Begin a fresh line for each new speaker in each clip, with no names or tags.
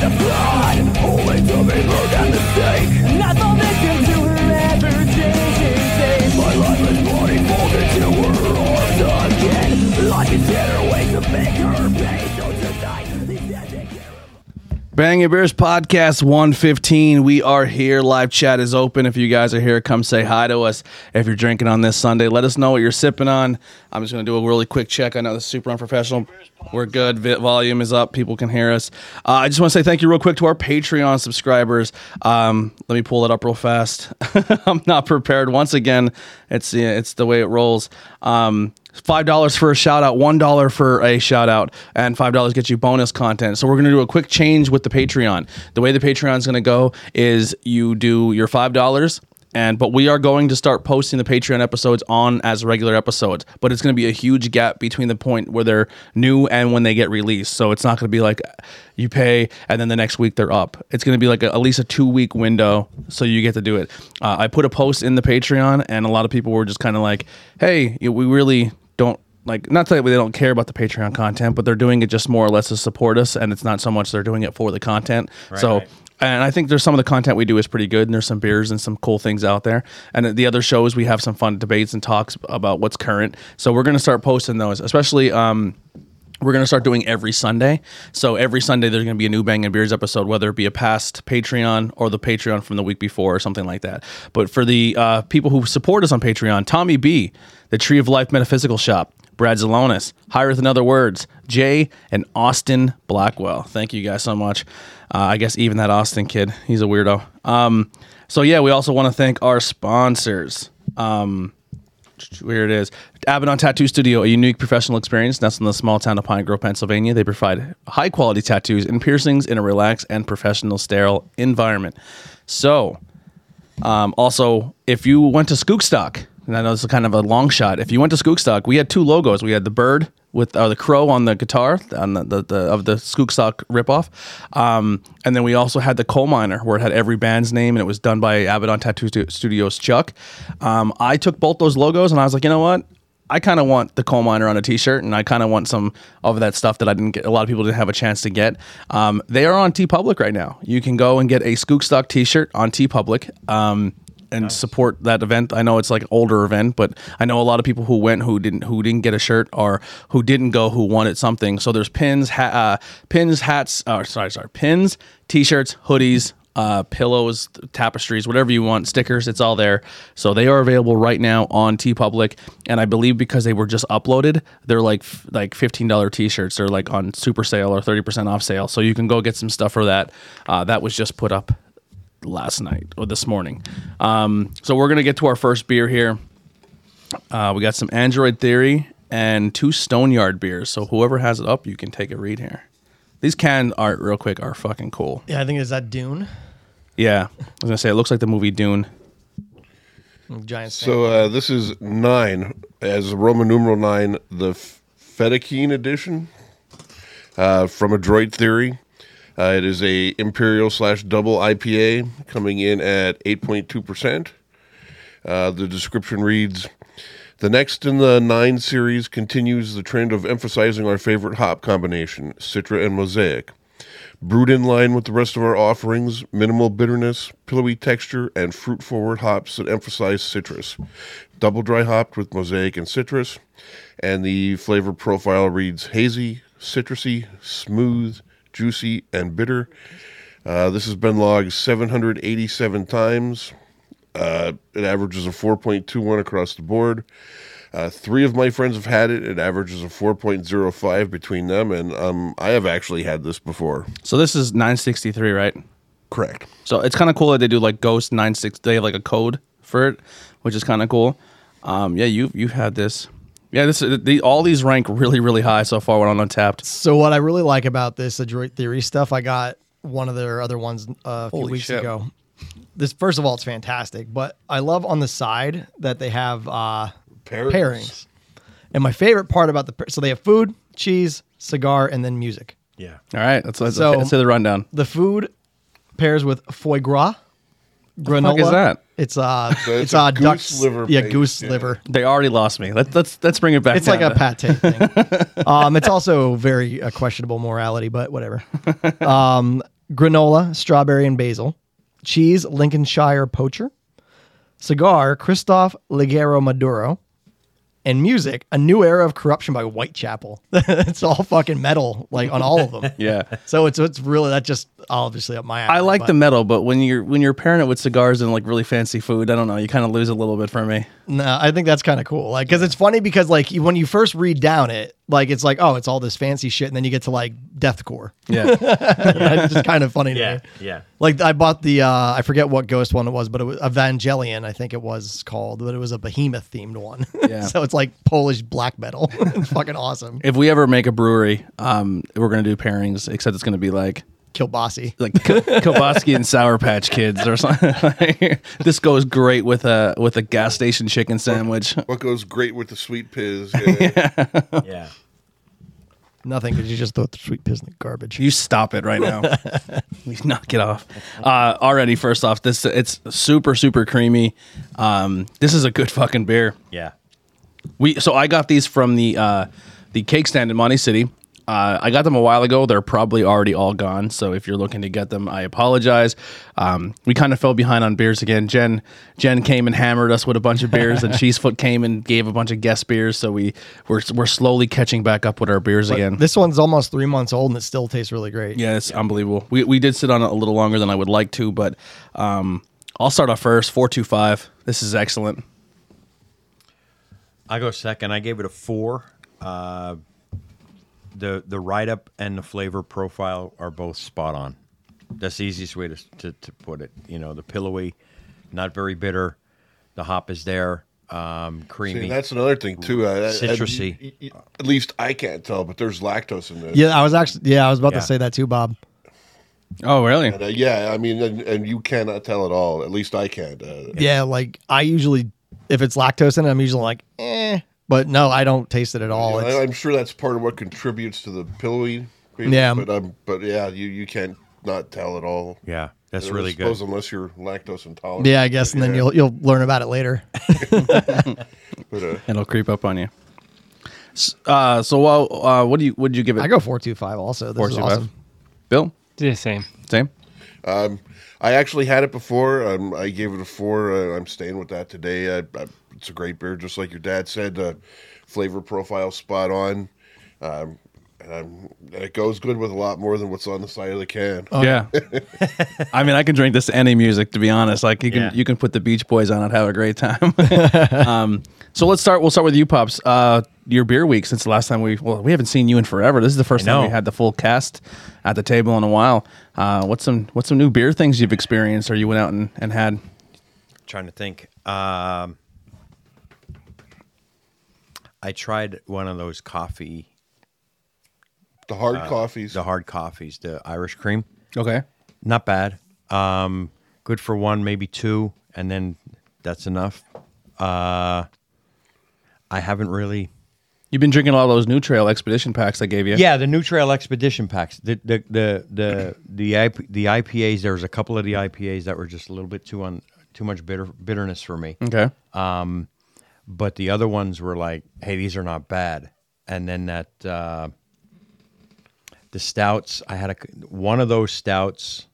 God, only to be burned at the stake.
Nothing that can do her ever changing taste.
My life is bloody, folded to her arms again. Like a dinner, wait to make her pay. So tonight, these dead
Bang Your Beers Podcast 115. We are here. Live chat is open. If you guys are here, come say hi to us. If you're drinking on this Sunday, let us know what you're sipping on. I'm just going to do a really quick check. I know this is super unprofessional. We're good. Vi- volume is up. People can hear us. Uh, I just want to say thank you real quick to our Patreon subscribers. Um, let me pull that up real fast. I'm not prepared. Once again, it's, yeah, it's the way it rolls. Um, five dollars for a shout out one dollar for a shout out and five dollars gets you bonus content so we're going to do a quick change with the patreon the way the patreon's going to go is you do your five dollars and but we are going to start posting the patreon episodes on as regular episodes but it's going to be a huge gap between the point where they're new and when they get released so it's not going to be like you pay and then the next week they're up it's going to be like a, at least a two week window so you get to do it uh, i put a post in the patreon and a lot of people were just kind of like hey we really don't like not that they don't care about the Patreon content, but they're doing it just more or less to support us, and it's not so much they're doing it for the content. so.
right.
And I think there's some of the content we do is pretty good, and there's some beers and some cool things out there. And the other shows we have some fun debates and talks about what's current. So we're gonna start posting those, especially um, we're going to start doing every Sunday. So every Sunday there's going to be a new Bang and Beers episode, whether it be a past Patreon or the Patreon from the week before or something like that. But for the uh, people who support us on Patreon, Tommy B, the Tree of Life Metaphysical Shop, Brad Zelonis, Hireth in Other Words, Jay, and Austin Blackwell. Thank you guys so much. Uh, I guess even that Austin kid, he's a weirdo. Um, so yeah, we also want to thank our sponsors. Um, here it is. Abaddon Tattoo Studio, a unique professional experience nestled in the small town of Pine Grove, Pennsylvania. They provide high quality tattoos and piercings in a relaxed and professional, sterile environment. So, um, also, if you went to Skookstock, and I know this is kind of a long shot, if you went to Skookstock, we had two logos. We had the bird with uh, the crow on the guitar on the, the, the of the Skookstock ripoff, um, and then we also had the coal miner where it had every band's name and it was done by Abaddon Tattoo Stu- Studios Chuck. Um, I took both those logos and I was like, you know what? I kind of want the coal miner on a T-shirt, and I kind of want some of that stuff that I didn't get. A lot of people didn't have a chance to get. Um, they are on T Public right now. You can go and get a Skookstock T-shirt on T Public. Um, and support that event. I know it's like older event, but I know a lot of people who went who didn't who didn't get a shirt or who didn't go who wanted something. So there's pins, ha- uh, pins, hats. Uh, sorry, sorry, pins, t-shirts, hoodies. Uh, pillows, tapestries, whatever you want, stickers, it's all there. So they are available right now on T Public, and I believe because they were just uploaded, they're like f- like fifteen dollar T shirts. They're like on super sale or thirty percent off sale. So you can go get some stuff for that. Uh, that was just put up last night or this morning. Um, so we're gonna get to our first beer here. Uh, we got some Android Theory and two Stoneyard beers. So whoever has it up, you can take a read here. These can art, real quick, are fucking cool.
Yeah, I think it's that Dune.
Yeah, I was gonna say it looks like the movie Dune.
Mm, Giants. fan.
So uh, this is nine as Roman numeral nine, the F- Fedekine edition uh, from Adroit Theory. Uh, it is a imperial slash double IPA coming in at eight point two percent. Uh, The description reads. The next in the nine series continues the trend of emphasizing our favorite hop combination, Citra and Mosaic. Brewed in line with the rest of our offerings, minimal bitterness, pillowy texture, and fruit forward hops that emphasize citrus. Double dry hopped with mosaic and citrus. And the flavor profile reads hazy, citrusy, smooth, juicy, and bitter. Uh, this has been logged 787 times. Uh, it averages a 4.21 across the board. Uh, three of my friends have had it. It averages a 4.05 between them, and um, I have actually had this before.
So this is 963, right?
Correct.
So it's kind of cool that they do like Ghost 96. They have like a code for it, which is kind of cool. Um, yeah, you you've had this. Yeah, this the, all these rank really really high so far when on Untapped.
So what I really like about this Adroit Theory stuff, I got one of their other ones uh, a few
Holy
weeks
shit.
ago. This first of all, it's fantastic, but I love on the side that they have uh,
Pairings.
pairings. And my favorite part about the pair- so they have food, cheese, cigar, and then music.
Yeah.
All right, let's let's,
So-
let's do the rundown.
The food pairs with foie gras, granola.
fuck is that?
It's uh,
it's
it's
a
uh,
goose
duck's
liver
Yeah,
base,
goose
yeah.
liver.
They already lost me. Let's let's let's bring it back.
It's like
down
a
to-
pate thing. um, it's also very uh, questionable morality, but whatever. Um, granola, strawberry, and basil, cheese, Lincolnshire poacher, cigar, Christoph Ligero Maduro, and music, a new era of corruption by Whitechapel. it's all fucking metal, like on all of them.
Yeah.
So it's it's really that just obviously up my. Alley,
I like
but
the metal, but when you're when you're pairing it with cigars and like really fancy food, I don't know, you kind of lose a little bit for me.
No, I think that's kind of cool. Like, because it's funny because like you- when you first read down it, like it's like oh, it's all this fancy shit, and then you get to like deathcore.
Yeah.
it's just kind of funny.
Yeah,
To me.
yeah.
Like I bought the uh, I forget what ghost one it was, but it was Evangelion, I think it was called, but it was a behemoth themed one.
Yeah.
so it's like Polish black metal. it's fucking awesome.
if we ever make a brewery, um, we're gonna do pairings, except it's gonna be like
Kilbasi.
like K- Kielbasa and Sour Patch Kids or something. this goes great with a with a gas station chicken sandwich.
What goes great with the sweet piz? Yeah.
Yeah.
Nothing because you just throw the sweet piss in the garbage.
You stop it right now. You knock it off. Uh, already, first off, this it's super super creamy. Um, this is a good fucking beer.
Yeah.
We so I got these from the uh, the cake stand in Monty City. Uh, I got them a while ago. They're probably already all gone. So if you're looking to get them, I apologize. Um, we kind of fell behind on beers again. Jen Jen came and hammered us with a bunch of beers, and Cheesefoot came and gave a bunch of guest beers. So we we're, we're slowly catching back up with our beers
But
again.
This one's almost three months old and it still tastes really great.
Yeah, it's unbelievable. We, we did sit on it a little longer than I would like to, but um, I'll start off first. Four two five. This is excellent.
I go second. I gave it a four. Uh, the the write up and the flavor profile are both spot on. That's the easiest way to, to, to put it. You know, the pillowy, not very bitter. The hop is there, um, creamy.
See, that's another thing too. I, I- I-
Citrusy.
y- y- at least I can't tell, but there's lactose in this.
Yeah, I was actually yeah, I was about
Yeah.
to say that too, Bob.
Oh really?
And, uh, yeah. I mean, and, and you cannot tell at all. At least I can't. Uh,
Yeah, like I usually if it's lactose in it, I'm usually like, eh. But no, I don't taste it at all.
I,
It's-
am sure that's part of what contributes to the pillowy.
Yeah.
But um, but yeah, you you can't not tell at all. Uh,
yeah, that's
I
really
suppose
good.
Unless you're lactose intolerant.
yeah, I guess, and then
Yeah.
you'll you'll learn about it later.
But, uh,
It'll creep up on you. S- Uh, so, well, uh, what do you would you give it?
I go four two five. Also, this
Four,
is
two,
awesome.
five? Bill,
Do the same.
same.
I actually had it before. Um, I gave it a four. Uh, I'm staying with that today. I, I, it's a great beer, just like your dad said. Uh, flavor profile spot on. Um, and, I'm, and it goes good with a lot more than what's on the side of the can.
yeah. I mean, I can drink this to any music. To be honest, like you can
Yeah.
you can put the Beach Boys on and have a great time. um, so let's start. We'll start with you, pops. Uh, your beer week since the last time we well we haven't seen you in forever. This is the first
I
time we
know.
had the full cast at the table in a while. Uh, what's some what's some new beer things you've experienced or you went out and, and had?
Trying to think. Um, I tried one of those coffee,
The hard coffees.
the hard coffees, the Irish cream.
Okay.
not bad. Um, good for one, maybe two, and then that's enough. Uh, I haven't really.
You've been drinking all those New Trail Expedition packs I gave you.
Yeah, the New Trail Expedition packs. The the the the the, IP, the IPAs. There was a couple of the IPAs that were just a little bit too on too much bitter bitterness for me.
Okay.
But the other ones were like, hey, these are not bad. And then that uh, the stouts, I had a one of those stouts.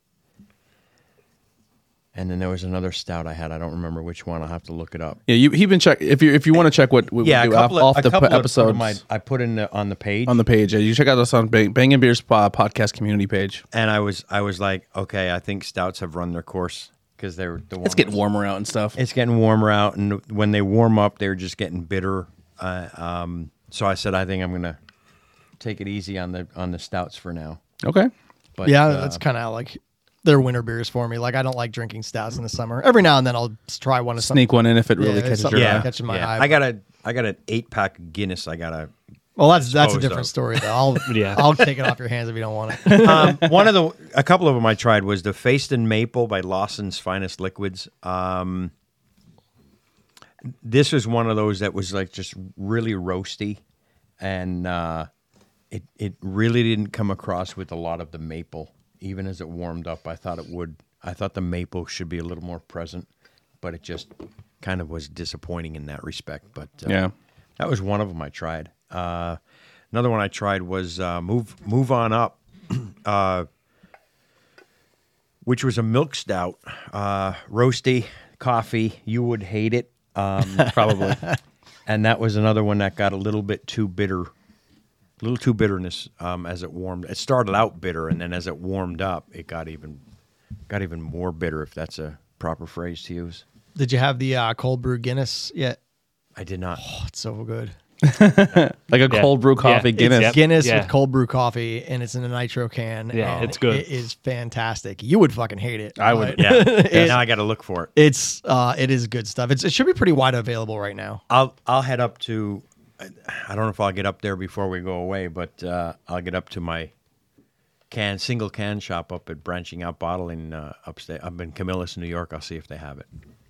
And then there was another stout I had. I don't remember which one. I'll have to look it up.
Yeah, you he been check if you if you want to check what we
Yeah,
do
a
off,
couple of,
off
a
the
couple of
episodes
my, I put in the, on the page,
on the page. Yeah, you check out us on Bang, Bang and Beers uh, podcast community page.
and I was I was like, okay, I think stouts have run their course because they were the ones.
It's getting warmer out and stuff.
It's getting warmer out, and when they warm up, they're just getting bitter. Uh, um, so I said, I think I'm gonna take it easy on the on the stouts for now.
okay.
But,
yeah,
uh,
that's kind of like they're winter beers for me. Like I don't like drinking stouts in the summer. Every now and then I'll s- try one of some-
Sneak one in if it really
it's
catches
something
your
like
eye.
yeah,
that. catching my
yeah.
eye,
I
but-
got a I got an eight pack Guinness. I got a
Well, that's that's a
Suppose
different
so.
story. Though. I'll yeah,
Yeah.
I'll take it off your hands if you don't want it.
um, one of the a couple of them I tried was the Faced in Maple by Lawson's Finest Liquids. Um, this was one of those that was like just really roasty, and uh, it it really didn't come across with a lot of the maple. Even as it warmed up, I thought it would. I thought the maple should be a little more present, but it just kind of was disappointing in that respect. But uh,
Yeah.
that was one of them I tried. Uh, another one I tried was uh, move move on up. uh, which was a milk stout, uh, roasty coffee. You would hate it, um, probably. and that was another one that got a little bit too bitter, a little too bitterness um, as it warmed. It started out bitter, and then as it warmed up, it got even got even more bitter. If that's a proper phrase to use,
Did you have the uh, cold brew Guinness yet?
I did not.
Oh, it's so good.
like a
Yeah.
cold brew
Yeah.
coffee
It's-
Guinness.
yep.
Guinness
Yeah.
with cold brew coffee, and it's in a nitro can.
Yeah,
and
it's good.
It is fantastic. You would fucking hate it.
I would-
but
Yeah, now I got to look for it.
It's uh, it is good stuff. It's, it should be pretty wide available right now.
I'll I'll head up to. I- I don't know if I'll get up there before we go away, but uh, I'll get up to my can single can shop up at Branching Out Bottling uh, upstate. I'm in Camillus, New York. I'll see if they have it.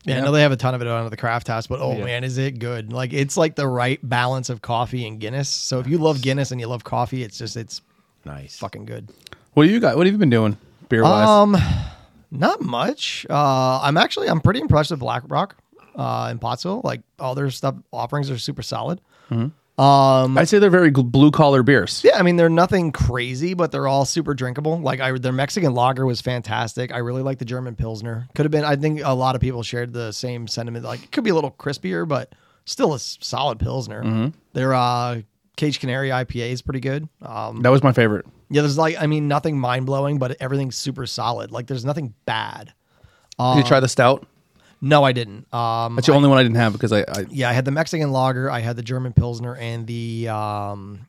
Yeah, I know they have a ton of it out at the craft house, but oh man, is it good? Like it's like the right balance of coffee and Guinness. So if you love Guinness and you love coffee, it's just it's
Nice.
fucking good.
What do you got? What have you been doing beer wise?
Um, not much. Uh, I'm actually I'm pretty impressed with Black Rock, uh, in Pottsville. Like all their stuff offerings are super solid.
I'd say they're very blue collar beers.
Yeah, I mean they're nothing crazy, but they're all super drinkable. Like I, their Mexican lager was fantastic. I really like the German Pilsner. Could have been. I think a lot of people shared the same sentiment. Like it could be a little crispier, but still a s- solid Pilsner. Their uh, Cage Canary IPA is pretty good. Um,
That was my favorite.
yeah, there's like I mean nothing mind blowing, but everything's super solid. Like there's nothing bad.
Did you try the stout?
No, I didn't. Um,
That's the only one I didn't have because I, I
yeah, I had the Mexican lager, I had the German Pilsner, and the um,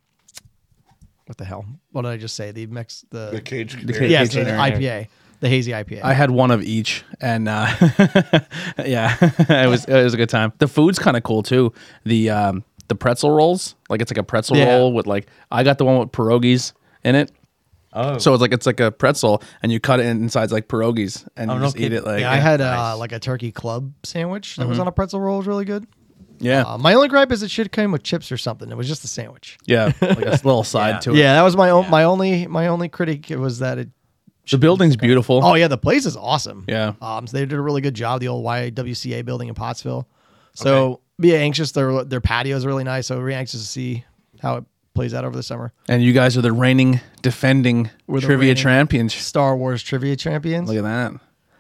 what the hell? What did I just say? The Mex the,
The cage.
The
canary.
cage.
yeah, it's
Hazy
an IPA, the hazy IPA.
I had one of each, and uh, yeah, it was it was a good time. The food's kind of cool too. The um, the pretzel rolls, like it's like a pretzel
Yeah.
roll with like I got the one with pierogies in it. Oh, so it's like it's like a pretzel, and you cut it and inside's like pierogies, and
Oh,
you
no
just eat
kidding.
it like
yeah, I had uh, like a turkey club sandwich that was on a pretzel roll. It was really good.
yeah,
Uh, my only gripe is it should come with chips or something. It was just a sandwich.
yeah, like a little side to it.
Yeah, that was my own, my only my only critic was that it.
the building's beautiful.
Oh yeah, the place is awesome.
Yeah.
um, so they did a really good job. The old YWCA building in Pottsville. So be anxious. Their their patio is really nice. So we're anxious to see how it plays out over the summer.
and you guys are the reigning defending
the
trivia
reigning-
champions.
Star Wars trivia champions.
Look at that.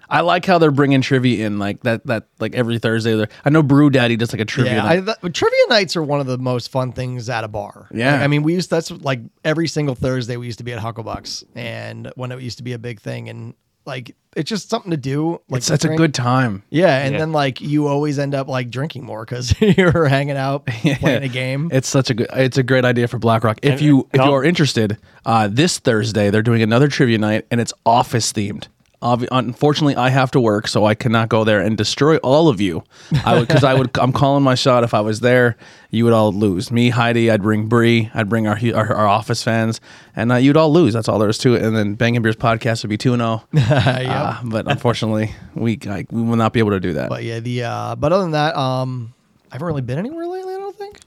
I like how they're bringing trivia in like that. That like every Thursday. They're- I know Brew Daddy does like a trivia.
Yeah,
night.
I, th- but trivia nights are one of the most fun things at a bar.
Yeah.
Like, I mean, we used that's like every single Thursday we used to be at Hucklebucks, and when it used to be a big thing, and like it's just something to do. Like
it's such a
drink.
good time.
Yeah, and
Yeah.
then like you always end up like drinking more because you're hanging out playing a game. uh,
It's such a good. It's a great idea for BlackRock. If you if
and
you
I'll-
are interested, uh, this Thursday they're doing another trivia night, and it's office themed. Obvi- unfortunately, I have to work, so I cannot go there and destroy all of you. I would because I would. I'm calling my shot. If I was there, you would all lose. Me, Heidi, I'd bring Bree, I'd bring our hu- our, our office fans, and uh, you'd all lose. That's all there is to it. And then Bang and Beers podcast would be two zero.
Uh, yeah.
But unfortunately, we I, we will not be able to do that.
But yeah, the uh, but other than that, um, I haven't really been anywhere lately. I don't think.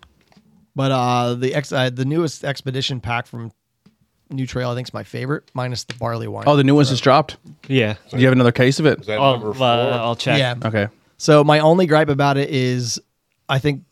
But uh, the ex uh, the newest expedition pack from New Trail, I think, is my favorite, minus the barley wine.
oh, the new one's just dropped.
Yeah.
Do you have another case of it?
Is that number
I'll,
four?
uh, I'll check.
yeah.
Okay.
So my only gripe about it is, I think,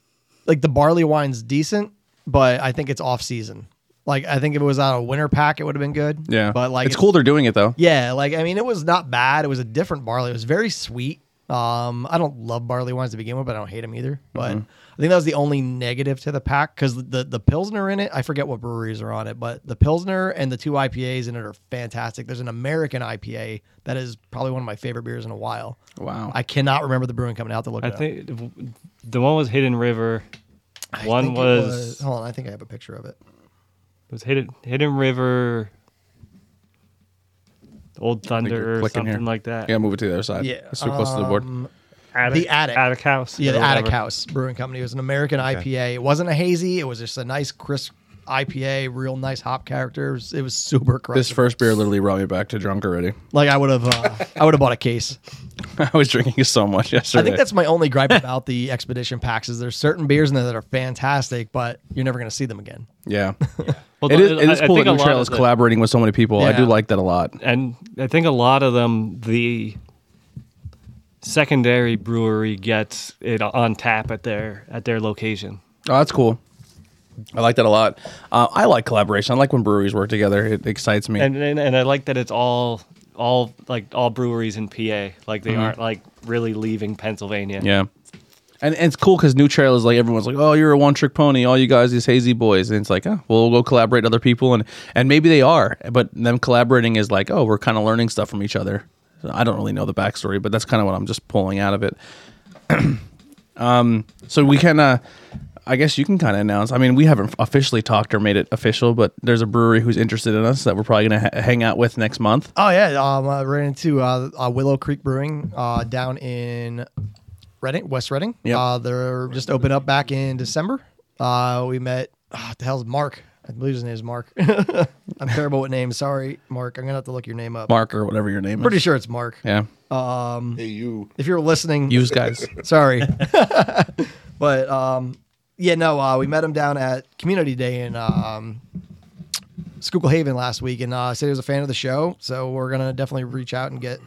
like the barley wine's decent, but I think it's off season. Like I think if it was on a winter pack, it would have been good.
Yeah.
but like
it's cool they're doing it though.
Yeah, like I mean, it was not bad. It was a different barley. It was very sweet. Um, I don't love barley wines to begin with, but I don't hate them either. But I think that was the only negative to the pack because the the pilsner in it, I forget what breweries are on it, but the pilsner and the two IPAs in it are fantastic. There's an American IPA that is probably one of my favorite beers in a while.
Wow.
I cannot remember the brewing company. I have to look.
I
it up.
think the- the one was Hidden River.
I
One
think it
was, was
Hold on, I think I have a picture of it.
Hidden Hidden River. Old Thunder or
click in
something
here.
like that.
Yeah, move it to the other side.
Yeah, um,
It's too close to the board.
Attic,
The Attic.
Attic House.
Yeah,
or
the Attic
whatever.
House Brewing Company. It was an American IPA. It wasn't a hazy. It was just a nice crisp IPA, real nice hop character. It was, it was super crisp.
This first beer literally brought me back to drunk already.
like I would have, uh, I would have bought a case.
I was drinking so much yesterday.
I think that's my only gripe about the expedition packs is there's certain beers in there that are fantastic, but you're never going to see them again.
yeah.
Well,
It is, it is
I- I
cool that
think a
New
lot
Trail
of
is
the-
collaborating with so many people. I do
Yeah.
like that a lot.
and I think a lot of them the secondary brewery gets it on tap at their at their location.
Oh, that's cool. I like that a lot. Uh, I like collaboration. I like when breweries work together. It excites me.
And, and and I like that it's all all like all breweries in PA. Like
Mm-hmm.
they aren't like really leaving Pennsylvania.
Yeah. And, and it's cool because new trail is like everyone's like, oh, you're a one trick pony. All you guys, these hazy boys. And it's like, oh, well, we'll go collaborate with other people. And, and maybe they are, but them collaborating is like, oh, we're kind of learning stuff from each other. So I don't really know the backstory, but that's kind of what I'm just pulling out of it. um, so we can, uh, I guess you can kind of announce. I mean, we haven't officially talked or made it official, but there's a brewery who's interested in us that we're probably going to ha- hang out with next month.
Oh yeah, um, I ran into uh, uh, Willow Creek Brewing uh, down in Reading, West Reading.
Yep.
Uh, they're just opened up back in December. Uh, we met. ah, what the hell's Mark? I believe his name is Mark. I'm terrible with names. Sorry, Mark. I'm gonna have to look your name up.
Mark or whatever your name is.
Pretty sure it's Mark.
Yeah.
Hey, you.
If you're listening,
Use guys.
sorry, but um, yeah, no, uh, we met him down at Community Day in um, Schuylkill Haven last week, and uh, said he was a fan of the show, so we're gonna definitely reach out and get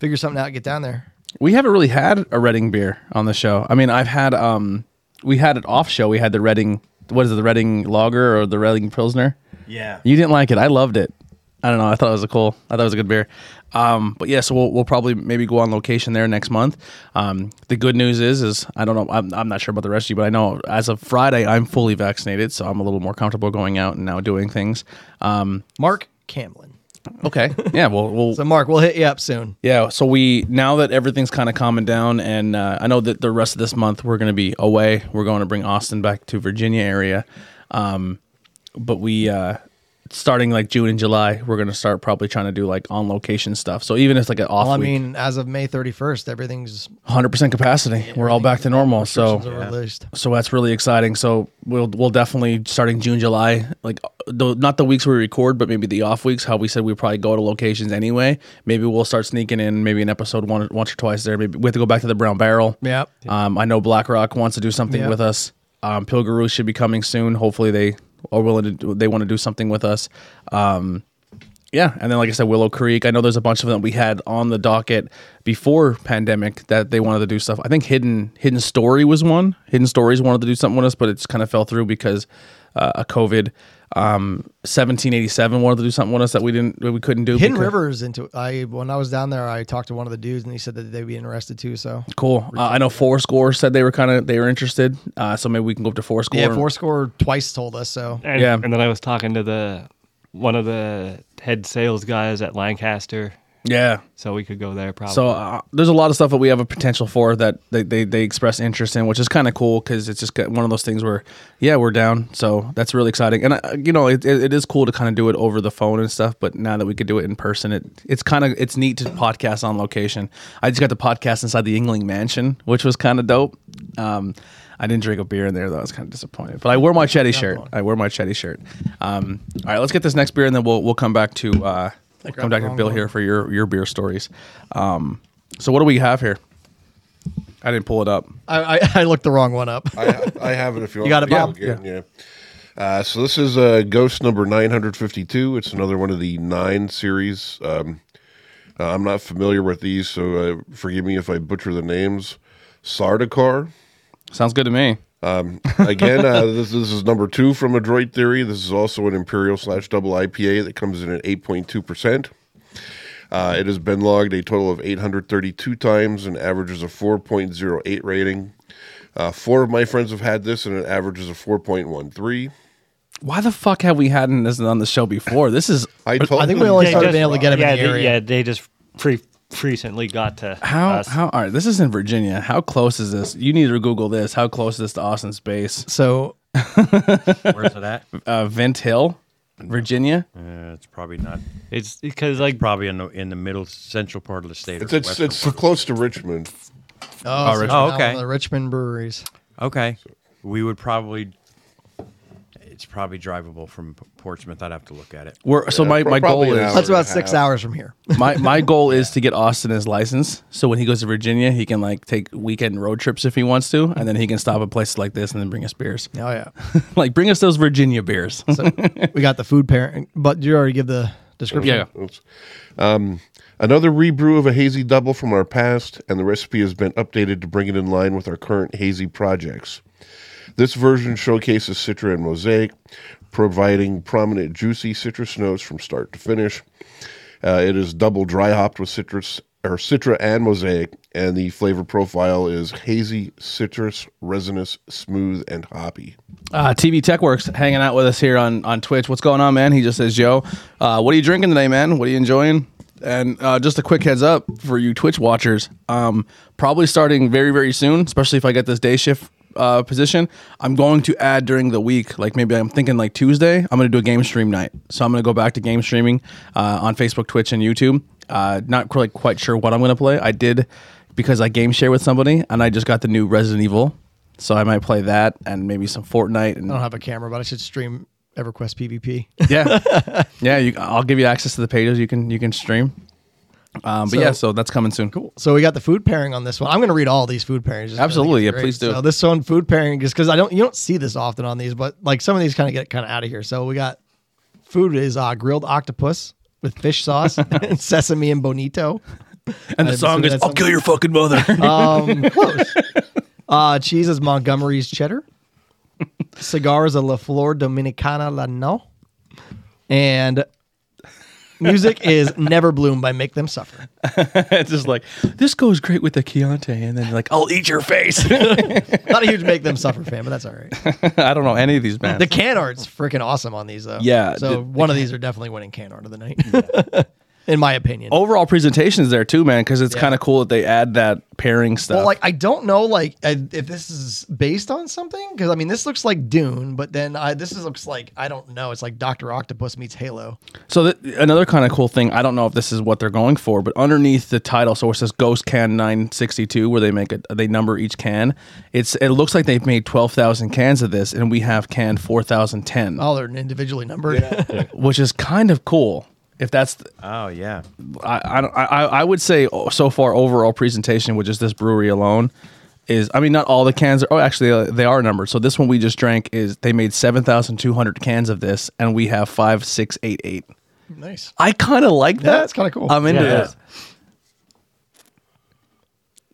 figure something out, and get down there.
We haven't really had a Reading beer on the show. I mean, I've had um, we had it off show. We had the Reading, what is it, the Reading Lager or the Reading Pilsner?
Yeah.
You didn't like it. I loved it. I don't know. I thought it was a cool. I thought it was a good beer. Um, but yeah, so we'll, we'll probably maybe go on location there next month. Um, the good news is, is I don't know. I'm, I'm not sure about the rest of you, but I know as of Friday, I'm fully vaccinated, so I'm a little more comfortable going out and now doing things. Um,
Mark Camlin.
okay. Yeah. Well, we'll
So Mark, we'll hit you up soon.
Yeah, so we now that everything's kind of calming down, and uh, I know that the rest of this month we're going to be away. We're going to bring Austin back to Virginia area, um, but we uh, starting like June and July, we're going to start probably trying to do like on location stuff. So even if it's like an off
Well, I
week,
mean, as of May 31st, everything's
hundred percent capacity, we're all back to normal. So
restrictions are released.
so that's really exciting. So we'll we'll definitely starting June, July, like the, not the weeks we record, but maybe the off weeks. How we said we probably go to locations anyway. Maybe we'll start sneaking in maybe an episode one once or twice there. Maybe we have to go back to the Brown Barrel.
Yep.
Um, I know BlackRock wants to do something
Yeah.
with us. Um, Pilgaroo should be coming soon. Hopefully they are willing to. Do, they want to do something with us. Um, yeah, and then like I said, Willow Creek. I know there's a bunch of them we had on the docket before pandemic that they wanted to do stuff. I think Hidden Hidden Story was one. Hidden Stories wanted to do something with us, but it's kind of fell through because uh, of COVID. Um, 1787 wanted to do something with us that we didn't that we couldn't do.
Hidden
because-
Rivers into I when I was down there, I talked to one of the dudes and he said that they'd be interested too. So
Cool. Uh, I know Four Score said they were kind of they were interested. Uh, so maybe we can go up to Four Score.
yeah, Fourscore twice told us. So
And,
Yeah.
And then I was talking to the one of the head sales guys at Lancaster,
Yeah.
so we could go there probably.
So uh, there's a lot of stuff that we have a potential for that they, they, they express interest in, which is kind of cool because it's just got- one of those things where, yeah, we're down. So that's really exciting. And, uh, you know, it, it, it is cool to kind of do it over the phone and stuff. But now that we could do it in person, it it's kind of it's neat to podcast on location. I just got the podcast inside the Yingling Mansion, which was kind of dope. Um, I didn't drink a beer in there though. I was kind of disappointed. But I wore my Chetty shirt. I wore my Chetty shirt. Um, all right, let's get this next beer and then we'll, we'll come back to uh, come
grabbed the
back to
wrong
Bill
one.
here for your your beer stories. Um, so what do we have here? I didn't pull it up.
I, I, I looked the wrong one up.
I, I have it if you want.
You got
to
it,
take again, Yeah. Uh, so this is uh, Ghost number 952. It's another one of the nine series. Um, uh, I'm not familiar with these, so uh, forgive me if I butcher the names. Sardaukar.
Sounds good to me.
Again, uh, this, this is number two from Adroit Theory. This is also an Imperial slash double IPA that comes in at 8.2%. Uh, it has been logged a total of 832 times and averages a 4.08 rating. Uh, four of my friends have had this and it averages a 4.13.
Why the fuck have we had this on the show before? This is
I told
I think we only
them-
started being able to get him
yeah,
in the
they,
area.
yeah, they just pre- recently got to
how
us.
how all right. This is in Virginia. How close is this? You need to Google this. How close is this to Austin's base?
So
Where's it at? Uh,
Uh, Vent Hill, Virginia.
it's probably not.
It's because like
Probably in the in the middle central part of the state. or
It's, it's,
western
it's close to Richmond.
oh, so
Richmond.
now
Oh, okay.
the Richmond breweries.
Okay. We would probably. It's probably drivable from P- Portsmouth. I'd have to look at it.
We're, so my,
pro-
my goal
probably an
is
hour.
That's about six hours from here.
my, my goal is to get Austin his license, so when he goes to Virginia, he can like take weekend road trips if he wants to, and then he can stop at places like this and then bring us beers.
Oh yeah.
like bring us those Virginia beers.
So we got the food pairing, but you already give the description.
yeah.
Um, Another rebrew of a hazy double from our past, and the recipe has been updated to bring it in line with our current hazy projects. This version showcases Citra and Mosaic, providing prominent juicy citrus notes from start to finish. Uh, it is double dry hopped with citrus or citra and mosaic, and the flavor profile is hazy, citrus, resinous, smooth, and hoppy.
Uh, TV Tech Works hanging out with us here on, on Twitch. What's going on, man? He just says, Yo, uh, what are you drinking today, man? What are you enjoying? And uh, just a quick heads up for you Twitch watchers. Um, probably starting very, very soon, especially if I get this day shift uh, position. I'm going to add during the week, like maybe I'm thinking like Tuesday, I'm going to do a game stream night. So I'm going to go back to game streaming uh, on Facebook, Twitch, and YouTube. Uh, not quite, quite sure what I'm going to play. I did because I game share with somebody and I just got the new Resident Evil. So I might play that and maybe some Fortnite and
I don't have a camera, but I should stream EverQuest PvP.
yeah, yeah. You, I'll give you access to the pages. You can you can stream. Um, but yeah, so that's coming soon. Cool.
So we got the food pairing on this one. I'm going to read all these food pairings. just 'cause I think
Absolutely. Yeah,
it's great.
please do.
So this one food pairing just because I don't you don't see this often on these, but like some of these kind of get kind of out of here. So we got food is uh, grilled octopus with fish sauce and sesame and bonito.
And the
I'm
song
assuming
is
that's
"I'll
something-
kill your fucking mother."
Um, close. Uh, cheese is Montgomery's cheddar. Cigar is a La Flor Dominicana Lano. And music is Never Bloom by Make Them Suffer.
it's just like this goes great with the Keontae, and then like I'll eat your face.
Not a huge Make Them Suffer fan, but that's all right.
I don't know any of these bands.
The can art's freaking awesome on these though.
Yeah,
So
the-
one of these are definitely winning can art of the night, in my opinion.
Overall presentations there too, man, because it's
Yeah.
kind of cool that they add that pairing stuff.
Well, like I don't know, like I, if this is based on something, because I mean, this looks like Dune, but then I, this is, looks like I don't know. It's like Doctor Octopus meets Halo.
So th- another kind of cool thing, I don't know if this is what they're going for, but underneath the title, so it says Ghost Can 962, where they make a they number each can. It's it looks like they've made twelve thousand cans of this, and we have can four thousand ten,
Oh, they're individually numbered.
which is kind of cool. If that's th-
Oh yeah.
I I, don't- I I- I would say oh, so far overall presentation with just this brewery alone is I mean not all the cans are oh actually uh, they are numbered. So this one we just drank is they made seven thousand two hundred cans of this, and we have five six eight eight.
nice.
I kind of like that.
that's kinda cool.
I'm into
Yeah.
it.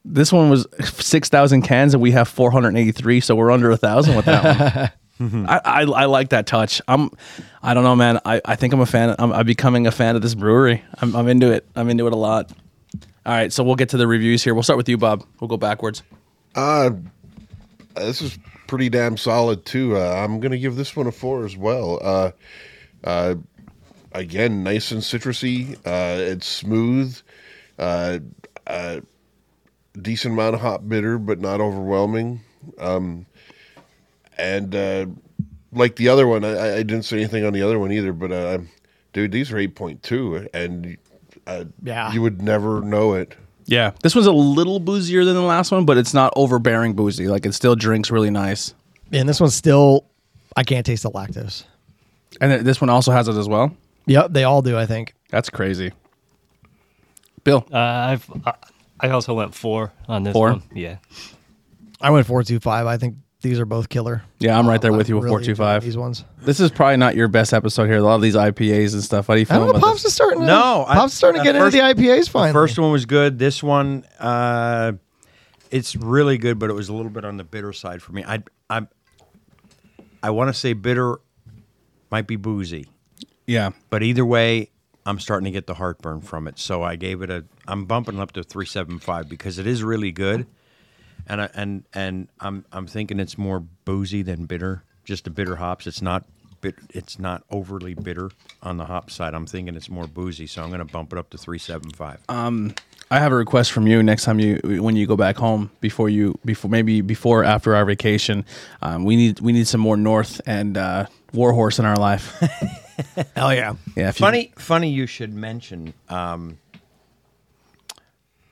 This one was six thousand cans, and we have four hundred eighty-three, so we're under a thousand with that one. I, I I like that touch. I'm, I don't know, man. I, I think I'm a fan. I'm, I'm becoming a fan of this brewery. I'm, I'm into it. I'm into it a lot. All right, so we'll get to the reviews here. We'll start with you, Bob. We'll go backwards.
this is pretty damn solid too. Uh, I'm gonna give this one a four as well. Uh, uh, again, nice and citrusy. Uh, it's smooth. Uh, uh, decent amount of hop bitter, but not overwhelming. Um, and uh, like the other one, I, I- I didn't say anything on the other one either. But uh, dude, these are eight point two, and uh,
Yeah.
you would never know it.
Yeah, this one's a little boozier than the last one, but it's not overbearing boozy. Like it still drinks really nice.
And this one's still, I can't taste the lactose.
And th- this one also has it as well.
Yep, they all do. I think.
That's crazy. Bill,
Uh, I've I- I also went four on this
Four?
one. Yeah.
I went four two five. I think these are both killer.
Yeah, I'm right there
Um,
with you with
really enjoying
425.
These ones.
this is probably not your best episode here. A lot of these IPAs and stuff. How do you
I
feel
don't know.
about
Pops
this?
is starting. To,
No, I-
Pops is starting to
the
get
first-
into the IPAs finally.
First one was good. This one, uh, it's really good, but it was a little bit on the bitter side for me. I I I want to say bitter, might be boozy,
Yeah.
but either way, I'm starting to get the heartburn from it. So I gave it a. I'm bumping it up to three seven five because it is really good, and I, and and I'm I'm thinking it's more boozy than bitter. Just the bitter hops. It's not. bit. It's not overly bitter on the hop side. I'm thinking it's more boozy, so I'm going to bump it up to three seven five.
Uh, I have a request from you next time you when you go back home before you before maybe before or after our vacation. Um, we need we need some more North and uh, Warhorse in our life.
Hell yeah.
Yeah. If you-
funny, funny you should mention. Um,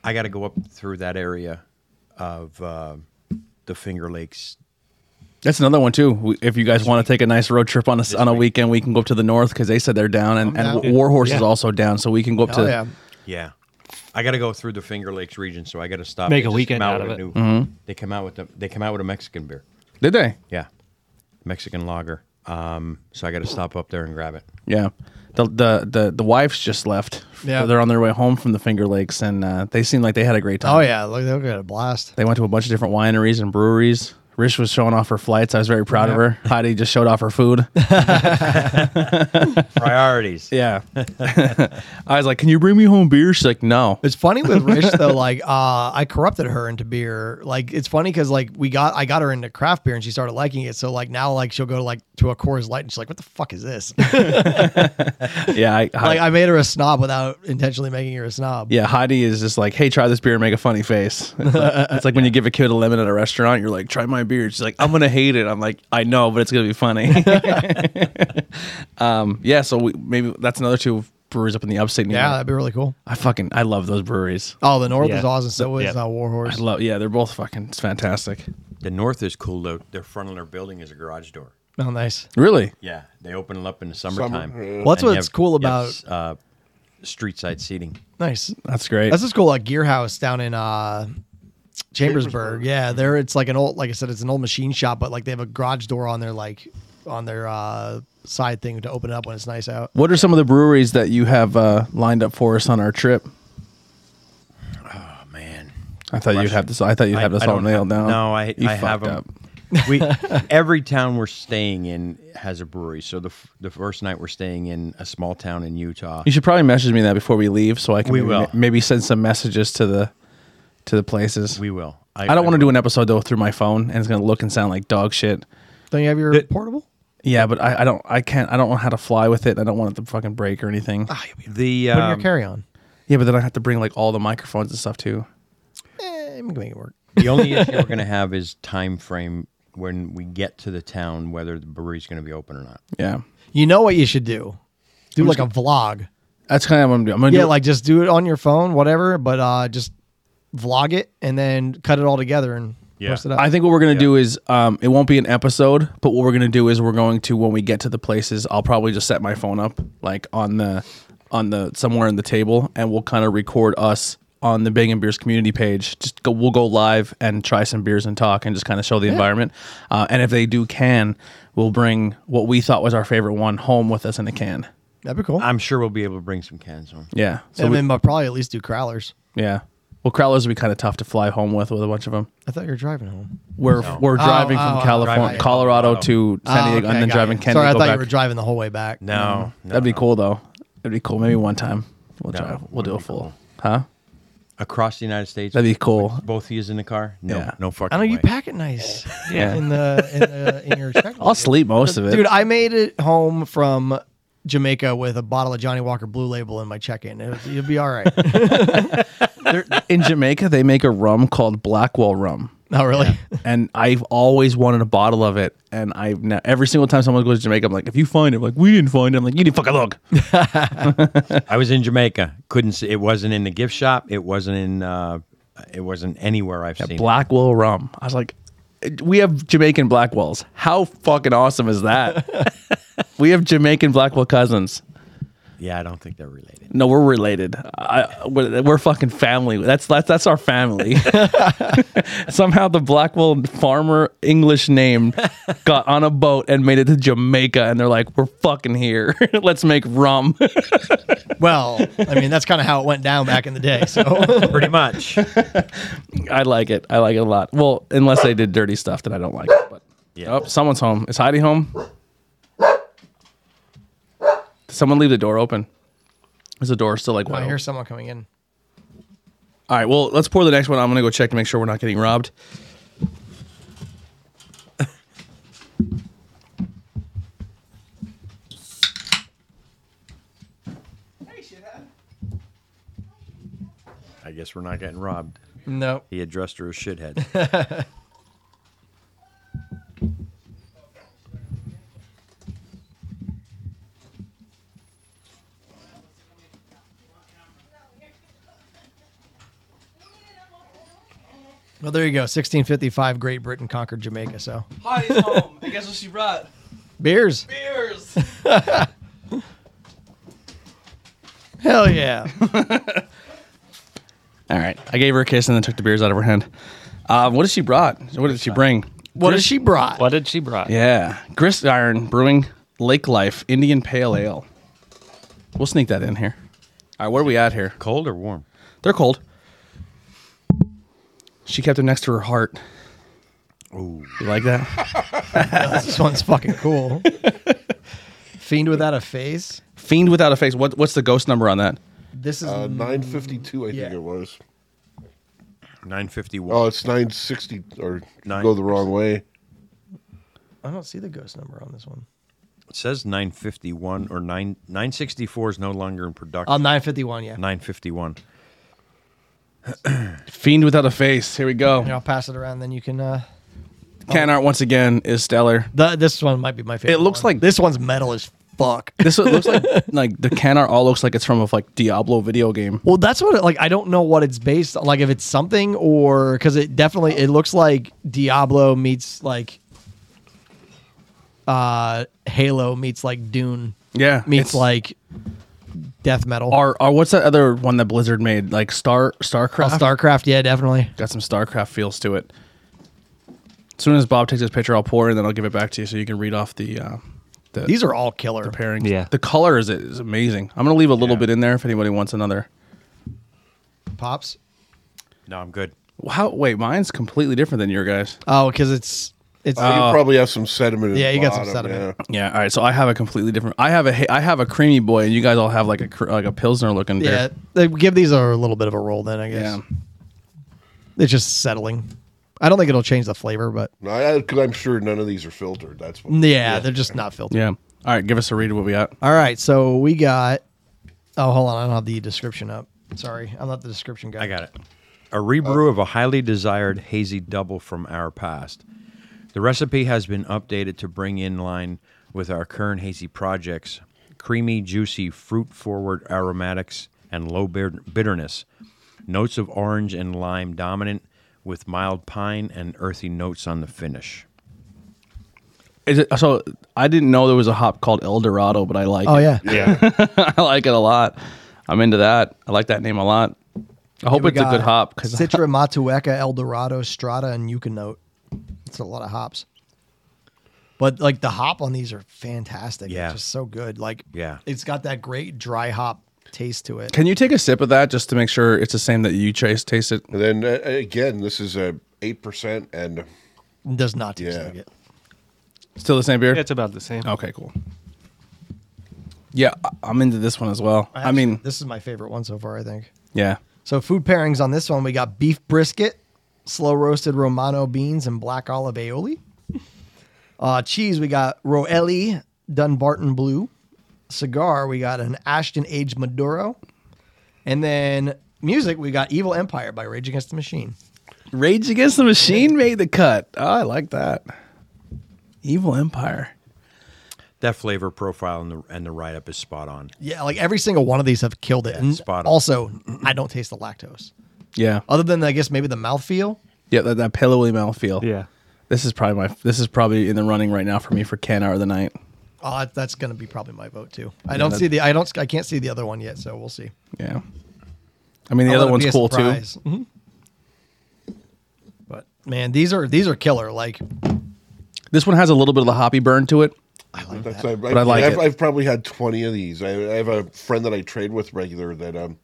I got to go up through that area of uh, the Finger Lakes.
that's another one too. We- If you guys want to take a nice road trip on a s- on a weekend, we can go up to the North because they said they're down, and, and
down.
Warhorse is
Yeah.
also down, so we can go up
Hell
to.
Oh, yeah.
Yeah, I got to go through the Finger Lakes region, so I got to stop.
Make
They
a
just
weekend
come
out
with
of
a
it.
new-
Mm-hmm.
They come out with a, they come out with a Mexican beer.
Did they?
Yeah, Mexican lager. Um, so I got to stop up there and grab it.
Yeah. The, the the the wife's just left.
Yeah.
They're on their way home from the Finger Lakes, and uh, they seem like they had a great time.
Oh yeah. Look, they got a blast.
They went to a bunch of different wineries and breweries. Rish was showing off her flights. I was very proud of her. Heidi just showed off her food.
Priorities.
Yeah. I was like, "Can you bring me home beer?" She's like, "No."
It's funny with Rish though. Like, uh, I corrupted her into beer. Like, it's funny because like we got I got her into craft beer and she started liking it. So like now like she'll go to like to a Coors Light and she's like, "What the fuck is this?"
Yeah, I, I-
like I made her a snob without intentionally making her a snob.
yeah. Heidi is just like, "Hey, try this beer and make a funny face." It's like, it's like when you give a kid a lemon at a restaurant, you're like, "Try my beer." She's like, "I'm gonna hate it." I'm like, "I know, but it's gonna be funny." um, yeah. So we, maybe that's another two breweries up in the upstate. New
Yeah,
York.
that'd be really cool.
I fucking I love those breweries.
Oh, the North is
Yeah.
awesome. So is
Yeah.
uh,
I
Warhorse.
love yeah, they're both fucking it's fantastic.
The north is cool though. Their front of their building is a garage door.
Oh, nice.
Really?
Yeah, they open it up in the summertime.
yeah.
Well, that's
And you
what's
have-
cool
you have,
about
uh, street side seating.
nice.
That's great.
That's what's cool. Like Gear House down in uh, Chambersburg. Yeah, there it's like an old, like I said, it's an old machine shop, but like they have a garage door on their like on their uh, side thing to open it up when it's nice out.
what are some of the breweries that you have uh, lined up for us on our trip?
Oh man,
I thought you'd have this. I thought you'd have this all
don't have-
nailed down.
No, I
You
I have
fucked
them. we every town we're staying in has a brewery. So the f- the first night we're staying in a small town in Utah.
You should probably message me that before we leave, so I can
We
maybe,
will.
maybe send some messages to the to the places.
We will.
I don't want to do an episode though through my phone, and it's gonna look and sound like dog shit.
Don't you have your
It-
portable?
Yeah, but I, I don't. I can't. I don't know how to fly with it. I don't want it to fucking break or anything.
Ah. the
Put in your
um,
carry on.
Yeah, but then I have to bring like all the microphones and stuff too.
Eh, we can make it work.
the only issue we're going to have is time frame when we get to the town whether the brewery's going to be open or not.
Yeah,
You know what you should do? Do like a vlog.
that's kind of what I'm doing. I'm gonna
Yeah,
do,
like just do it on your phone, whatever, but uh, just vlog it and then cut it all together and post it up.
I think what we're gonna do is um, it won't be an episode, but what we're gonna do is we're going to when we get to the places, I'll probably just set my phone up like on the on the somewhere in the table, and we'll kind of record us on the Big and Beers community page. Just go, we'll go live and try some beers and talk, and just kind of show the environment. Uh, and if they do can, we'll bring what we thought was our favorite one home with us in a can.
That'd be cool.
I'm sure we'll be able to bring some cans home.
Yeah. So
and
we-
then I'll probably at least do crowlers.
yeah. Well, Crowlers would be kind of tough to fly home with with a bunch of them.
I thought you were driving home.
We're we're driving
oh,
from
oh,
California,
driving.
Colorado to San
Oh,
Diego,
okay,
and then
got
driving
you.
Canada.
Sorry, I
go
thought
back.
you were driving the whole way back.
No, no
That'd be
no.
cool though. That'd be cool. Maybe one time we'll drive. We'll do a full, huh?
across the United States.
That'd be cool.
both of you in the car. No,
Yeah.
no fucking.
I know you
way.
pack it nice.
Yeah.
In the in, the, in your check.
I'll sleep most of it.
Dude, I made it home from Jamaica with a bottle of Johnny Walker Blue Label in my check-in. It was, you'll be all right.
in Jamaica, they make a rum called Blackwell rum,
Not really.
and I've always wanted a bottle of it. And I now every single time someone goes to Jamaica, I'm like, if you find it, I'm like we didn't find it, I'm like you didn't fucking look.
I was in Jamaica. Couldn't see. It wasn't in the gift shop. It wasn't in. Uh, it wasn't anywhere I've seen. it.
Blackwell rum. I was like, we have Jamaican Blackwells. How fucking awesome is that? we have Jamaican Blackwell cousins.
Yeah, I don't think they're related.
No, we're related. I, we're, we're fucking family. That's that's that's our family. Somehow the Blackwell farmer English name got on a boat and made it to Jamaica, and they're like, "We're fucking here. Let's make rum."
Well, I mean that's kind of how it went down back in the day. So
Pretty much.
I like it. I like it a lot. Well, unless they did dirty stuff that I don't like. But
Yeah.
oh, someone's home. Is Heidi home? Did someone leave the door open? Is the door still like
I
wide?
hear
open?
someone coming in.
All right. Well, let's pour the next one. I'm gonna go check to make sure we're not getting robbed.
I guess we're not getting robbed.
No.
He addressed her as shithead.
Well, there you go. 1655, Great Britain conquered Jamaica. So
Heidi's home. And guess what she brought?
beers.
Beers.
Hell yeah.
All right. I gave her a kiss and then took the beers out of her hand. Um, what did she brought? What did she bring?
What has she brought?
What did she brought?
Yeah, Grist Iron Brewing Lake Life Indian Pale Ale. We'll sneak that in here. All right, where are we at here?
Cold or warm?
They're cold. She kept them next to her heart. You like that?
this one's fucking cool. Fiend without a face.
Fiend without a face. What, what's the ghost number on that?
This is
Uh, 952, I think
Mm. Yeah.
it was.
Nine fifty
Oh,
one.
it's 960 or
Nine-
go the wrong way.
I don't see the ghost number on this one.
It says nine fifty one or nine nine sixty four is no longer
uh,
in
Oh,
production.
951, yeah.
Nine fifty one.
Fiend without a face. Here we go.
Here, I'll pass it around, then you can. Uh,
Can art once again is stellar.
the, this one might be my favorite.
It looks
one.
like-
this one's metal as fuck.
This one looks like like the can art all looks like it's from a like Diablo video game.
Well, that's what it, like I don't know what it's based on. Like if it's something or because it definitely it looks like Diablo meets like uh Halo meets like Dune
Yeah,
meets
it's-
like death metal
Or, or what's that other one that Blizzard made? Like Star Starcraft.
Oh, Starcraft. Yeah, definitely.
Got some Starcraft feels to it. As soon as Bob takes his picture, I'll pour it and then I'll give it back to you so you can read off the uh, the
These are all killer.
pairings.
Yeah.
the color is is amazing. I'm gonna leave a little bit in there if anybody wants another.
Pops.
No, I'm good.
Wow, wait, mine's completely different than your guys.
Oh, because it's it's
you probably have some sediment. in
Oh. Yeah,
the
you got some
bottom,
sediment.
yeah.
Yeah, all right. So I have a completely different. I have a ha- I have a creamy boy, and you guys all have like a cr- like a pilsner looking. beer.
yeah. They give these a little bit of a roll then I guess.
yeah.
It's just settling. I don't think it'll change the flavor, but
No, I, cause I'm sure none of these are filtered. That's what.
yeah, they're just not filtered.
Yeah. All right, give us a read of what we got.
All right, so we got. Oh, hold on, I don't have the description up. Sorry, I'm not the description guy.
I got it. A rebrew of a highly desired hazy double from our past. The recipe has been updated to bring in line with our current hazy projects creamy, juicy, fruit forward aromatics, and low bit- bitterness. Notes of orange and lime dominant, with mild pine and earthy notes on the finish.
Is it so? I didn't know there was a hop called El Dorado, but I like.
Oh
it.
yeah,
Yeah,
I like it a lot. I'm into that. I like that name a lot. I hope
We
it's a
got
good hop because
Citra, Matueka, El Dorado, Strata, and Yukonote. It's a lot of hops. But like the hop on these are fantastic.
Yeah.
it's just so good. Like
Yeah.
it's got that great dry hop taste to it.
Can you take a sip of that just to make sure it's the same that you chase taste it?
and then uh, again, this is a eight percent, and
It does not taste
Yeah.
like it.
Still the same beer?
It's about the same.
Oh.
okay, cool. Yeah, I- I'm into this one as well. I,
actually-
mean,
this is my favorite one so far. I think.
yeah.
So food pairings on this one, we got beef brisket, slow roasted Romano beans, and black olive aioli. Uh, cheese, we got Roelli Dunbarton Blue. Cigar, we got an Ashton aged Maduro. And then music, we got Evil Empire by Rage Against the Machine.
Rage Against the Machine made the cut. Oh, I like that. Evil Empire.
That flavor profile and the, and the write up is spot on.
Yeah, like every single one of these have killed it. and
spot on.
also, I don't taste the lactose.
Yeah.
Other than, I guess, maybe the mouthfeel.
Yeah, that, that pillowy mouthfeel.
Yeah.
This is probably my this is probably in the running right now for me for can hour of the night.
Uh, that's going to be probably my vote too. I don't see the, I don't, I can't see the other one yet, so we'll see.
Yeah. I mean the
Oh,
I'll
other
let it
one's
be a
cool
surprise. Mhm. But man, these are these are killer. Like
too. This one has a little bit of the hoppy burn to it.
I like
that's
that.
I,
I like
have
it.
I've probably had twenty of these. I, I have a friend that I trade with regular that um,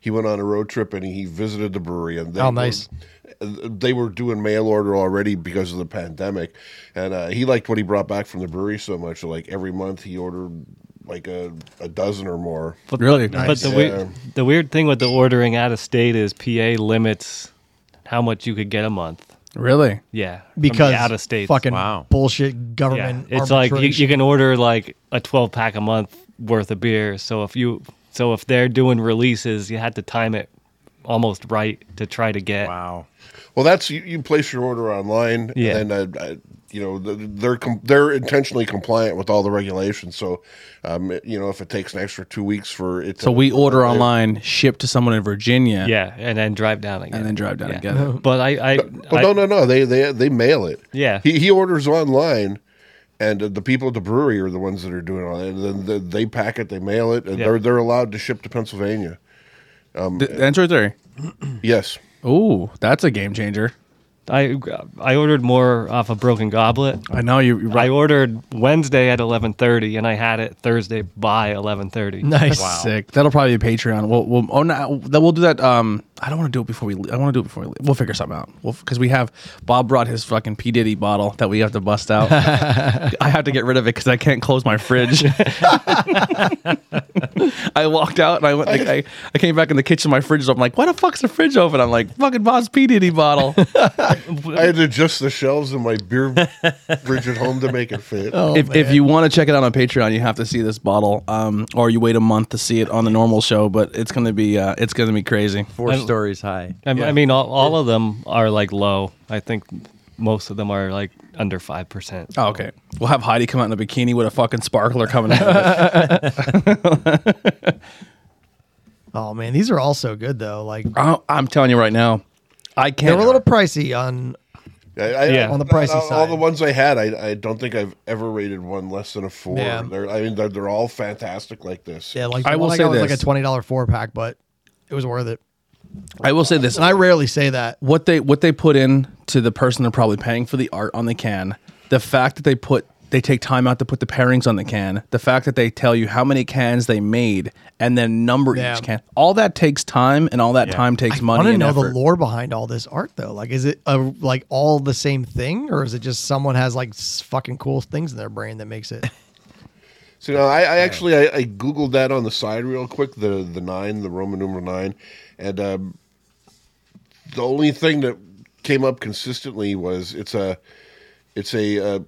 he went on a road trip and he visited the brewery and they
Oh,
were-
nice.
they were doing mail order already because of the pandemic, and uh, he liked what he brought back from the brewery so much. Like every month he ordered like a, a dozen or more.
really
But the weird, the weird thing with the ordering out of state is PA limits how much you could get a month.
Really?
Yeah, from the
because
out of state,
fucking
Wow.
bullshit
Yeah,
government.
it's like you,
arbitrage.
you can order like a twelve pack a month worth of beer. So if you, so if they're doing releases, you had to time it almost right to try to get.
Wow.
Well, that's you, you place your order online,
Yeah.
and then uh, uh, you know th- they're com- they're intentionally compliant with all the regulations. So, um, it- you know, if it takes an extra two weeks for it, to,
So we order online, ship to someone in Virginia,
Yeah, and then drive down again.
and then drive down
yeah.
and get it.
But I, I,
Well,
I-
no, no, no. They they they mail it.
Yeah.
he, he orders online, and uh, the people at the brewery are the ones that are doing all that. And then the, they pack it, they mail it, and
Yeah.
they're they're allowed to ship to Pennsylvania.
Th- that's right there.
Yes.
Ooh, that's a game changer.
I, I ordered more off of Broken Goblet.
I know you. Right.
I ordered Wednesday at eleven thirty, and I had it Thursday by eleven thirty.
nice.
Sick. That'll probably be Patreon. We'll, we'll oh no, that- we'll do that. Um, I don't want to do it before we. le- I want to do it before we. Leave. We'll figure something out. We'll because we have Bob brought his fucking P Diddy bottle that we have to bust out. I have to get rid of it because I can't close my fridge. I walked out and I went. Like, I, I came back in the kitchen. My fridge is open. I'm like, why the fuck's the fridge open? I'm like, fucking Bob's P Diddy bottle.
I had to adjust the shelves in my beer fridge at home to make it fit.
Oh,
if, if you want to check it out on Patreon, you have to see this bottle, um, or you wait a month to see it on the normal show. But it's gonna be uh, it's gonna be crazy.
Four stories high.
I, I mean, all, all of them are like low. I think most of them are like under five percent.
Oh, okay. We'll have Heidi come out in a bikini with a fucking sparkler coming out. of it.
Oh man, these are all so good though. Like
I- I'm telling you right now, I
they
can't.
were a little pricey on.
I, I,
Yeah. On
the pricey
all, All
side.
the ones I had, I, I don't think I've ever rated one less than a four.
Yeah.
They're, I mean, they're, they're all fantastic like this.
Yeah, like
I
the
will
one
say
got was like
this.
a twenty dollar four pack, but it was worth it.
I will say this:
And I rarely say that.
what they what they put in to the person they're probably paying for the art on the can, the fact that they put they take time out to put the pairings on the can, the fact that they tell you how many cans they made and then number
Yeah.
each can, all that takes time, and all that time takes
I
money.
want to
and
know the
effort.
lore behind all this art though. Like, is it a, like all the same thing, or is it just someone has like s- fucking cool things in their brain that makes it?
So now I, I actually I, I googled that on the side real quick the the nine the Roman numeral nine, and um, the only thing that came up consistently was it's a it's a uh,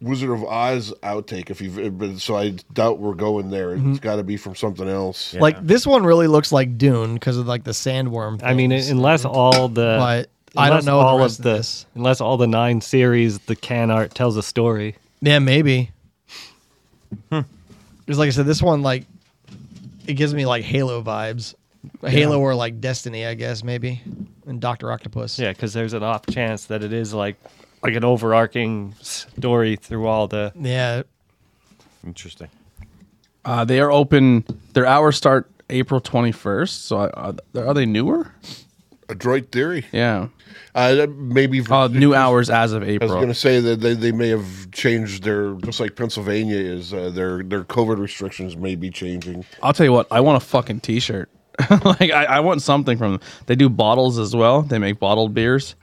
Wizard of Oz outtake. If you've but so I doubt we're going there. It's got to be from something else.
Like this one really looks like Dune because of like the sandworm.
I mean,
things.
unless all the
But I don't
unless
know the rest of
the-
this.
Unless all the nine series, the can art tells a story.
yeah, maybe.
Hmm.
Because like I said, this one like it gives me like Halo vibes, Halo or like Destiny, I guess maybe, and Doctor Octopus.
Yeah, because there's an off chance that it is like like an overarching story through all the.
yeah.
Interesting.
Uh, they are open. Their hours start April 21st. So I, are, are they newer?
Adroit Theory.
Yeah.
Uh, that maybe.
Uh, new hours as of
I was
April.
going to say that they, they may have changed their just like Pennsylvania is uh, their their COVID restrictions may be changing.
I'll tell you what, I want a fucking t-shirt. like I, I want something from them. They do bottles as well. They make bottled beers.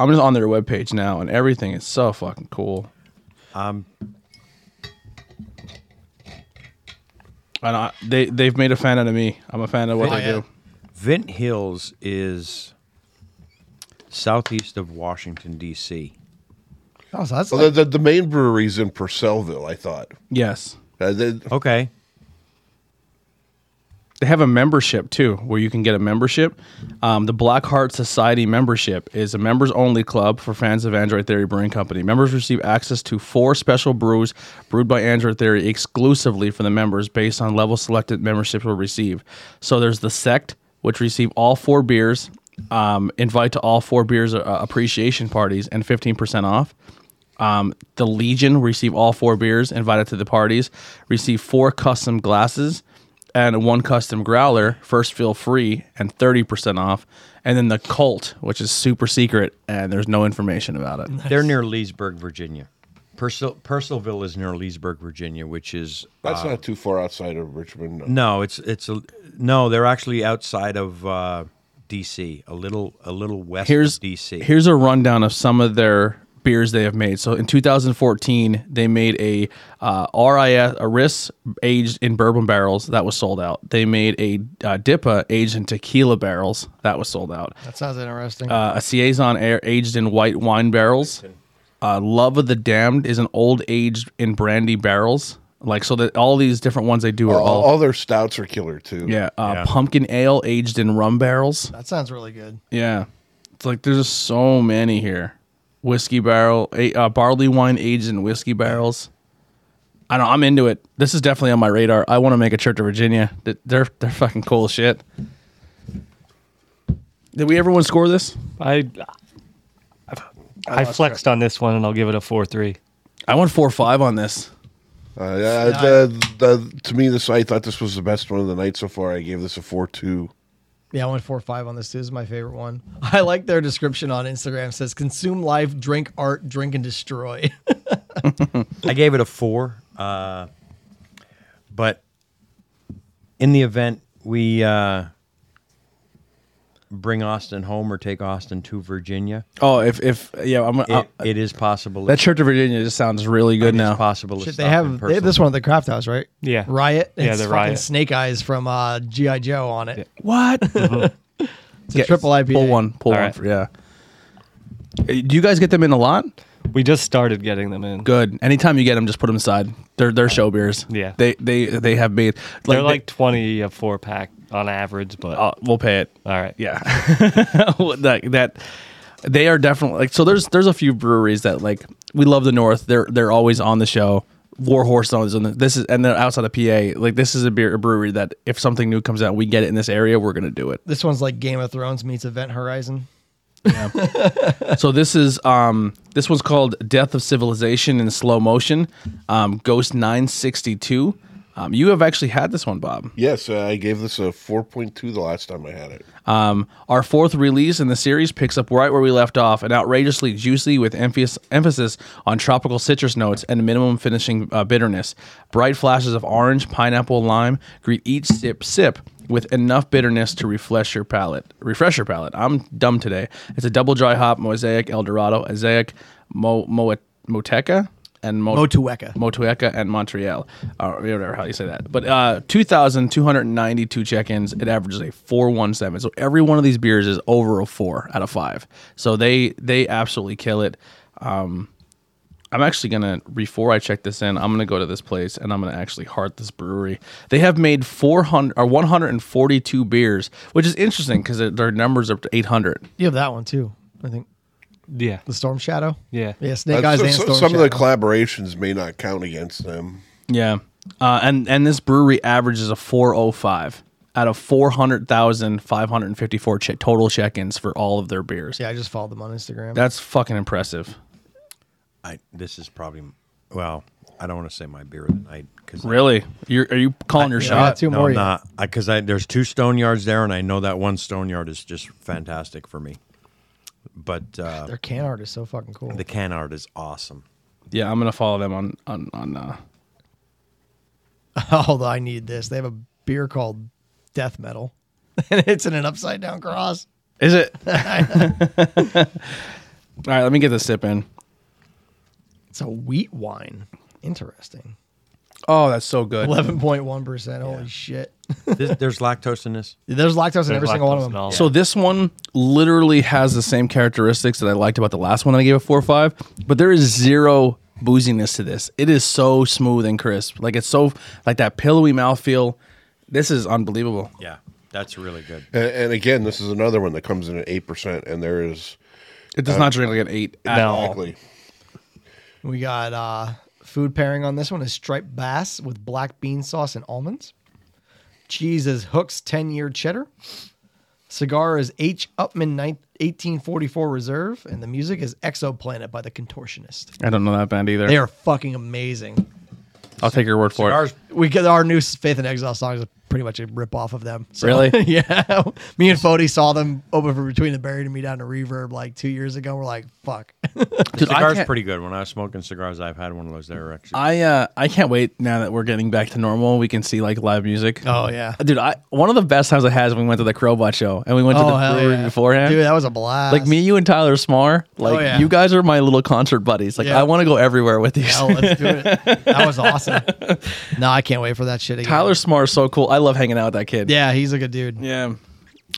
I'm just on their webpage now and everything is so fucking cool. Um and I, they they've made a fan out of me. I'm a fan of what
Oh,
they
yeah.
do.
Vent Hills is southeast of Washington D.C.
Oh, so that's
Well,
like-
the, the, the main brewery's in Purcellville, I thought.
Yes.
Uh, they-
Oh,
Okay.
They have a membership too, where you can get a membership. Um, the Black Heart Society membership is a members only club for fans of Android Theory Brewing Company. Members receive access to four special brews brewed by Android Theory exclusively for the members based on level selected memberships will receive. So there's the Sect, which receive all four beers, um, invite to all four beers uh, appreciation parties, and 15% off. Um, the Legion receive all four beers invited to the parties, receive four custom glasses and one custom growler, first feel free and 30% off. And then the cult, which is super secret and there's no information about it.
They're near Leesburg, Virginia. Purcell, Purcellville is near Leesburg, Virginia, which is
that's
uh,
not too far outside of Richmond. No.
no, it's it's a, no. They're actually outside of uh, D.C. a little a little west
Here's
of D.C.
here's a rundown of some of their beers they have made. So in 2014, they made a uh, RIS a RIS aged in bourbon barrels that was sold out. They made a uh, DIPA aged in tequila barrels that was sold out.
that sounds interesting.
uh, a saison air aged in white wine barrels. Uh, Love of the Damned is an old aged in brandy barrels. Like so that all these different ones they do are
All,
all,
all their stouts are killer too.
yeah, uh, pumpkin ale aged in rum barrels.
that sounds really good.
Yeah, it's like there's just so many here. Whiskey barrel, a, uh, barley wine aged in whiskey barrels. I don't. I'm into it. This is definitely on my radar. I want to make a trip to Virginia. Th- They're they're fucking cool as shit. Did we everyone score this?
I I, flexed on this one, and I'll give it a four three.
I went four five on this.
Uh, uh, the, the, to me, this I thought this was the best one of the night so far. I gave this a four two.
Yeah, I went four five on this too. This is my favorite one. I like their description on Instagram. It says consume life, drink art, drink and destroy.
I gave it a four, uh, but in the event we uh, bring Austin home or take Austin to Virginia.
Oh, if if yeah, I'm
It,
uh,
it is possible.
that Church of Virginia just sounds really
it
good
is
now.
possible. to
Shit, they
stop in
have they have
person.
this one at the craft house, right?
Yeah.
Riot.
Yeah,
It's
the
fucking
Riot.
Snake Eyes from uh, GI Joe on it.
What?
It's a triple IPA.
Pull one. Pull
All
one.
right.
For, yeah. Uh, Do you guys get them in a lot?
We just started getting them in.
Good. Anytime you get them, just put them aside. They're they're show beers.
Yeah.
They they they have made.
They're
they-
like uh, twenty a four pack on average, but
oh, we'll pay it.
all right.
Yeah. that that they are definitely like so there's there's a few breweries that like we love the north. They're they're always on the show. Warhorse is on the, this is and they're outside of PA. Like this is a beer a brewery that if something new comes out, we get it in this area, we're gonna do it.
This one's like Game of Thrones meets Event Horizon.
So this is um this one's called Death of Civilization in Slow Motion, um, Ghost 962. Um, you have actually had this one, Bob.
Yes, uh, I gave this a 4.2 the last time I had it.
Um, our fourth release in the series picks up right where we left off and outrageously juicy with emphasis, emphasis on tropical citrus notes and minimum finishing uh, bitterness. Bright flashes of orange, pineapple, lime greet each sip sip with enough bitterness to refresh your palate. Refresh your palate. I'm dumb today. It's a double dry hop, Mosaic, Eldorado, Azaic, Mo, Mo, Moteca, and Mo-
Motueka.
Motueka and Montreal, uh, or whatever how you say that. But uh, 2,292 check-ins. It averages a 417. So every one of these beers is over a four out of five. So they they absolutely kill it. Um, I'm actually gonna before I check this in, I'm gonna go to this place and I'm gonna actually heart this brewery. They have made uh, 400 or 142 beers, which is interesting because their, their numbers are up to 800.
You have that one too. I think
Yeah.
the Storm Shadow.
Yeah.
Yeah, Snake
Uh,
Eyes
so-
and
so-
Storm
some
Shadow.
of the collaborations may not count against them.
Yeah. Uh, and and this brewery averages a 405 out of 400,554 che- total check-ins for all of their beers.
yeah, I just followed them on Instagram.
That's fucking impressive.
I, this is probably well. I don't want to say my beer of the night because
Really? You're are you calling your
yeah,
shot?
two
no,
more.
I'm
yeah.
not because I, there's two stone yards there, and I know that one stone yard is just fantastic for me. But uh,
Their can art is so fucking cool.
the can art is awesome.
Yeah, I'm going to follow them on on on uh
Although I need this. They have a beer called Death Metal, and it's in an upside down cross.
Is it? all right, let me get this sip in.
It's a wheat wine. Interesting.
Oh, that's so good.
Eleven point one percent. Holy shit!
This, there's lactose in this.
There's lactose in every
There's
single one
lactose
of
in
them.
all of
So this one literally has the same characteristics that I liked about the last one I gave a four or five, but there is zero booziness to this. It is so smooth and crisp. Like it's so like that pillowy mouthfeel. This is unbelievable.
Yeah, that's really good.
And, and again, this is another one that comes in at 8%, and there is
It
Uh,
does not drink like an eight at
Oh.
No.
all.
likely.
We got uh, food pairing on this one is striped bass with black bean sauce and almonds. Cheese is Hook's 10 year cheddar. Cigar is H. Upman nine- 1844 Reserve. And the music is Exoplanet by The Contortionist.
I don't know that band either.
They are fucking amazing.
I'll take your word for
Ours,
We get our new Faith and Exile song is pretty much a rip off of them. So,
Really?
yeah. Me and Fody saw them open for Between the Buried and Me Down to Reverb like two years ago. We're like, fuck.
it. Dude, I
cigar's
can't,
pretty good. When I was smoking cigars, I've had one of those there actually.
I uh I can't wait now that we're getting back to normal. We can see like live music.
oh, yeah.
Dude, I one of the best times I had is when we went to the Crowbot show and we went to
Oh,
the
hell
brewery
yeah.
beforehand.
Dude, that was a blast.
like me, you, and Tyler Smar, like
Oh, yeah.
you guys are my little concert buddies. Like
Yeah.
I want to go everywhere with these.
Oh, let's do it. That was awesome. No, I can't wait for that shit again.
Tyler Smar is so cool. I love hanging out with that kid.
Yeah, he's a good dude.
Yeah.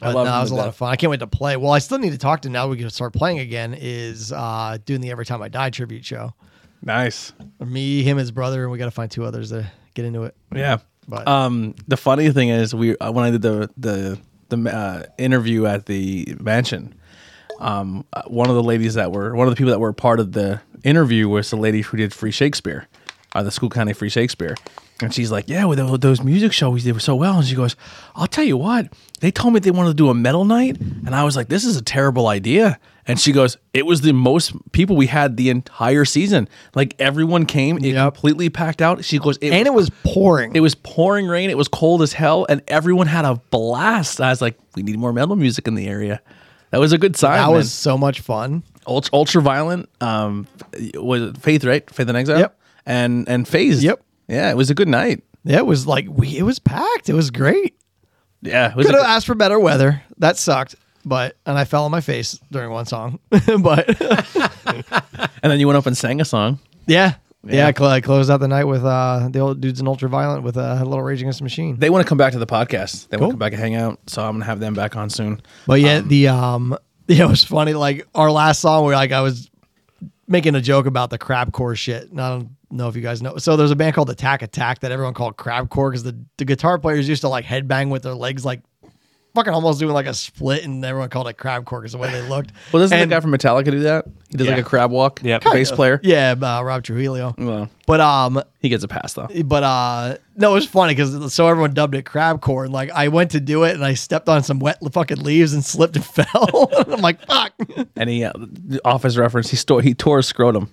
I love
But no,
him
that was
to
a lot
death.
of fun. I can't wait to play. Well, I still need to talk to now we can start playing again is uh doing the Every Time I Die tribute show.
Nice.
Me, him, his brother, and we gotta find two others to get into it.
Yeah.
But- uh,
um, the funny thing is, we uh, when I did the the the uh, interview at the mansion, um, uh, one of the ladies that were one of the people that were part of the interview was the lady who did Free Shakespeare, uh, the School County Free Shakespeare, and she's like, "Yeah, with tho- those music shows, we did so well." And she goes, "I'll tell you what, they told me they wanted to do a metal night, and I was like, this is a terrible idea." And she goes, "It was the most people we had the entire season. Like everyone came, it
Yep.
completely packed out." She goes,
And it was pouring.
it was pouring rain. It was cold as hell, and everyone had a blast. I was like, "We need more metal music in the area." That was a good sign.
that
man.
was so much fun.
ultra, ultra violent. Um, was it Faith right? Faith and Exile.
Yep.
And and Phased.
Yep.
Yeah, it was a good night.
Yeah, It was like we it was packed. It was great.
Yeah, it was
Could
a-
have asked for better weather. That sucked. But and I fell on my face during one song. but
and then you went up and sang a song.
yeah. Yeah, I cl- I closed out the night with uh, the old dudes in Ultraviolent with uh, a little Rage Against the Machine.
They want to come back to the podcast. They
Cool.
want to come back and hang out. So I'm gonna have them back on soon.
But yeah, the um, yeah, it was funny. Like our last song, where like I was making a joke about the crabcore shit. And I don't know if you guys know. So there's a band called Attack Attack that everyone called crabcore because the, the guitar players used to like headbang with their legs like fucking almost doing like a split, and everyone called it crabcore because the way they looked.
Well, doesn't
And-
the guy from Metallica do that? He does like
Yeah.
a crab walk.
Yep.
bass player.
Yeah, uh, Rob Trujillo.
Well,
But um,
he gets a pass though.
but uh no it was funny because so everyone dubbed it crabcore and like i went to do it and i stepped on some wet fucking leaves and slipped and fell i'm like fuck
And he, uh, the office reference, he stole, he tore his scrotum.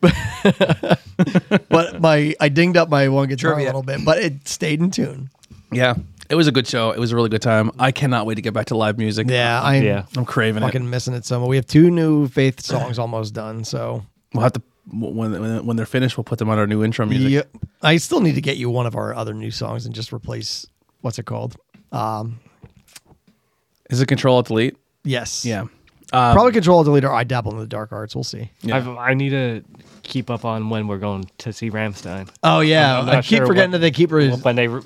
but my I dinged up my one guitar
Trivia.
a little bit, but it stayed in tune.
yeah, it was a good show. It was a really good time. I cannot wait to get back to live music.
Yeah, I'm
Yeah.
I'm craving it.
fucking missing it so much. We have two new Faith songs almost done, so
We'll have to when when when they're finished, we'll put them on our new intro music.
yeah, I still need to get you one of our other new songs and just replace what's it called? Um,
Is it Control Alt Delete?
yes,
Yeah.
probably Control Delete or I dabble in the dark arts. We'll see.
I've, I need to keep up on when we're going to see Ramstein.
Oh yeah,
I'm not
I keep
sure
forgetting
what-
that they keep. Re-
When they, re-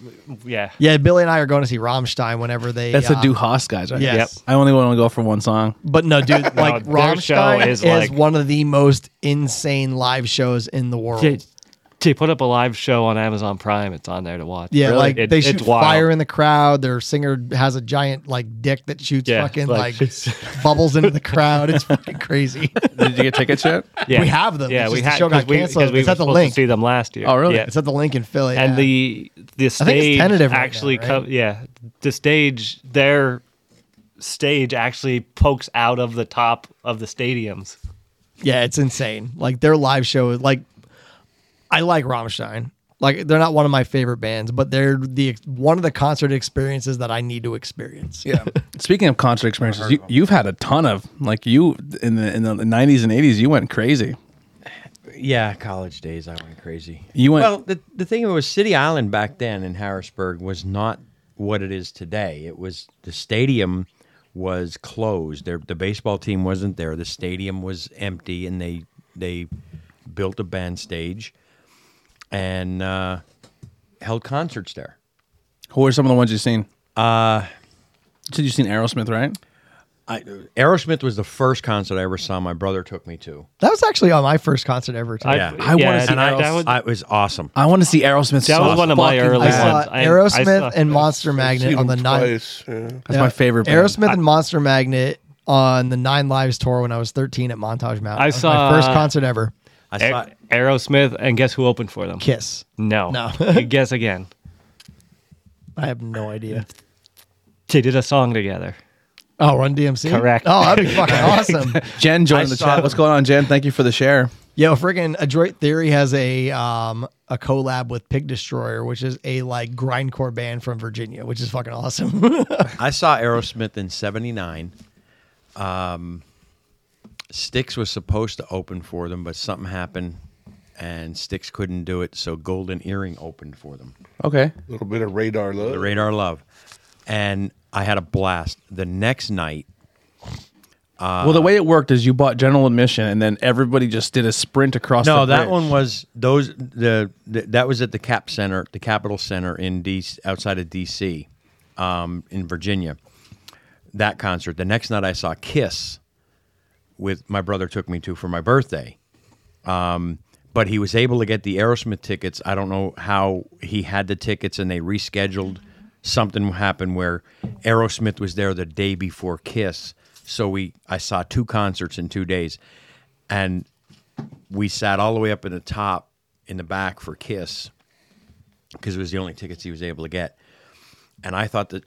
yeah,
yeah, Billy and I are going to see Rammstein whenever they.
That's
uh,
the Du Hast guys, right?
Yes.
Yep.
I only want to go for one song.
But no, dude, like
their show
Rammstein is,
is like-
one of the most insane live shows in the world.
They, they put up a live show on Amazon Prime. It's on there to watch.
Yeah, like
It-
they
it's
shoot
wild.
fire in the crowd. Their singer has a giant like dick that shoots
Yeah,
fucking
like-
like, bubbles into the crowd. It's fucking crazy.
Did you get tickets yet?
Yeah.
We have them.
Yeah,
It's
we
just the
had
show got
because we,
canceled.
because we
It's
were
at the
supposed to
link.
see them last year.
Oh, really?
Yeah.
it's at the link in Philly,
and
yeah.
the the stage
tentative right now,
actually
right?
co- yeah the stage their stage actually pokes out of the top of the stadiums
yeah, it's insane. Like their live show is like, I like Rammstein. Like they're not one of my favorite bands, but they're the ex- one of the concert experiences that I need to experience.
Yeah. Speaking of concert experiences, you, you've had a ton of like you in the in the '90s and '80s. You went crazy.
Yeah, college days, I went crazy.
You went-
well. The the thing was, City Island back then in Harrisburg was not what it is today. It was the stadium was closed. Their the baseball team wasn't there. The stadium was empty, and they they built a band stage and uh, held concerts there.
Who are some of the ones you've seen? Uh, you said you've seen Aerosmith, right?
I, Aerosmith was the first concert I ever saw. My brother took me to.
That was actually on my first concert ever. Too.
Yeah.
I wanna see
and I- that
Errol's-
was,
I, it was awesome.
I want to see Aerosmith.
That
so
was one of my
fucking
early
I
bad.
saw
ones. I- I
Aerosmith
saw-
and Monster Magnet
Seen
on the
them
night.
twice, yeah.
That's my favorite. band.
Aerosmith and Monster Magnet on the Nine Lives tour when I was 13 at Montage Mountain. That was
saw-
my first concert ever.
I
A-
saw
aerosmith and guess who opened for them
Kiss.
no
No.
You guess again
I have no idea.
they did a song together
Oh, Run DMC.
Correct.
Oh, that'd be fucking awesome.
Jen
I
joined the
saw
chat.
them.
What's going on, Jen? Thank you for the share.
Yo, freaking Adroit Theory has a um a collab with Pig Destroyer, which is a like grindcore band from Virginia, which is fucking awesome.
I saw Aerosmith in '79. Um, Styx was supposed to open for them, but something happened, and Styx couldn't do it. So Golden Earring opened for them.
Okay.
A little bit of radar love.
The Radar Love, and I had a blast. The next night,
well, the way it worked is you bought general admission, and then everybody just did a sprint across.
no,
the
that
bridge.
one was those the, the that was at the Cap Center, the Capitol Center in DC, outside of DC, um, in Virginia. That concert. The next night, I saw Kiss. With my brother took me to for my birthday, um, but he was able to get the Aerosmith tickets. I don't know how he had the tickets, and they rescheduled. Something happened where Aerosmith was there the day before Kiss, so we I saw two concerts in two days, and we sat all the way up in the top in the back for Kiss because it was the only tickets he was able to get. And I thought that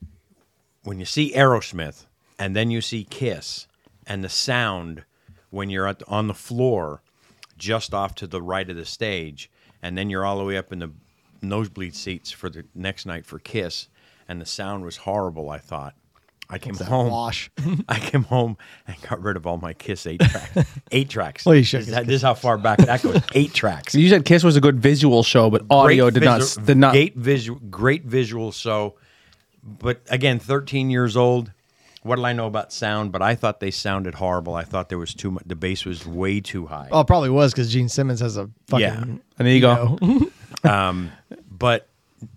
when you see Aerosmith and then you see Kiss and the sound when you're at, on the floor just off to the right of the stage and then you're all the way up in the nosebleed seats for the next night for Kiss and the sound was horrible I thought I came home
Wash.
I came home and got rid of all my Kiss eight tracks. eight tracks.
Well, you should,
This, is- this is how far back that goes. Eight tracks.
You said Kiss was a good visual show, but audio
Great
did not
visu-
did not
Great visual. Great visual. So but again, 13 years old. What'll I know about sound? But I thought they sounded horrible. I thought there was too much. The bass was way too high.
Oh, it probably was because Gene Simmons has a fucking
Yeah.
An ego.
but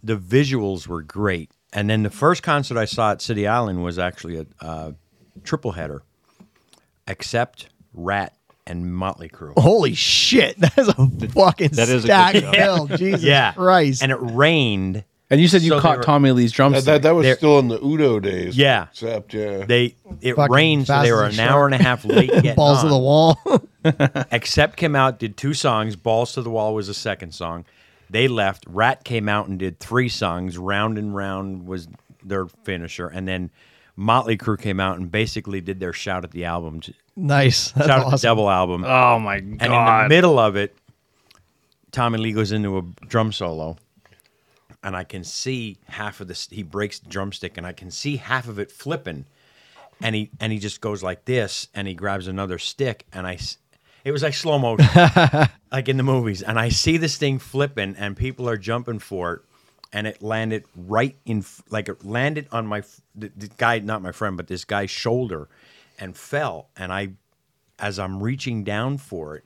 the visuals were great. And then the first concert I saw at City Island was actually a, uh triple header, except Rat and Motley Crue.
Oh,
Holy shit! That is a fucking
that is a good
stacked
show.
hill. Jesus Christ!
And it rained.
And you said you
So they
caught
were-
Tommy Lee's drums.
That, that, that was
They're-
still in the Udo days.
Yeah.
Except, yeah.
They it
Fucking
rained, so
fast
they
as
were
a
an hour and a half late. Getting
balls to
on.
the wall.
Accept came out, did two songs. Balls to the Wall was the second song. They left. Rat came out and did three songs. Round and Round was their finisher, and then Motley Crue came out and basically did their shout at the album, shout
nice. That's
at the
awesome.
devil album.
Oh my
and in the
god!
middle of it, Tommy Lee goes into a drum solo, and I can see half of this. He breaks the drumstick, and I can see half of it flipping, and he and he just goes like this, and he grabs another stick, and I. s- It was like slow motion, like in the movies, and I see this thing flipping, and people are jumping for it. And it landed right in, f- like it landed on my f- the, the guy, not my friend, but this guy's shoulder, and fell. And I, as I'm reaching down for it,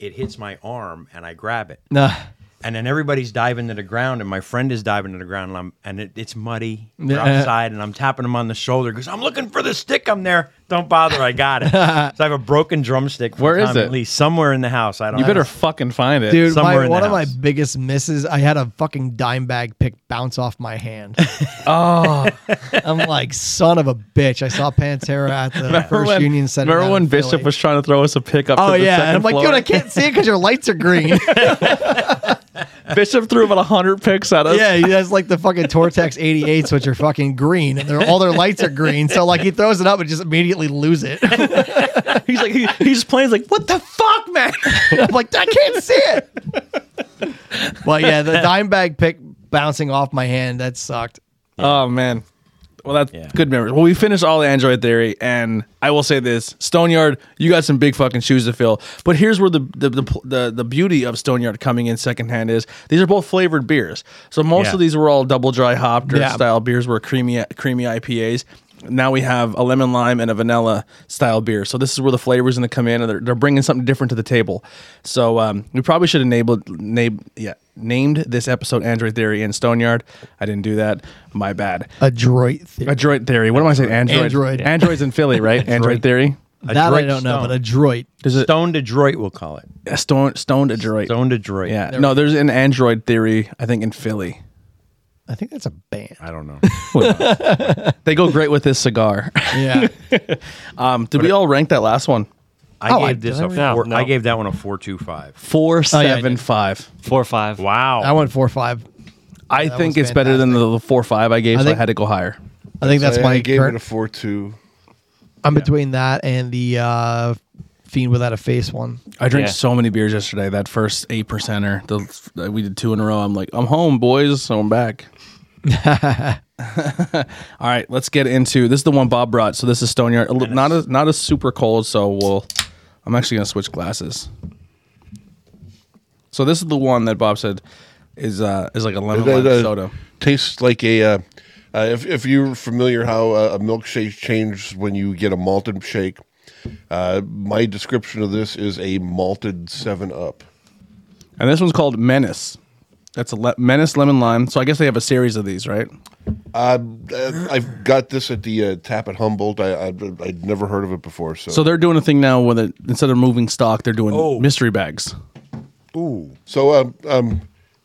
it hits my arm and I grab it.
Nah.
And then everybody's diving to the ground, and my friend is diving to the ground, and, I'm, and it, it's muddy. We're outside, and I'm tapping him on the shoulder because I'm looking for the stick. I'm there. Don't bother. I got it. so I have a broken drumstick. from
Where is
Tommy
it?
Lee, somewhere in the house. I don't.
you
I
better
don't-
fucking find it.
Dude,
somewhere
my,
in the
one of my
house.
biggest misses, I had a fucking dime bag pick bounce off my hand.
Oh,
I'm like, son of a bitch. I saw Pantera at the
remember
first
when,
Union Center.
remember
down
when
in
Bishop
Philly.
was trying to throw us a pickup?
Oh
to the
yeah,
second
and I'm like,
floor?
dude, I can't see it because your lights are green.
Bishop threw about hundred picks at us.
yeah, he has like the fucking Tortex 88s, which are fucking green, and they're, all their lights are green. So like, he throws it up and just immediately lose it.
he's like, he, he's playing. He's like, what the fuck, man?
I'm like, I can't see it. but yeah, the dime bag pick bouncing off my hand that sucked.
Oh man. Well, that's
Yeah.
good memories. Well, we finished all the Android Theory, and I will say this: Stoneyard, you got some big fucking shoes to fill. But here's where the the the, the, the beauty of Stoneyard coming in secondhand is these are both flavored beers. So most
Yeah.
of these were all double dry hopped or
Yeah.
style beers were creamy creamy IPAs. Now we have a lemon lime and a vanilla style beer. So this is where the flavors going to come in, and they're, they're bringing something different to the table. So um, we probably should have enabled name, yeah, named this episode Android Theory and Stoneyard. I didn't do that. My bad.
Adroit theory.
Android theory. What am I saying? Android.
Android.
Android's in Philly, right? Android theory.
That I
Adroit
don't know,
stone.
but adroit.
Stone Detroit, we'll call it.
Uh, Stone, stoned Android.
Stone Detroit.
Yeah. No, there's an Android theory. I think in Philly.
I think that's a band.
I don't know.
They go great with this cigar.
Yeah.
Um, did we all rank that last one?
I
Oh, I-
gave this
did I
a
read-
four.
No, no.
I gave that one a four two five.
Four
Oh, yeah, I
seven
did.
five.
Four or five.
Wow.
I went four five.
I think
was
it's better than the, the four five I gave,
I
so I
think-
had to go higher.
I think that's
I,
my
I gave
current.
it a 4 2.
I'm between that and the uh, fiend without a face one.
I drank
Yeah.
so many beers yesterday. That first eight percenter, the, uh, we did two in a row. I'm like, I'm home, boys. So I'm back. All right, let's get into this. Is the one Bob brought. So this is Stoneyard. A li- Not a not a super cold. So we'll. I'm actually gonna switch glasses. So this is the one that Bob said is uh is like a lemon
That,
lime
uh,
soda.
Tastes like a. Uh, uh, if, if you're familiar how uh, a milkshake changes when you get a malted shake, uh, my description of this is a malted 7 Up.
And this one's called Menace. That's a le- Menace lemon lime. So I guess they have a series of these, right?
Uh, I've got this at the uh, tap at Humboldt. I, I, I'd never heard of it before. So,
So
so,
they're doing a thing now where they, instead of moving stock, they're doing
Oh.
mystery bags.
Ooh.
um, um,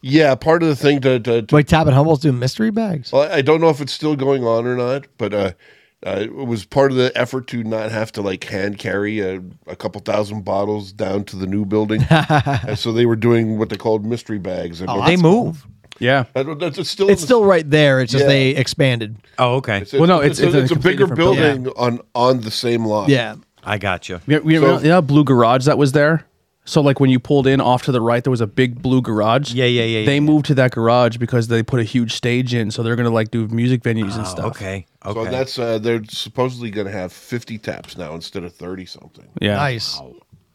yeah, part of the thing to, to, to
Wait, Tab and Humbles do mystery bags.
Well, I don't know if it's still going on or not, but uh, uh, it was part of the effort to not have to like hand carry a, a couple thousand bottles down to the new building. And so they were doing what they called mystery bags.
Oh,
And
They move.
Yeah.
I don't- that's- it's still,
Oh, It's still right there. It's just
Yeah.
they expanded.
Oh, okay.
Well, no, it's-
a-
it's a
a
completely
bigger
different building.
building on on the same lot.
Yeah.
I got you.
Yeah, we,
So-
yeah, blue garage that was there. So like when you pulled in off to the right, there was a big blue garage.
Yeah, yeah, yeah,
They
yeah.
moved to that garage because they put a huge stage in, so they're gonna like do music venues and stuff.
Oh, Okay.
So
Okay.
that's uh, they're supposedly going to have fifty taps now instead of thirty something.
Yeah.
Nice.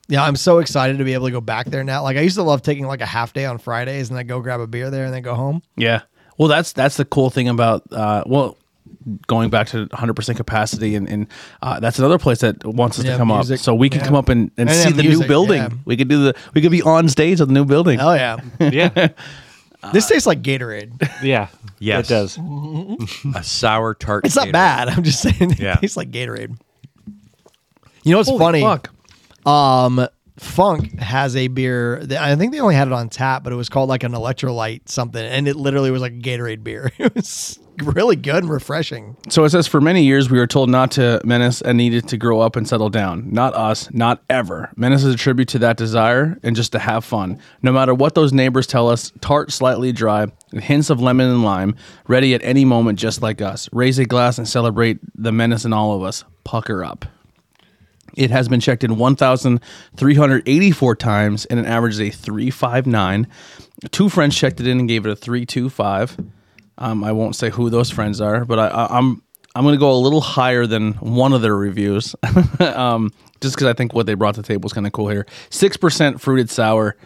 Yeah, I'm so excited to be able to go back there now. Like I used to love taking like a half day on Fridays and then go grab a beer there and then go home.
Yeah. Well, that's that's the cool thing about uh, well, going back to 100% capacity. And, and uh, that's another place that wants us
Yeah,
to come
music.
up. So we can
Yeah.
come up and, and,
And
see
then
the
music,
new building.
yeah.
We could do the, we could be on stage at the new building.
Oh yeah,
Yeah,
this tastes like Gatorade.
yeah,
Yes.
it does.
a sour tart.
It's not
Gatorade.
bad. I'm just saying it
Yeah.
tastes like Gatorade. You know what's funny?
fuck.
Um, Funk has a beer. That, I think they only had it on tap, but it was called like an electrolyte something, and it literally was like a Gatorade beer. It was really good and refreshing.
So it says for many years we were told not to menace and needed to grow up and settle down. Not us, not ever. Menace is a tribute to that desire and just to have fun. No matter what those neighbors tell us, tart, slightly dry, and hints of lemon and lime, ready at any moment just like us. Raise a glass and celebrate the menace in all of us. Pucker up. It has been checked in 1,384 times and an average is a 359. Two friends checked it in and gave it a 325. Um, I won't say who those friends are, but I, I, I'm I'm going to go a little higher than one of their reviews, um, just because I think what they brought to the table is kind of cool here. Six percent fruited sour,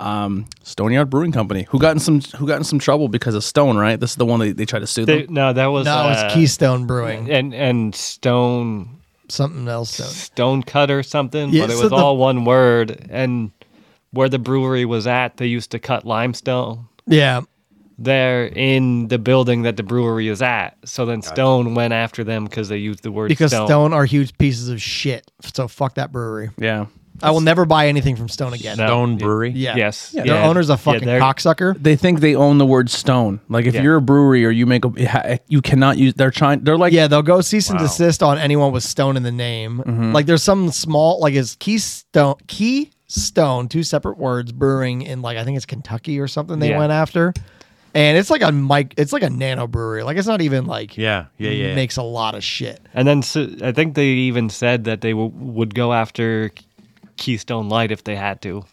um, Stone Yard Brewing Company, who got in some who got in some trouble because of Stone, right? This is the one they, they tried to sue
They-
them.
no, that was
No,
uh,
it's Keystone Brewing,
and and Stone
something else. Stone.
Stone Cut or something,
Yeah,
but it
so
was
the-
all one word. And where the brewery was at, they used to cut limestone.
Yeah,
They're in the building that the brewery is at. So then Stone went after them because they used the word
because
stone.
Stone. are huge pieces of shit. So fuck that brewery.
Yeah,
I will never buy anything from Stone again.
No.
Stone
Yeah.
Brewery.
Yeah.
Yes.
Their
Yeah.
owner's
Yeah,
a fucking
they're-
cocksucker.
they think they own the word Stone. Like if
Yeah.
you're a brewery or you make a, it ha- you cannot use. They're trying. They're like
Yeah, they'll go cease and desist on anyone with Stone in the name.
Mm-hmm.
Like there's some small like is Keystone Keystone two separate words brewing in like I think it's Kentucky or something they
Yeah.
went after. And it's like a mic it's like a nano brewery. Like it's not even like
Yeah. Yeah. Yeah.
makes a lot of shit.
And then so, I think they even said that they w- would go after Keystone Light if they had to.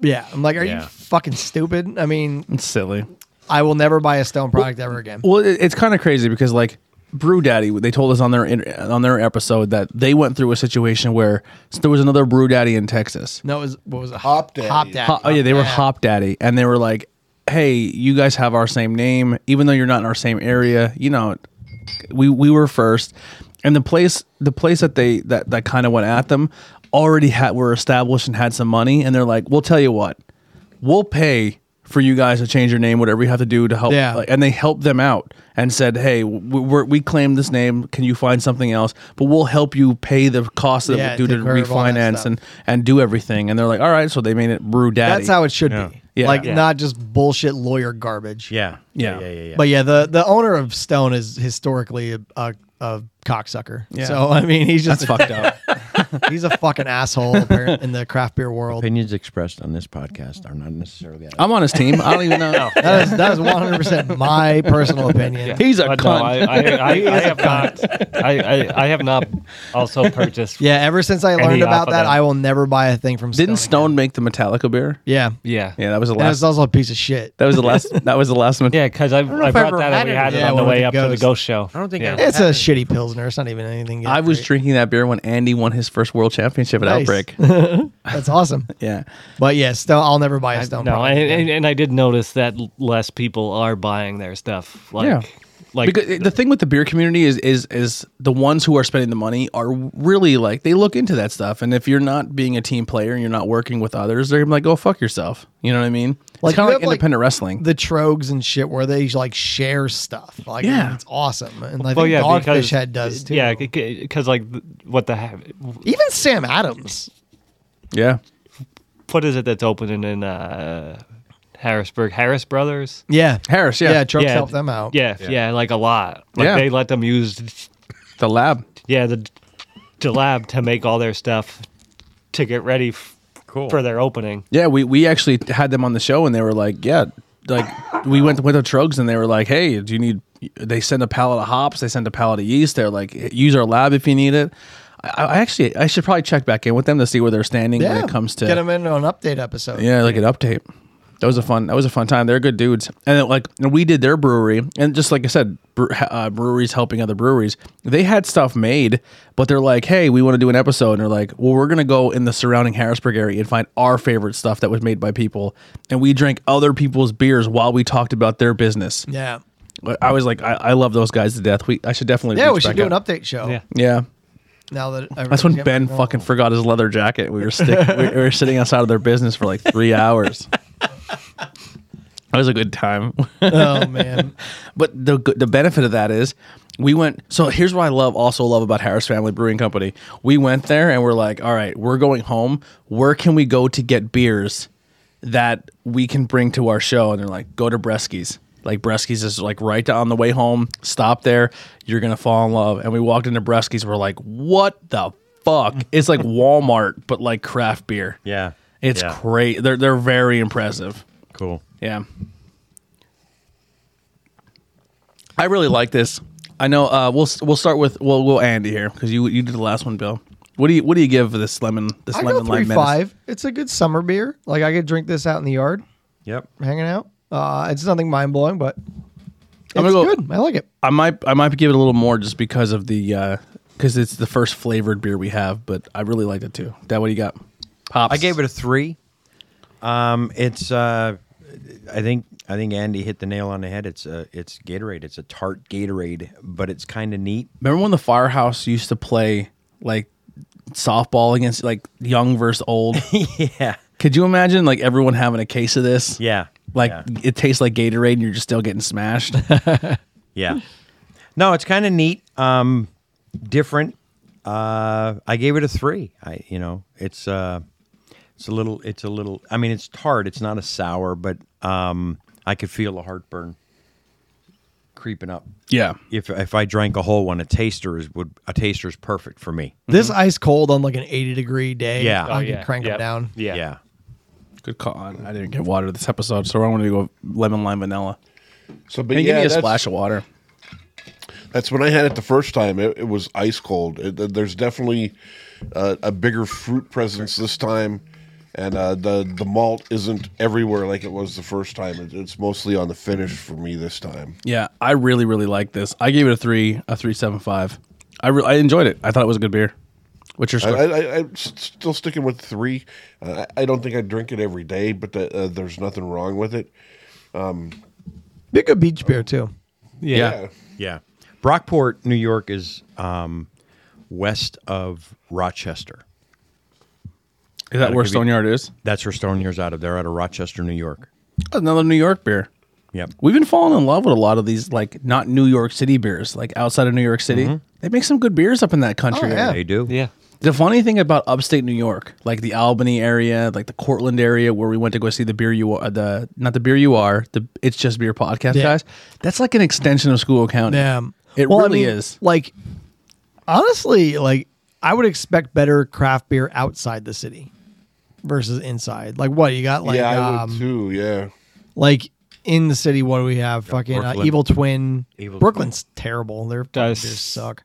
Yeah. I'm like, are
Yeah.
you fucking stupid? I mean,
it's silly.
I will never buy a Stone product ever again.
Well, it, it's kind of crazy because like Brew Daddy, they told us on their inter- on their episode that they went through a situation where there was another Brew Daddy in Texas.
No, it was what was it?
Hop Daddy.
Hop Daddy.
Ho- oh yeah, they were
Yeah.
Hop Daddy, and they were like, "Hey, you guys have our same name, even though you're not in our same area. You know, we we were first, and the place the place that they that that kind of went at them already had were established and had some money, and they're like, "We'll tell you what, we'll pay." For you guys to change your name, whatever you have to do to help,
Yeah.
like, and they helped them out and said, "Hey, w- we're, we claim this name. Can you find something else? But we'll help you pay the cost that
Yeah,
we do to
take care of all that
refinance
stuff.
and and do everything." And they're like, "All right," so they made it Brew Daddy.
That's how it should be.
Yeah.
Like
Yeah.
not just bullshit lawyer garbage.
Yeah.
Yeah.
Yeah. Yeah. yeah.
But yeah, the the owner of Stone is historically a, a, a cocksucker. So I mean, he's just
That's fucked up.
he's a fucking asshole apparent- in the craft beer world.
Opinions expressed on this podcast are not necessarily.
I'm on his team. I don't even know.
That is that is one hundred percent my personal opinion. Yeah,
He's a
But Uh, no,
cunt.
I, I, I, I have not. I, I, I have not also purchased.
ever since I
Any
learned about
alphabet.
that, I will never buy a thing from Stone.
Didn't Stone
again.
make the Metallica beer?
Yeah,
Yeah.
Yeah, that was the
and it's
last.
also a piece of shit.
That was the last. That was the last one.
Yeah, because I, I,
know if I
brought
ever
that
had
and we
it.
had it
Yeah,
on the
one of
way
the
up to the
ghosts.
ghost show. I
don't think I
yeah.
ever-
It's a shitty pilsner. It's not even anything.
I was
great.
drinking that beer when Andy won his first world championship at
Nice.
Outbreak.
That's awesome.
Yeah,
But yeah, Stone. I'll never buy a Stone.
No,
product
and,
again.
and, and I did notice that l- less people are buying their stuff. Like,
Yeah.
like
because the thing with the beer community is is is the ones who are spending the money are really like they look into that stuff. And if you're not being a team player and you're not working with others, they're gonna be like, "Go fuck yourself." You know what I mean?
Like,
it's kind
you
of like
have, like,
independent wrestling.
the trogues and shit where they like share stuff. Like
Yeah.
it's awesome. And I
well,
think
yeah,
Dogfish
because,
Head does too.
Yeah, because like th- what the heck?
even Sam Adams.
yeah,
What is it that's opening in uh, Harrisburg? Harris Brothers.
Yeah.
Harris. Yeah,
Yeah, trogues
Yeah,
help them out.
Yeah, yeah, like a lot. Like
Yeah.
they let them use
the lab.
yeah the the lab to make all their stuff to get ready f-
Cool.
for their opening.
Oh,
Yeah, we we actually had them on the show, and they were like, "Yeah, like we went went to Trugs, and they were like, hey, do you need?" They send a pallet of hops, they send a pallet of yeast. They're like, use our lab if you need it. I, I actually I should probably check back in with them to see where they're standing
Yeah.
when it comes to
get them into an update episode.
yeah, like an update. That was a fun. That was a fun time. They're good dudes, and then, like and we did their brewery, and just like I said, bre- uh, breweries helping other breweries. They had stuff made, but they're like, "Hey, we want to do an episode," and they're like, "Well, we're gonna go in the surrounding Harrisburg area and find our favorite stuff that was made by people, and we drank other people's beers while we talked about their business."
Yeah.
I was like, I, I love those guys to death. We I should definitely
Yeah,
reach
we should
back
do
out.
an update show.
Yeah.
Yeah.
Now that
That's when Ben
Oh.
fucking forgot his leather jacket. We were, stick, we we were sitting outside of their business for like three hours. That was a good time.
Oh man.
But the good- the benefit of that is we went. So here's what I love also love about Harris Family Brewing Company. We went there and we're like, all right, we're going home. Where can we go to get beers that we can bring to our show? And they're like, go to Bresky's. Like Bresky's is like right on the way home. Stop there. You're gonna fall in love. And we walked into Bresky's. We're like, what the fuck? It's like Walmart, but like craft beer.
Yeah.
It's
Yeah.
great. They're they're very impressive.
Cool.
Yeah. I really like this. I know. Uh, we'll we'll start with we'll we'll Andy here because you you did the last one, Bill. What do you what do you give this lemon this
I go
lemon
three
lime
five. It's a good summer beer. Like I could drink this out in the yard,
Yep.
hanging out. Uh, it's nothing mind blowing, but it's
gonna go- Mm-hmm.
good. I like it.
I might I might give it a little more just because of the because it's the first flavored beer we have, but I really liked it too. That what do you got? Pops.
I gave it a three. Um, it's uh, I think I think Andy hit the nail on the head. It's a it's Gatorade. It's a tart Gatorade, but it's kind of neat.
Remember when the firehouse used to play like softball against like young versus old?
Yeah.
Could you imagine like everyone having a case of this?
Yeah.
Like
yeah.
it tastes like Gatorade and you're just still getting smashed.
Yeah. No, it's kind of neat. Um, different. Uh, I gave it a three. I, you know, it's uh, it's a little, it's a little. I mean, it's tart. It's not a sour, but um, I could feel the heartburn creeping up.
yeah.
If if I drank a whole one, a taster is would a taster is perfect for me.
This ice cold on like an eighty degree day.
Yeah.
I
Oh,
could crank
Yep.
it down.
Yeah.
yeah.
Good call. On. I didn't get water this episode, so I wanted to go lemon lime vanilla.
So, but
Can you
yeah,
give me a
that's-
splash of water?
That's when I had it the first time. It, it was ice cold. It, th- there's definitely uh, a bigger fruit presence this time, and uh, the the malt isn't everywhere like it was the first time. It, it's mostly on the finish for me this time.
Yeah, I really, really like this. I gave it a three, a three seven five. I re- I enjoyed it. I thought it was a good beer. What's your
I,
score?
I, I, I'm s- still sticking with three. Uh, I I don't think I drink it every day, but the, uh, there's nothing wrong with it.
Be a good beach beer too.
yeah.
Yeah. Brockport, New York is um, west of Rochester.
Is that where
could be-
Stone Yard is?
That's where Stone Year's out of. They're out of Rochester, New York.
Another New York beer.
Yep.
We've been falling in love with a lot of these, like not New York City beers, like outside of New York City.
Mm-hmm.
They make some good beers up in that country.
Oh,
area.
yeah.
They do.
Yeah.
The funny thing about upstate New York, like the Albany area, like the Cortland area, where we went to go see the beer you are, the not the beer you are, the it's just beer podcast
Yeah.
guys. That's like an extension of School County.
Damn.
it
Well, I
really
mean,
is.
Like honestly, like I would expect better craft beer outside the city versus inside. Like what you got? Like
yeah, I
um,
would too. Yeah.
like in the city, what do we have? Fucking uh,
Brooklyn.
Evil Twin.
Evil
Brooklyn's terrible. Their fucking
Does-
beers suck.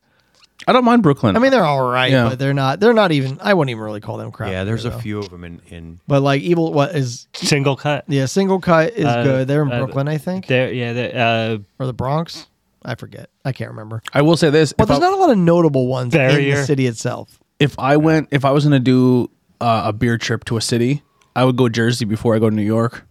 I don't mind Brooklyn.
I mean, they're all right,
Yeah.
but they're not. They're not even. I wouldn't even really call them crap.
Yeah, there's
beer,
a
though.
few of them in, in
But like Evil, what is?
Single cut.
Yeah, Single Cut is
Uh,
good. They're in
uh,
Brooklyn, I think,
There. Yeah. There, uh,
or the Bronx. I forget. I can't remember.
I will say this:
But
if, I,
there's not a lot of notable ones in
Barrier.
the city itself.
if I went, if I was going to do uh, a beer trip to a city, I would go Jersey before I go to New York.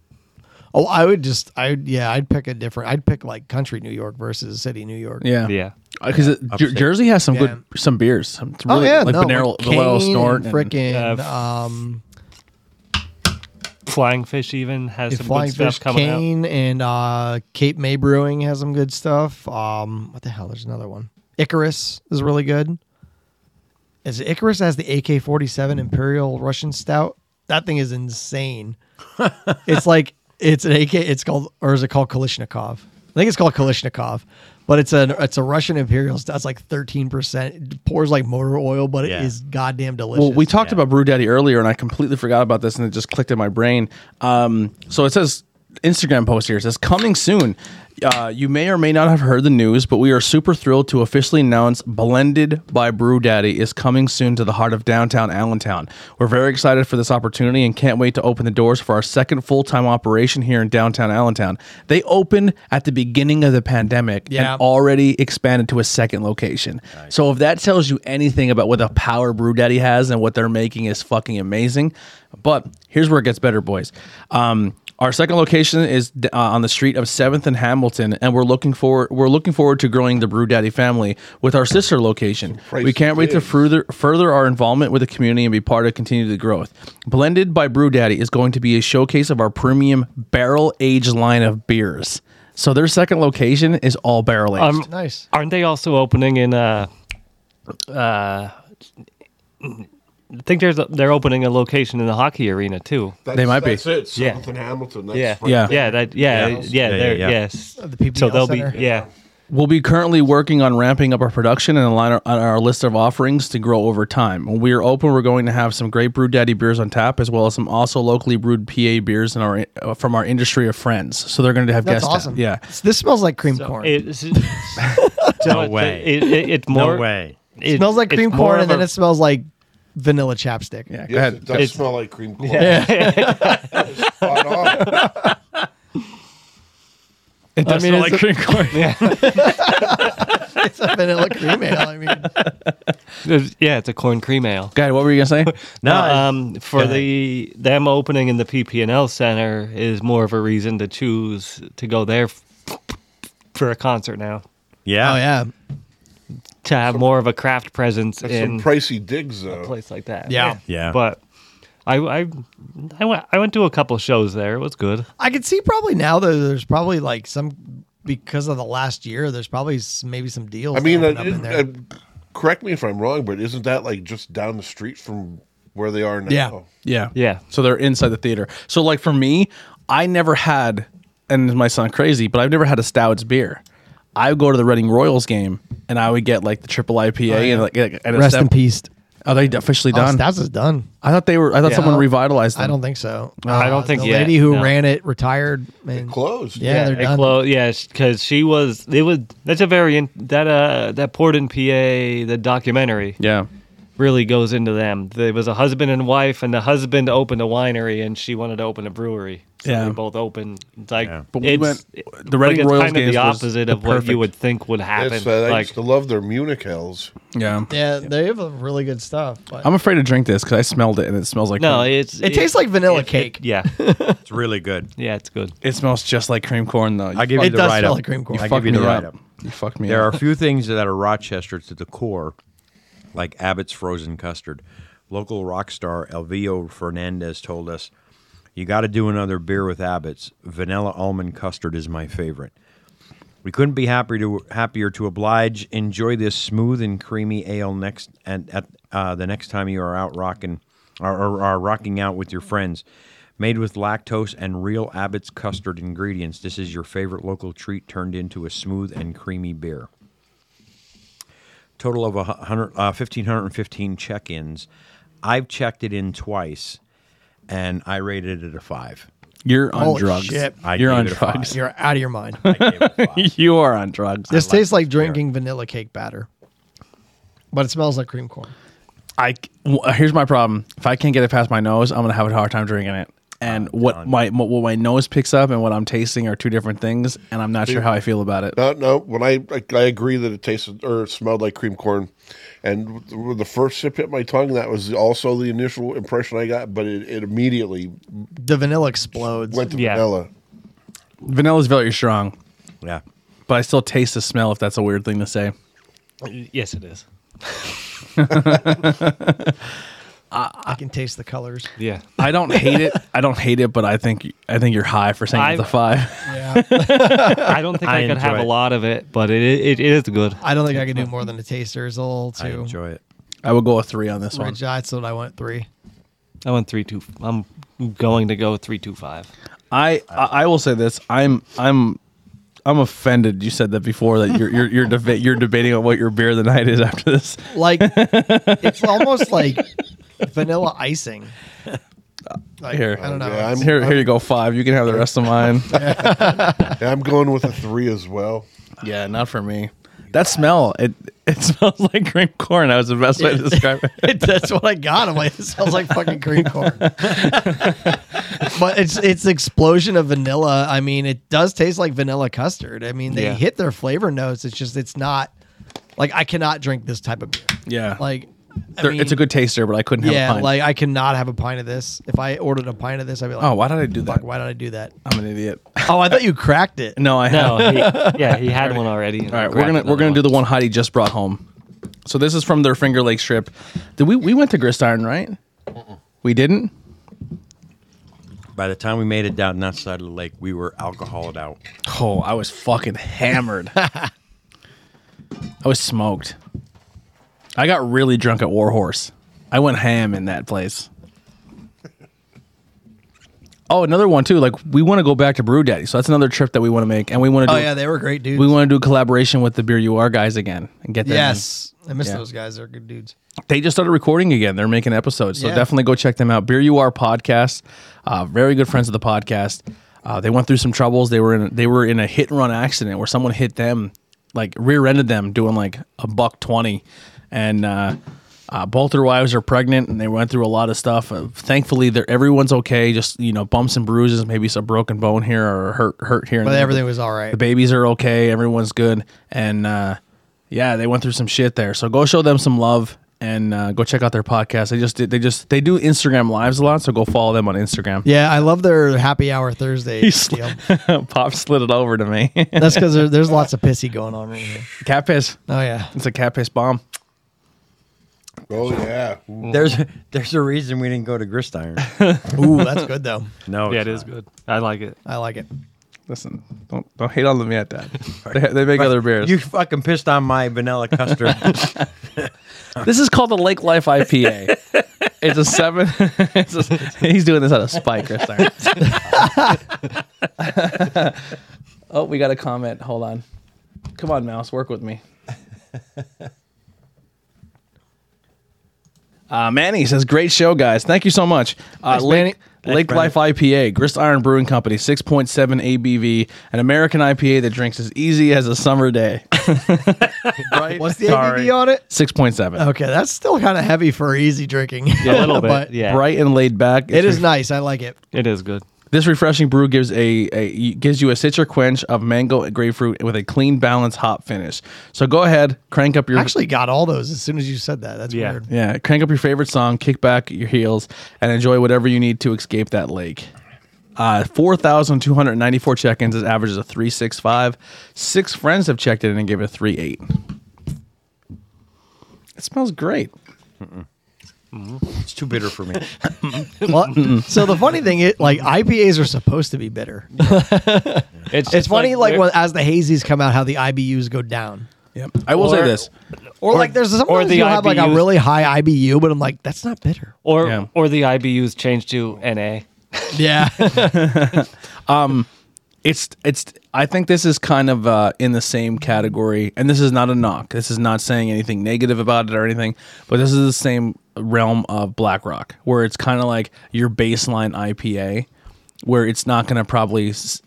Oh, I would just, I would- yeah, I'd pick a different. I'd pick like country New York versus city New York.
Yeah, Uh,
yeah.
because
upstate.
Jersey has some good
Yeah.
some beers. Some it's
Oh
really-
yeah,
like
no,
Bonero,
like
Valero
Kane
Snort,
and
and-
frickin',
uh,
um,
Flying fish even has some
Flying
good stuff
Fish
coming out.
Kane and uh, Cape May Brewing has some good stuff. Um, what the hell? There's another one. Icarus is really good. Is it Icarus has the AK-47 Imperial Russian Stout? That thing is insane. it's like it's an AK. It's called or is it called Kalishnikov? I think it's called Kalishnikov, but it's a it's a Russian Imperial Stout. It's like thirteen percent. It pours like motor oil, but it is
Yeah.
goddamn delicious.
Well, we talked about Brew Daddy earlier, and I completely forgot about this, and it just clicked in my brain. Um, so it says Instagram post here it says coming soon. Uh, you may or may not have heard the news, but we are super thrilled to officially announce Blended by Brew Daddy is coming soon to the heart of downtown Allentown. We're very excited for this opportunity and can't wait to open the doors for our second full time operation here in downtown Allentown. They opened at the beginning of the pandemic
Yeah.
and already expanded to a second location. So if that tells you anything about what the power Brew Daddy has and what they're making is fucking amazing. But here's where it gets better, boys. Um, our second location is uh, on the street of Seventh and Hamilton Hamilton, and we're looking forward we're looking forward to growing the Brew Daddy family with our sister location. we can't wait to
Christ.
further further our involvement with the community and be part of continued the growth. Blended by Brew Daddy is going to be a showcase of our premium barrel aged line of beers. So their second location is all barrel aged.
Um,
Nice.
Aren't they also opening in? Uh, uh, I think there's a, they're opening a location in the hockey arena too.
That's,
They might be.
That's it.
Yeah.
Jonathan Hamilton. That's
Yeah.
right
Yeah.
there.
Yeah, that yeah yeah,
Yeah. Yeah,
they're-
yeah, yeah.
yes.
Oh, The PBL
so they'll
Center.
be yeah.
We'll be currently working on ramping up our production and align our, on our list of offerings to grow over time. When we are open, we're going to have some great Brew Daddy beers on tap, as well as some also locally brewed PA beers in our, uh, from our industry of friends. So they're going to have
That's
guests.
awesome.
Yeah.
S- This smells like cream corn. It,
It's, no
way.
It, it, it's
No
more.
way.
It
smells like
it's
cream
more
corn,
of
and then
a-
it smells like vanilla chapstick.
Yeah. Go
Yes, it
ahead.
does smell like cream corn. Spot on.
It does
I mean,
smell
it's
like
a-
cream corn.
it's a vanilla cream ale. I mean,
it's- yeah, it's a corn cream ale.
Go ahead. What were you going to say?
No,
No,
uh, I-
um, for the them opening in the PP&L Center is more of a reason to choose to go there f- for a concert now
Yeah.
oh yeah,
to have more of a craft presence
That's
in
some pricey digs, though.
a place like that.
Yeah.
Yeah.
But I I I went I went to a couple shows there. It was good.
I could see probably now though. There's probably like some because of the last year. There's probably s- maybe some deals.
I mean,
that open
uh,
up in there.
it- uh, correct me if I'm wrong, but isn't that like just down the street from where they are now?
Yeah.
Yeah.
Yeah.
So they're inside the theater. So like for me, I never had and this might sound crazy, but I've never had a Stouts beer. I would go to the Reading Royals game and I would get like the triple IPA and like and a
Oh, rest
stout-
in peace.
Are they officially
Oh,
done?
Stats is done.
I thought they were. I thought
Yeah.
someone revitalized them.
I don't think so. Uh,
I don't think
the
yet,
lady who
no.
ran it retired. And,
Closed.
yeah, they're
It
done.
clo- yeah, because she was. It was. That's a very in, that uh that Portland, PA, the documentary
Yeah.
really goes into them. There was a husband and wife, and the husband opened a winery, and she wanted to open a brewery. So
Yeah.
they both opened. It's Like,
But we
it's,
went-
it-
the Reading
like, it's
Royals
kind of
games
the
was
opposite
the
of what
perfect.
you would think would happen.
That's, uh, I
like,
used to love their Munich Hells.
Yeah.
Yeah, they have really good stuff. But
I'm afraid to drink this because I smelled it and it smells like
no,
Cream.
it's
it tastes like vanilla cake.
yeah,
It's really good.
yeah, it's good.
It smells just like cream corn though. You
I give
It
you the
does
write
smell
up.
like cream corn.
I
fucked
give you the
me
write
up.
up.
You fucked me
There are
up.
a few things that are Rochester to the core, like Abbott's frozen custard. Local rock star Elvio Fernandez told us, "You got to do another beer with Abbott's. Vanilla almond custard is my favorite." We couldn't be happier to happier to oblige. Enjoy this smooth and creamy ale next and at uh, the next time you are out rocking or, or are rocking out with your friends. Made with lactose and real Abbott's custard ingredients, this is your favorite local treat turned into a smooth and creamy beer. Total of a hu- hundred, uh, 1,515 check ins. I've checked it in twice and I rated it a five.
You're on
Holy
drugs.
Oh, shit.
I
You're
gave
on
it a five.
drugs.
You're out of your mind.
I gave it a five.
You are on drugs.
This tastes like drinking vanilla cake batter, but it smells like cream corn.
I w- uh, here's my problem. If I can't get it past my nose, I'm gonna have a hard time drinking it. And what my mo- what my nose picks up and what I'm tasting are two different things, and I'm not sure how I feel about it.
No, no. When I, I I agree that it tasted or smelled like cream corn, and when the first sip hit my tongue, that was also the initial impression I got. But it, it immediately
The vanilla explodes.
went to
Yeah.
vanilla.
Vanilla's very strong,
Yeah.
but I still taste the smell. If that's a weird thing to say,
Yes, it is.
I can taste the colors.
Yeah,
I don't hate it. I don't hate it, but I think I think you're high for saying it's a
I-
five.
Yeah,
I don't think I,
I
could have
enjoy
a
it.
lot of it, but it it, it is good.
I don't think I can do more than a taster's all
I
too.
enjoy it.
I would go a three on this one.
Rich, that's what I went three.
I went three two. I'm going to go three two five.
I, I I will say this. I'm I'm I'm offended. You said that before that you're you're you're, deba- you're debating on what your beer of the night is after this.
Like it's almost like vanilla icing. Like,
Here.
I don't know.
Yeah, I'm,
Here here you go five. You can have the rest of mine.
I'm going with a three as well.
Yeah, not for me. That smell it it smells like cream corn. That was the best way to describe it.
That's what I got. I'm like, it smells like fucking cream corn. but it's it's explosion of vanilla. I mean, it does taste like vanilla custard. I mean, they
Yeah.
hit their flavor notes. It's just it's not like I cannot drink this type of beer.
Yeah.
Like
They're- it's a good taster, but I couldn't have
yeah,
a pint.
like I cannot have a pint of this. If I ordered a pint of this, I'd be like,
oh, why did I do that?
fuck, why did I do that?
I'm an idiot.
Oh, I thought you cracked it.
No, I have.
No, he, yeah, he had one already.
All right, we're gonna we're gonna do the one Heidi just brought home. So this is from their Finger Lakes trip. Did we we went to Grist Iron, right? We didn't.
By the time we made it down that side of the lake, we were alcoholed out.
Oh, I was fucking hammered. I was smoked. I got really drunk at Warhorse. I went ham in that place. Oh, another one too. Like we want to go back to Brew Daddy, so that's another trip that we want to make, and we want to.
Oh
do,
yeah, they were great dudes.
we want to do a collaboration with the Beer You Are guys again and get them. in.
Yes, I miss
Yeah.
those guys. They're good dudes.
they just started recording again. They're making episodes, so
Yeah.
definitely go check them out. Beer You Are podcast, uh, very good friends of the podcast. Uh, they went through some troubles. They were in they were in a hit and run accident where someone hit them, like rear ended them, doing like a buck twenty, and uh, uh, both their wives are pregnant, and they went through a lot of stuff. Uh, thankfully, they're everyone's okay. Just you know, bumps and bruises, maybe some broken bone here or hurt hurt here. and
But
there,
everything was all right.
the babies are okay. Everyone's good. And uh, yeah, they went through some shit there. So go show them some love and uh, go check out their podcast. They just did, they just they do Instagram lives a lot. So go follow them on Instagram.
Yeah, I love their happy hour Thursday
sl-
deal.
Pop slid it over to me.
That's because there, there's lots of pissy going on right here.
cat piss.
Oh yeah,
It's a cat piss bomb.
Oh yeah. Ooh.
There's there's a reason we didn't go to Grist Iron.
ooh, that's good though.
No,
Yeah, it
it's
is
not.
good. I like it.
I like it.
Listen, don't don't hate on them yet, Dad. They, they make other beers.
You fucking pissed on my vanilla custard.
this is called the Lake Life IPA. it's a seven. it's a, he's doing this out of spite, Chris. Iron. oh, we got a comment. Hold on. Come on, Mouse. Work with me. Uh, Manny says, "Great show, guys. Thank you so much." Uh, Lake, Lake Life IPA, Grist Iron Brewing Company, six point seven ABV, an American IPA that drinks as easy as a summer day. right?
What's the ABV on it?
Six point seven.
Okay, that's still kind of heavy for easy drinking.
A little bit.
But
yeah,
Bright and laid back.
It is nice. I like it.
It is good.
This refreshing brew gives a, a gives you a citric quench of mango and grapefruit with a clean, balanced hop finish. So go ahead, crank up your
I actually got all those as soon as you said that. That's
Yeah.
weird.
yeah, crank up your favorite song, kick back your heels, and enjoy whatever you need to escape that lake. Uh, 4,294 check-ins is averages of 365. Six friends have checked it in and gave it a 3.8. It smells great.
It's too bitter for me.
Well, so the funny thing is, like IPAs are supposed to be bitter.
It's
It's
just
funny, like,
we're-
when, as the hazies come out, how the IBUs go down.
Yep. I will say
Or-
this.
Or, like there's sometimes
or the
you'll have like a
IBUs.
really high IBU, but I'm like, that's not bitter.
or
Yeah.
or the IBUs changed to NA.
Yeah.
it's it's i think this is kind of uh, in the same category and this is not a knock this is not saying anything negative about it or anything but this is the same realm of blackrock where it's kind of like your baseline ipa where it's not going to probably s-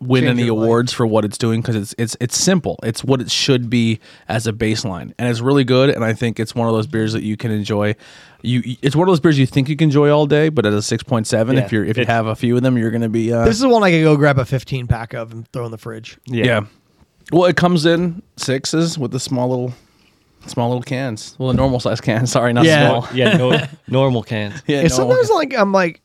win
Change
any
your life.
awards for what it's doing because it's it's it's simple it's what it should be as a baseline and it's really good and i think it's one of those beers that you can enjoy you it's one of those beers you think you can enjoy all day but at a 6.7
Yeah,
if you're if you
it's-
have a few of them you're going to be uh,
this is one I could go grab a 15 pack of and throw in the fridge.
yeah. Well, it comes in sixes with the small little, small little cans. Well, the normal size cans. Sorry, not
Yeah.
small.
yeah, no, normal cans.
Yeah,
And
no.
sometimes like I'm like,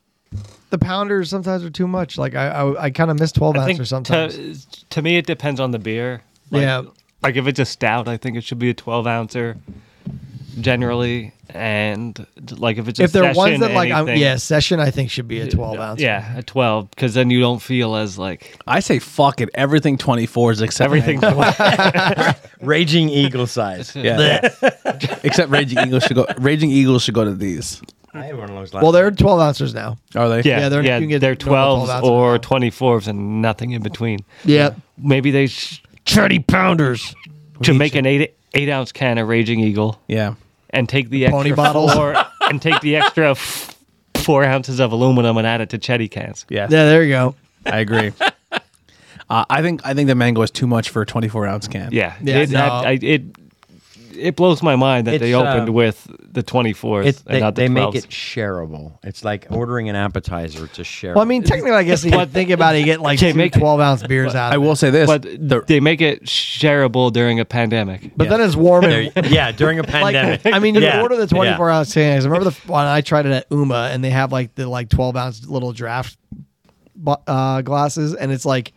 the pounders sometimes are too much. Like I I, I kind of miss 12
I
ounce
think
or sometimes.
to, to me it depends on the beer. Like,
yeah.
like if it's a stout, I think it should be a twelve ouncer generally, and like if it's a
If there are
session,
ones that like I'm
anything-
yeah session, I think should be a 12 ounce.
yeah, a twelve because then you don't feel as like
I say fuck it. Everything twenty fours except
everything.
Raging eagle size.
Yeah. except Raging Eagles should go. Raging Eagles should go to these.
I had one of those last
Well, they're 12 ounces now.
Are they?
Yeah,
Yeah, they're-
they're,
you can get
they're
normal
12s
12
or 24s and nothing in between.
Yeah.
Maybe they sh- 30 pounders to make an eight, eight ounce can of Raging Eagle
Yeah.
and take the,
pony
extra
bottles.
four, and take the extra f- four ounces of aluminum and add it to Chetty cans.
Yes.
Yeah. There you go.
I agree. uh, I think I think the mango is too much for a twenty four ounce can.
Yeah.
Yeah,
it,
no.
had- I- it- it blows my mind that they
It's,
opened
um,
with the 24th
It's,
and
they
not the
they make
12th.
it shareable. It's like ordering an appetizer to share.
Well, I mean, technically, I guess if you think about it, you get like
Okay,
two
make-
12 ounce beers out. Of
I
it.
will say this,
but
the-
they make it shareable during a pandemic.
but then it's warm and
yeah, during a pandemic.
Like, I mean, you
uh, Yeah,
order the
yeah.
24 ounce cans. I remember the f- one I tried it at Uma, and they have like the like 12 ounce little draft bu- uh, glasses, and it's like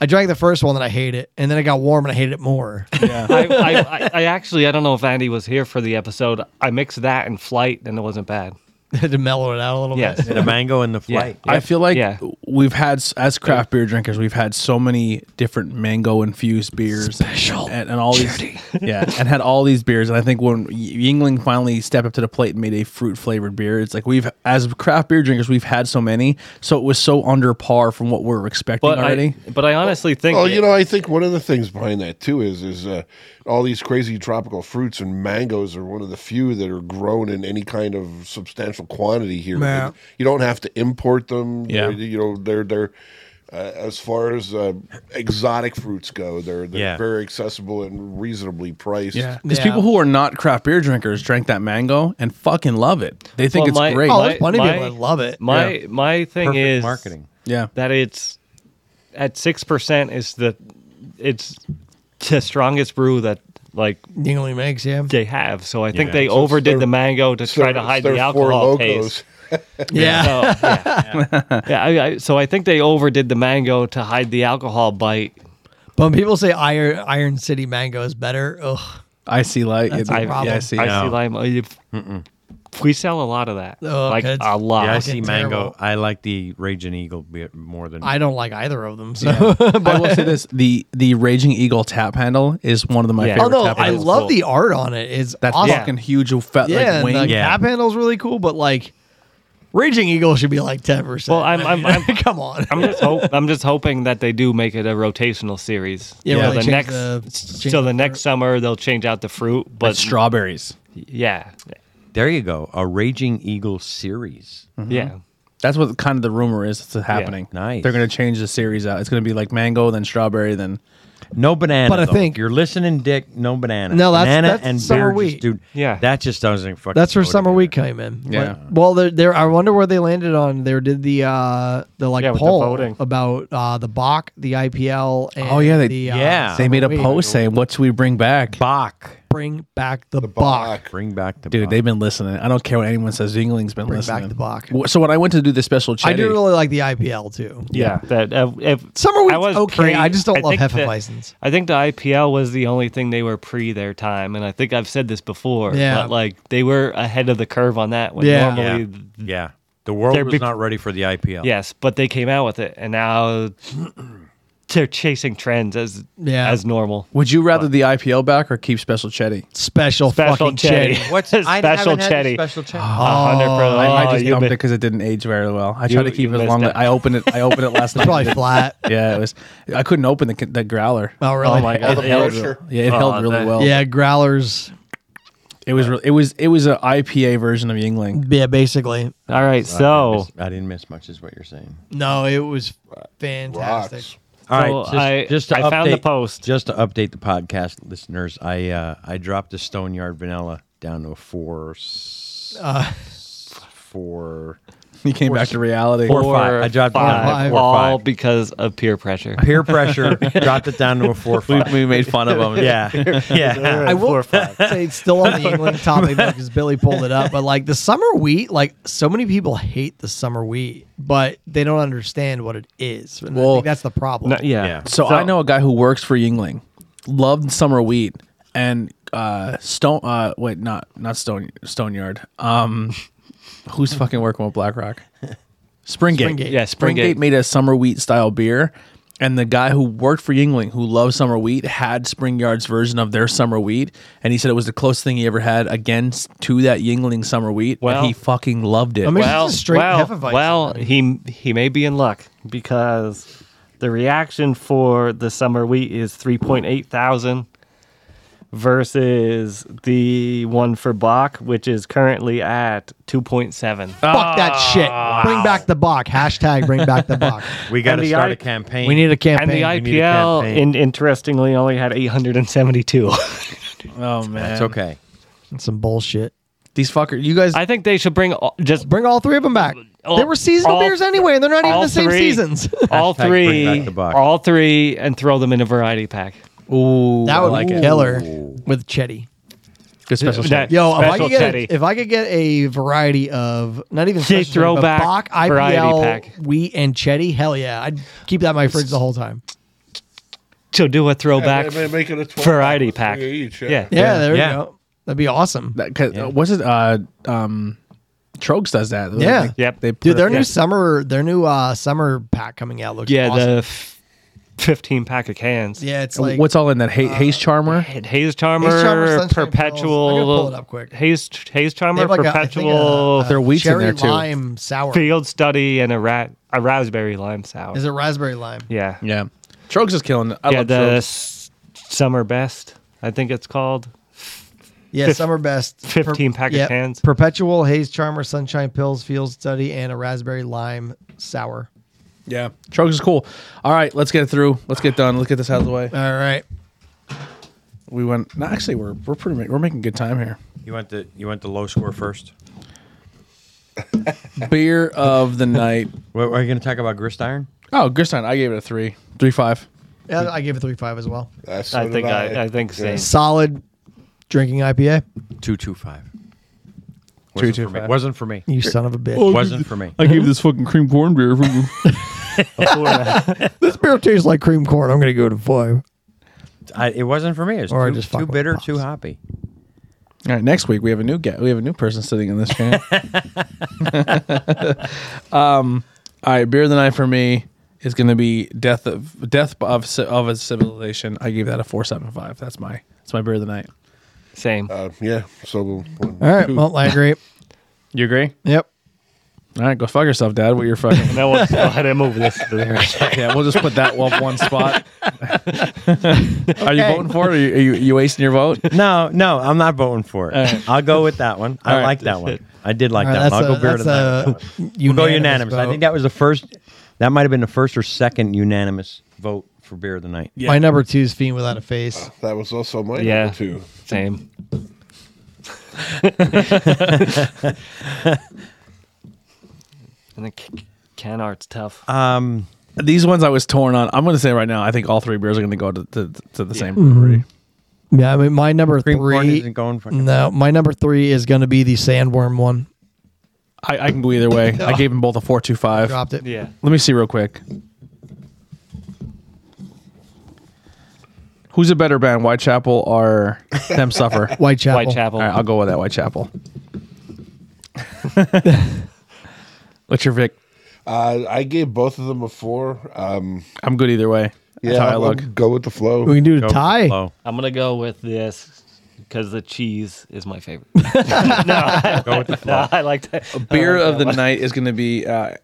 I drank the first one and I hate it, and then it got warm and I hated it more.
I, I, I, I actually, I don't know if Andy was here for the episode. I mixed that and flight, and it wasn't bad.
to mellow it out a little
Yes.
bit.
the mango and the
Yeah.
flight.
I feel like
Yeah.
we've had as craft beer drinkers, we've had so many different mango infused beers,
Special.
and, and all these, yeah, and had all these beers. And I think when Yingling finally stepped up to the plate and made a fruit flavored beer, it's like we've as craft beer drinkers, we've had so many, so it was so under par from what we were expecting
But
already.
I, but I honestly think
Well, Oh, you know, I think one of the things behind that too is is uh, all these crazy tropical fruits and mangoes are one of the few that are grown in any kind of substantial quantity here.
Yeah.
You don't have to import them.
Yeah.
They're- you know they're they're uh, as far as uh, exotic fruits go, they're they're
Yeah.
very accessible and reasonably priced.
yeah, because
Yeah.
people who are not craft beer drinkers drank that mango and fucking love it. They think
Well,
it's
my-
great.
Oh, there's
My-
plenty of people
my-
that love it.
my
Yeah.
my thing
Perfect
is
marketing.
yeah,
that it's at six percent is the it's the strongest brew that like
Dingley makes, yeah.
they have. So I think
Yeah.
they
So
overdid
their-
the mango to
So
try to hide
they're
the
Four
alcohol
Locos.
taste.
Yeah.
So, yeah, yeah. I, I, so I think they overdid the mango to hide the alcohol bite.
But when people say Iron, Iron City Mango is better, ugh.
I see light.
That's
Yeah,
a
I-
problem.
yeah, I see.
I
No.
see lime. uh, if- We sell a lot of that,
Oh,
like
it's-
a lot.
yeah, I
Fucking
see mango.
terrible.
I like the Raging Eagle bit more than
I don't like either of them. So.
I will say this: the the Raging Eagle tap handle is one of the, my
Yeah.
Oh
favorite.
no,
tap
I
handles.
love the art on it. It's
That's
awesome.
fucking huge, fat
Yeah,
like
and
wing.
the
Yeah.
cap handle's really cool, but like Raging Eagle should be like ten percent.
Well, I'm- I'm- I'm-
come on.
I'm just hope, I'm just hoping that they do make it a rotational series.
Yeah,
So
where they
the
change
next
the- change
so
the
the next summer they'll change out the fruit, but
strawberries.
yeah,
There you go. A Raging Eagle series.
yeah.
That's what kind of the rumor is that's happening.
Nice.
They're going to change the series out. It's going to be like mango, then strawberry, then
No banana.
But I
though.
think-
If you're listening, Dick. No banana.
No, that's-
banana
that's
and
summer
beer just
wheat.
do-
Yeah.
that just doesn't fucking.
That's
Oh,
where
go
Summer
together.
Week came in. Like,
Yeah.
well, there, there. I wonder where they landed on. There did the uh the like
Yeah, with the
poll
voting.
about uh the Bach, the IPL. And
Oh, yeah, they-
the, uh,
yeah.
they made a
Wait.
post saying, "What should we bring back?"
Bach.
bring back the, Bach.
Bring back the
Dude,
Bach.
they've been listening. I don't care what anyone says. Zingling's been
Bring back
listening.
the Bach.
Wh- So when I went to do the special,
I
Chetty,
do really like the IPL too.
Yeah, that uh, if
Summer Week's
I was
okay,
pre-
I just don't love
think that-
Hefeweizens.
I think the IPL was the only thing they were pre their time, and I think I've said this before.
Yeah.
but like they were ahead of the curve on that. When
Yeah.
normally,
yeah. yeah. The world
They're
was
bec-
not ready for the IPL.
yes, but they came out with it, and now they're chasing trends as
Yeah.
as normal.
would you rather the IPL back or keep special Chetty?
Special,
Special
fucking
Chetty.
Chetty.
What's
Special
I haven't had the
Chetty.
Special Chetty.
hundred percent.
Oh,
Oh,
I just
you
dumped it
mi-
because it didn't age very well. I tried to keep
Uh, you
it as
missed
long.
out.
That I opened it. I opened it last night.
Probably flat.
Yeah, it was. I couldn't open the the growler.
Oh really?
Oh my
All the
god! It- it-
pressure.
Yeah, it
Oh,
held really
that-
well.
Yeah, growlers.
it was. Re- it was. It was an IPA version of Yingling.
Yeah, basically.
All right, so
Miss- I didn't miss much, is what you're saying.
No, it was fantastic.
Rocks.
All right,
So
just,
I-
just to
I found the
update-
post.
Just to update the podcast listeners, I uh, I dropped the Stone Yard Vanilla down to a four, s-
Uh.
four,
You came back to reality.
Four or five. I dropped it down to
five,
five.
four or
all
five.
because of peer pressure.
Peer pressure dropped it down to a four five.
we made fun of him.
yeah, yeah.
I will say it's still on the England topic because Billy pulled it up. But like the summer wheat, like so many people hate the summer wheat, but they don't understand what it is. And I
Well,
think that's the problem.
No, yeah.
Yeah.
So, I know a guy who works for Yingling, loved summer wheat and uh Stone. Uh, wait, not not Stone Stone Yard. Um, who's fucking working with BlackRock? Springgate.
Springgate.
Yeah, Springgate.
Springgate made a summer wheat style beer. And the guy who worked for Yingling, who loved summer wheat, had Spring Yard's version of their summer wheat, and he said it was the closest thing he ever had again s- to that Yingling summer wheat,
Well-
and he fucking loved it.
I mean,
well,
it's just straight
well,
Hefeweizen.
well, he he may be in luck because the reaction for the summer wheat is three point eight thousand versus the one for Bach, which is currently at two point seven.
Fuck that shit. Bring back the Bach. Hashtag bring back the Bach.
We got to
the
start
I-
a campaign.
We need a
And the
campaign.
we need a
IPL,
campaign.
in, interestingly, only had eight hundred and seventy-two.
Oh man,
It's okay.
That's some bullshit.
These fuckers, you guys.
I think they should bring all, just
Bring all three of them back.
all-
they were seasonal
all-
beers anyway, and they're not even
all
the same
three.
seasons.
all
Hashtag bring back
three,
the buck.
all three, and throw them in a variety pack.
ooh,
that would
like
be
it.
killer with Chetty.
good special.
That-
Yo, if I,
Special
could get
Chetty.
a, if I could get a variety of not even
Chetty
special, but
throwback
Bach,
variety
IPL,
pack.
wheat, and Chetty, hell yeah, I'd keep that in my fridge the whole time.
So do a throwback.
And they make it a 12
variety
pack,
pack.
three each, yeah.
yeah.
Yeah, there
yeah.
you go. That'd be awesome.
That, 'cause, uh, what's it? Uh, um, Trogs does that. They-
Yeah.
they-
Yep.
They
Dude, their
put-
new summer, their new uh, summer pack coming out looks
Yeah,
awesome.
the f- 15 pack of cans.
yeah, it's like
what's all in that? uh, Ha- Haze Charmer.
Had Haze Charmer,
Charmer, Sunshine Pills.
Perpetual.
I'm gonna pull it up quick.
Haze, Haze
they
Charmer,
have like a- I think uh, a,
Perpetual,
a
Their wheat's in
cherry
there, too.
lime sour.
Field Study, and a, ra- a Raspberry Lime Sour.
Is it raspberry lime?
yeah.
Yeah, Trogs is killing. it. I
yeah,
love
the
Trogs.
s- Summer Best, I think it's called.
Yeah,
Fif-
summer best.
15 pack of cans.
Perpetual haze charmer, sunshine pills, field study, and a raspberry lime sour.
Yeah, Trogs is cool. All right, let's get it through. Let's get done. Let's get this out of the way.
All right.
We went. No, actually, we're we're pretty. ma- We're making good time here.
You want the you want the low score first.
Beer of the night.
What, are you going to talk about Gristiron?
Oh, Gristein, I gave it a three, three five.
Yeah, I gave it three five as well.
Uh, so
I
did
think I, I think same.
Solid drinking IPA.
Two two five.
Two,
Wasn't
two,
for me.
five.
Wasn't for me.
You son of a bitch.
Wasn't for me.
I gave this fucking cream corn beer.
This beer tastes like cream corn. I'm gonna go to five.
I, it wasn't for me. It was
Or I
too,
just fuck
too
with
bitter,
pops.
too hoppy.
All right, next week we have a new guy. We have a new person sitting in this chair. um, all right, beer of the night for me is going to be death of death of Ci- of a civilization. I gave that a four seven five. That's my that's my beer of the night.
Same.
Uh, yeah. So we'll-
All right. Well, I agree.
You agree?
Yep.
All right, go fuck yourself, Dad. What you're fucking.
Now we'll go ahead and move this to the
yeah, we'll just put that up one spot. Are you
Okay.
voting for it? Or are you, are you, you wasting your vote?
No, no, I'm not voting for it. I'll go with that one. I
All right.
like that one. I did like
All
that
right,
one. I'll go beer
that's
to that.
a,
one.
that's
We'll go unanimous. I
vote.
think that was the first. That might have been the first or second unanimous vote for beer of the night.
Yeah.
my number two is Fiend Without a Face.
that was also my
Yeah.
number two.
Same. and then c- can art's tough.
Uh,
Um,
These ones I was torn on. I'm going to say right now, I think all three beers are going to go to, to, to the same brewery.
Yeah, I mean my number
cream corn
three.
isn't going for
No, my number three is gonna be the sandworm one.
I, I can go either way. I gave them both a four two five.
Dropped it.
yeah.
Let me see real quick. Who's a better band, Whitechapel or Them Suffer? All
Whitechapel.
Whitechapel.
right, I'll go with that Whitechapel. What's your Vic?
Uh, I gave both of them a four. Um,
I'm good either way. That's
yeah,
how I
I'll
look.
go with the flow.
We can do a
Go
tie.
Low.
I'm gonna go with this because the cheese is my favorite.
Go with the flow.
no, I like that.
Beer of the night is going to be. Uh,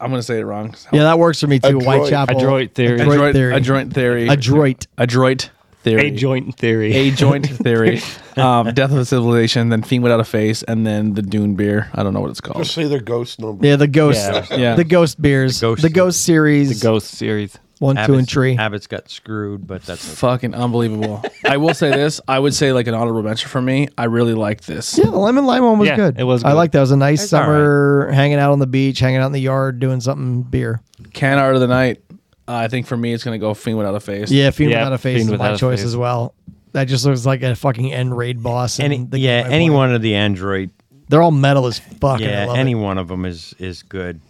I'm going to say it wrong.
Yeah, that works for me too.
Adroit.
Whitechapel.
Adroit theory.
Adroit
Adroit Adroit theory.
theory. Adroit.
Adroit theory.
A joint theory.
A joint theory. Um, Death of a Civilization, then Fiend Without a Face, and then the Dune beer. I don't know what it's called.
Just say their ghost number.
Yeah, the ghost.
Yeah.
Yeah.
The ghost beers. The
The
ghost,
ghost-
series.
Ghost series.
One, two, and three.
Abbott's got screwed, but that's okay.
Fucking unbelievable. I will say this. I would say like an honorable mention for me. I really liked this.
Yeah, the lemon lime one was
Yeah,
good.
it was
I
good.
like that. It was a nice
It's all
summer hanging out on the beach, hanging out in the yard, doing something beer.
Can art of the night. Uh, I think for me, it's gonna go Fiend Without a Face.
Yeah, Fiend
Yeah,
Without a Face
Fiend
is my
Without a
choice
Face.
as well. That just looks like a fucking end raid boss. and
Any,
the game I
yeah,
played.
any one of the Android.
They're all metal as fuck. and I
Yeah,
love
any
it.
one of them is is good.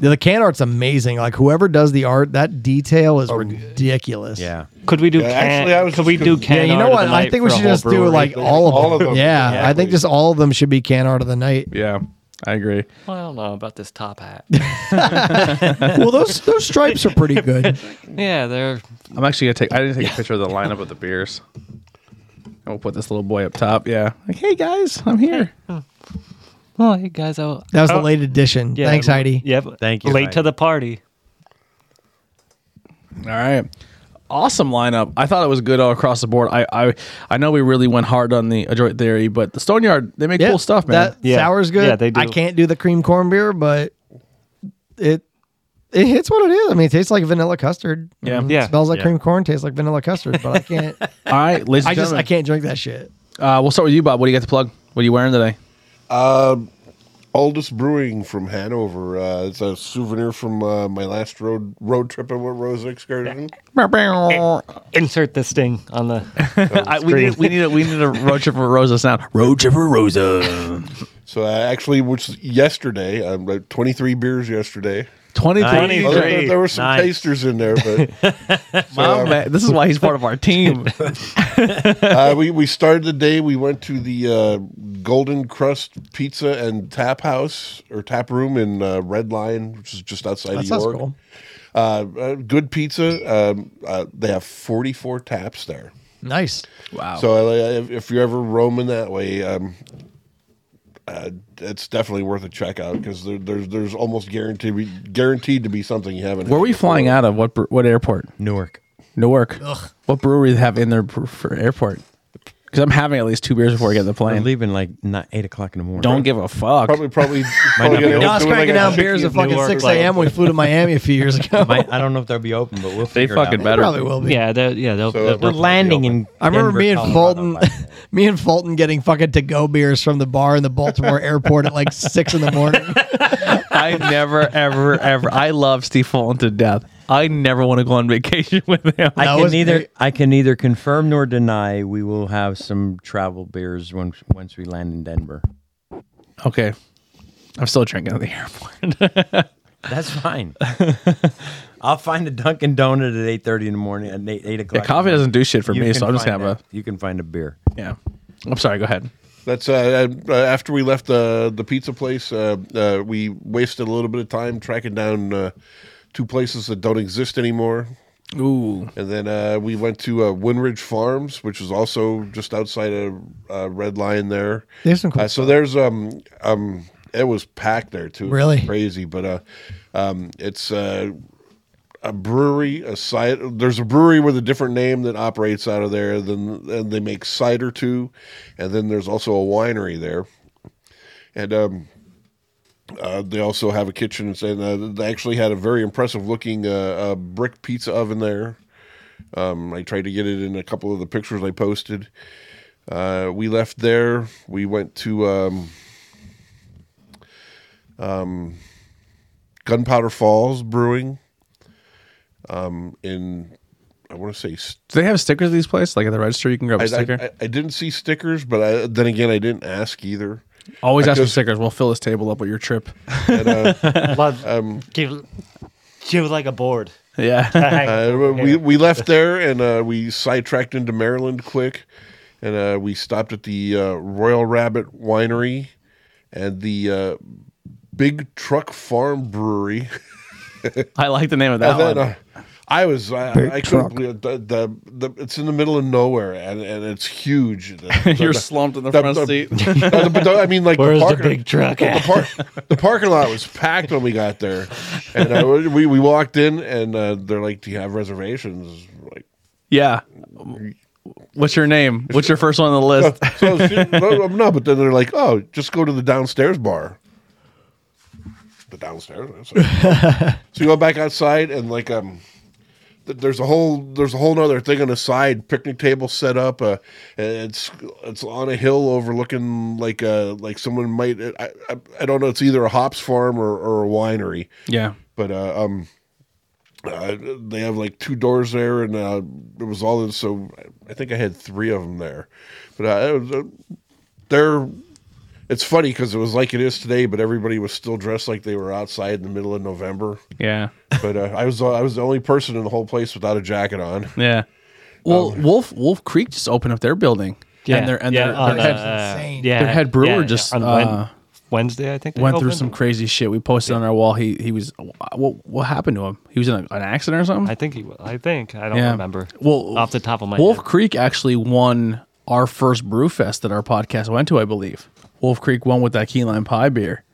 The, the can art's amazing. Like whoever does the art, that detail is ridiculous.
Yeah.
Could we do?
Yeah,
can,
actually, I was
could
just
we do
gonna-
can?
Yeah, you know
art of
what?
the
I
night
think we
for a
should
whole
just do
brewery?
like all of
All
them.
of them.
Yeah,
Yeah,
I think
please.
just all of them should be can art of the night.
Yeah, I agree.
Well, I don't know about this top hat.
well, those those stripes are pretty good.
yeah, they're
I'm actually gonna take. I didn't take a picture of the lineup of the beers. I will put this little boy up top. Yeah. Like, hey guys, I'm here.
Oh, hey guys, I,
That was the
Oh,
late edition.
yeah,
Thanks, Heidi.
Yep.
Thank you,
Late
Heidi.
to the party.
All right. Awesome lineup. I thought it was good all across the board. I I, I know we really went hard on the Adroit Theory, but the Stone Yard, they make
Yeah,
cool stuff, man.
That
Yeah.
sour's good.
Yeah, they do.
I can't do the cream corn beer, but it It hits what it is. I mean, it tastes like vanilla custard.
Yeah.
Mm,
Yeah.
Smells like
Yeah.
cream corn. Tastes like vanilla custard. But I can't.
All right, ladies
I
and
just I
gentlemen,
can't drink that shit.
uh, we'll start with you, Bob. What do you got to plug? What are you wearing today?
Aldous Brewing from Hanover. Uh, it's a souvenir from uh, my last road road trip I went Rose excursion.
Insert this thing on the.
I, we need we need a, we need a road trip for Rosa sound. Road trip for Rosa.
So I actually, which yesterday, I'm uh, 23 beers yesterday.
Twenty
Oh,
twenty.
Nice.
there-
Great.
there were some
Nice.
tasters in there, but um,
Mom, Oh, man, this is why he's part of our team.
uh, we we started the day. We went to the uh, Golden Crust Pizza and Tap House or Tap Room in uh, Red Lion, which is just outside
That
of
sounds
York.
cool.
Uh, uh, good pizza. Um, uh, they have 44 taps there.
Nice.
wow.
So uh, if, if you're ever roaming that way, um, uh, it's definitely worth a check out because there, there's there's almost guaranteed be, guaranteed to be something you haven't.
Where
had
were you
before.
flying out of? What br- what airport?
Newark.
Newark. What brewery they have in their br- for airport? Because I'm having at least two beers before I get in the
I'm
plane.
leaving like not eight o'clock in the morning.
Don't give a fuck.
Probably probably. probably
not be
gonna
open.
do
I was
it
cracking
like a
down
chicken
beers at
in
fucking
New York,
six
like-
a.m. when we flew to Miami a few years ago.
Might, I don't know if they'll be open, but we'll.
They
figure it out.
fucking
It
better.
probably will be.
yeah, they're, yeah, they'll.
So, uh,
they'll-
They're landing in.
I remember
Denver,
me and
Colorado
Fulton,
last night.
me and Fulton getting fucking to go beers from the bar in the Baltimore airport at like six in the morning.
I never, ever, ever. I love Steve Fulton to death. I never want to go on vacation with him.
I
That
can
was
neither
me.
I can neither confirm nor deny. We will have some travel beers once once we land in Denver.
okay. I'm still drinking at the airport.
That's fine. I'll find a Dunkin' Donut at eight thirty in the morning at eight, eight o'clock.
Yeah, coffee doesn't do shit for me, so I'm just gonna have a.
You can find a beer.
Yeah. I'm sorry. Go ahead.
That's uh, uh, after we left the the pizza place. Uh, uh, we wasted a little bit of time tracking down uh, two places that don't exist anymore,
Ooh.
and then uh, we went to uh, Winridge Farms, which is also just outside of uh, Red Lion. There,
There's some cool
Uh, so there's um um it was packed there too. It was
Really?
crazy, but uh, um, it's uh. A brewery, a cider. There's a brewery with a different name that operates out of there. Then and they make cider too, and then there's also a winery there, and um, uh, they also have a kitchen. And uh, they actually had a very impressive looking uh, uh, brick pizza oven there. Um, I tried to get it in a couple of the pictures I posted. Uh, we left there. We went to um, um, Gunpowder Falls Brewing um, in, I want to say, St-
Do they have stickers at these places? Like at the register, you can grab a
I,
sticker.
I, I- I didn't see stickers, but I, then again, I didn't ask either.
Always
I
ask for
just-
stickers. We'll fill this table up with your trip.
And, uh,
love, give, give like a board.
Oh, Yeah.
Uh, we we left there and uh, we sidetracked into Maryland quick, and uh, we stopped at the uh, Royal Rabbit Winery and the uh, Big Truck Farm Brewery.
I like the name of that
And then,
one.
uh, I was I,
Big
I
Truck.
couldn't believe it. the, the, the it's in the middle of nowhere and, and it's huge. The-
You're
the-
slumped in the
the-
front
the-
seat.
no, the- but the- I mean, like
Where's the
parking-
big truck
The, the
at?
park, the parking lot was packed when we got there, and uh, we we walked in and uh, they're like, "Do you have reservations?" Like.
Yeah. What's your name? What's your first one on the list?
so she, no, um, no, but then they're like, oh, just go to the downstairs bar. The downstairs. I was like, so you go back outside and like um, th- there's a whole there's a whole other thing on the side picnic table set up. Uh, and it's it's on a hill overlooking like uh like someone might I I, I don't know. It's either a hops farm or, or a winery
Yeah.
but uh, um, uh, they have like two doors there, and uh, it was all this. So I think I had three of them there, but uh, it was, uh, they're. It's funny because it was like it is today, but everybody was still dressed like they were outside in the middle of November.
Yeah.
But uh, I was I was the only person in the whole place without a jacket on.
Yeah. Well, Wolf Wolf Creek just opened up their building.
Yeah,
And their and
Um, yeah,
their,
on,
their head,
uh,
insane.
yeah,
their head
yeah,
brewer
yeah,
just
on Wen-
uh,
Wednesday, I think. they
went through
opened.
some crazy shit. We posted on our wall. He he was what what happened to him? He was in a, an accident or something.
I think he. wa- I think I don't remember.
Well,
off the top of my
Wolf
head.
Creek actually won our first brew fest that our podcast went to, I believe. Wolf Creek won with that key lime pie beer.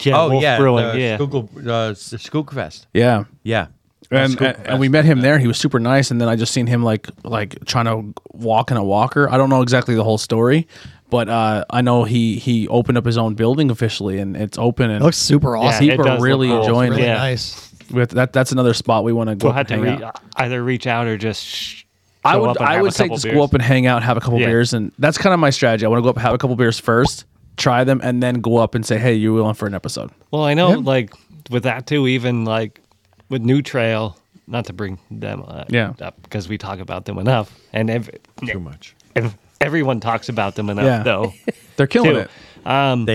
Yeah, Wolf Brewing.
Oh, the
yeah,
Schuylkill- uh, S- Schuylkfest.
Yeah.
Yeah,
And,
Schuylkill
and, and we met him there. He was super nice, and then I just seen him like like trying to walk in a walker. I don't know exactly the whole story, but uh, I know he he opened up his own building officially, and it's open and
It looks super awesome.
Yeah, it
people
does
are
look
really
cool.
enjoying
really
it.
Yeah.
nice.
We have to- that, that's another spot we want to go.
We'll
up
have to
and hang
re-
out.
either reach out or just. Sh-
I
show
would
up and
I
have a
would say
couple
just
beers.
go up and hang out, have a couple
Yeah.
beers, and that's kind of my strategy. I want to go up, have a couple beers first, try them, and then go up and say, "Hey, you on for an episode?"
Well, I know, like with that too. Even like with New Trail, not to bring them uh,
Yeah.
up because we talk about them enough, and ev-
Too much.
ev- everyone talks about them enough.
Yeah.
Though
They're killing
Two.
it.
They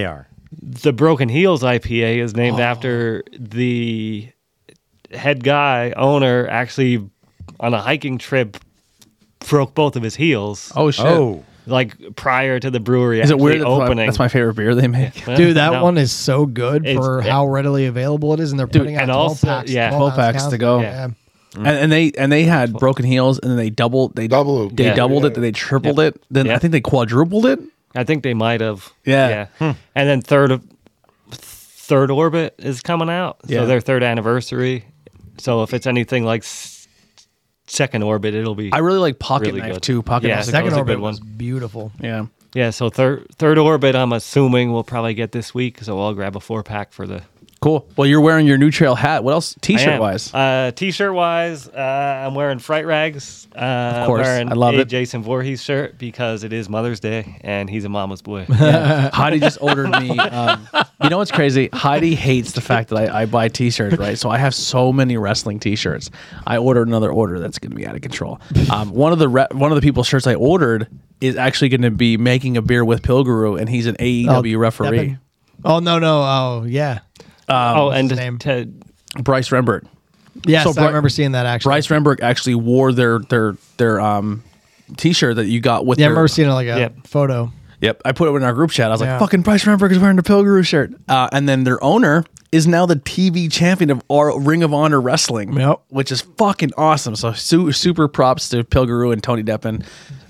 are.
Um, the Broken Heels IPA is
Oh.
named after the head guy owner actually on a hiking trip broke both of his heels.
Oh shit!
Oh,
Like prior to the brewery
Is
actually
it weird? that
opening.
That's my favorite beer they make.
Well,
Dude, that
no.
one is so good
It's-
for
it-
how readily available it is, and they're putting out
and
12
also-
packs,
yeah.
12
ounce
packs to
cans.
go.
Yeah.
Mm. And, and they and they had broken heels, and then they doubled they
Double-
they
Yeah.
doubled it, then they tripled
Yeah.
it, then
Yeah.
I think they quadrupled it.
I think they might have.
Yeah. Hmm.
And then third of third orbit is coming out.
Yeah.
So their third anniversary. So if it's anything like s- second orbit, it'll be
I really like Pocket
Really
Knife
good.
too. Pocket
Yeah,
Knife's a
that
Second
was a
orbit
good
was
one.
beautiful.
Yeah.
yeah. So third third orbit, I'm assuming we'll probably get this week. So I'll grab a four pack for the
Cool. Well, you're wearing your new trail hat. What else?
I am.
T-shirt wise.
Uh, t-shirt wise, uh, I'm wearing fright rags. Uh, of
course.
wearing
I love
a
it.
Jason Voorhees shirt because it is Mother's Day and he's a mama's boy.
Heidi just ordered me. Um, you know what's crazy? Heidi hates the fact that I, I buy T-shirts, right? So I have so many wrestling T-shirts. I ordered another order that's going to be out of control. Um, one of the re- one of the people's shirts I ordered is actually going to be making a beer with Pilguru, and he's an AEW
Oh,
referee,
epic. Oh no no oh yeah
oh, and
his name?
to-
Bryce Remberg.
yes
So
I
Bri-
remember seeing that actually.
Bryce Remberg actually wore their their their um T-shirt that you got with
yeah, I
their-
remember seeing like a
Yep.
photo.
Yep, I put it in our group chat. I was
Yeah.
like, "Fucking Bryce Ramberg is wearing the Pilgrim shirt," uh, and then their owner is now the TV champion of our Ring of Honor Wrestling,
Yep.
which is fucking awesome. So su- super props to Pilgrim and Tony Deppen.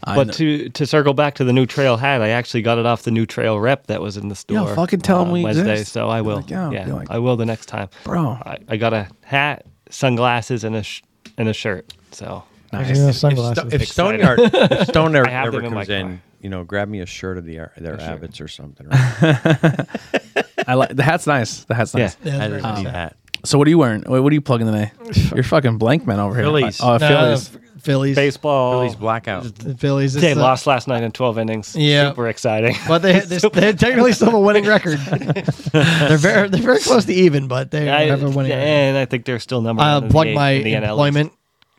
Uh,
But to to circle back to the new trail hat, I actually got it off the new trail rep that was in the store.
fucking tell 'em
on
we
Wednesday,
exist.
so I will.
Like, yeah,
yeah,
be like-
I will the next time,
Bro.
I, I got a hat, sunglasses, and a sh- and a shirt. So
Nice. Yeah, sunglasses.
If Stoneyard, if Stoneyard
I have
ever
them in my
comes in,
car.
you know, grab me a shirt of the Ar- their Abbots or something. Right?
I like the hat's nice. The hat's
yeah,
nice.
Yeah, Uh,
I
that's
just
very
need
nice.
that.
So what are you wearing? What what are you plugging today? You're fucking blank man over here.
Phillies.
Oh,
No,
Phillies.
F- uh, Phillies.
baseball.
Billy's blackout.
The Phillies. it's
They
uh,
the-
lost last night in twelve innings.
Yeah.
super exciting.
but they they, they technically still have a winning record. they're very they're very close to even, but they
I,
have a winning. record.
and I think they're still number
I
one. in
plug
the eight
my
in the NL East.
employment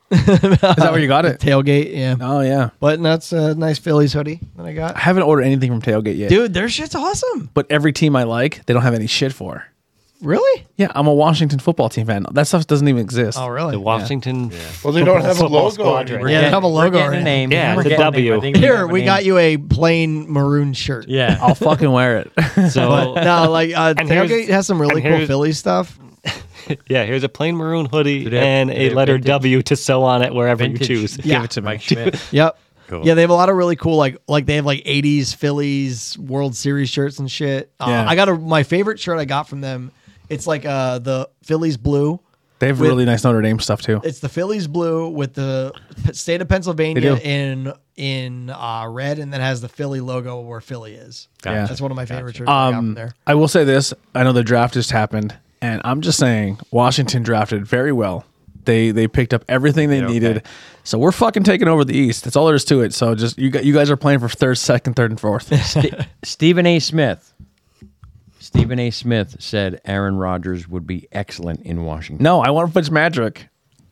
Is that where you got it?
tailgate. Yeah,
Oh yeah.
but that's a nice Phillies hoodie that I
I
got.
haven't ordered anything from Tailgate yet,
Dude, their shit's awesome.
But every team I like, they don't have any shit for.
Really?
Yeah, I'm a Washington football team fan. That stuff doesn't even exist.
Oh, really?
The Washington.
Well, they don't have a
Football
logo
squadron.
anymore.
yeah, they have a logo.
Getting
already.
a name.
Yeah,
We're
it's a
getting a
W.
name. I think
Here,
have a
we
name.
got you a plain maroon shirt.
Yeah.
I'll fucking wear it.
So
No, like uh,
And here's-
tailgate has some really
and
cool
here's-
Philly stuff.
yeah, here's a plain maroon hoodie
Do they have-
and
do they
a
have
letter
vintage-
W to sew on it wherever you choose.
Yeah.
Give it to Mike Schmidt.
Yep.
Cool.
Yeah, they have a lot of really cool like like they have like '80s Phillies World Series shirts and shit. Uh,
Yeah.
I got a my favorite shirt I got from them. It's like uh the Phillies blue.
They have
With-
really nice Notre Dame stuff too.
It's the Phillies blue with the p- state of Pennsylvania
They do.
in in uh, red, and then has the Philly logo where Philly is.
Yeah.
That's one of my favorite shirts I got from
Um,
there.
I will say this: I know the draft just happened, and I'm just saying Washington drafted very well. They they picked up everything they
okay.
needed, so we're fucking taking over the East. That's all there is to it. So just you got you guys are playing for third, second, third, and fourth.
Ste- Stephen A. Smith. Stephen A. Smith said Aaron Rodgers would be excellent in Washington.
no, I want Fitzmagic.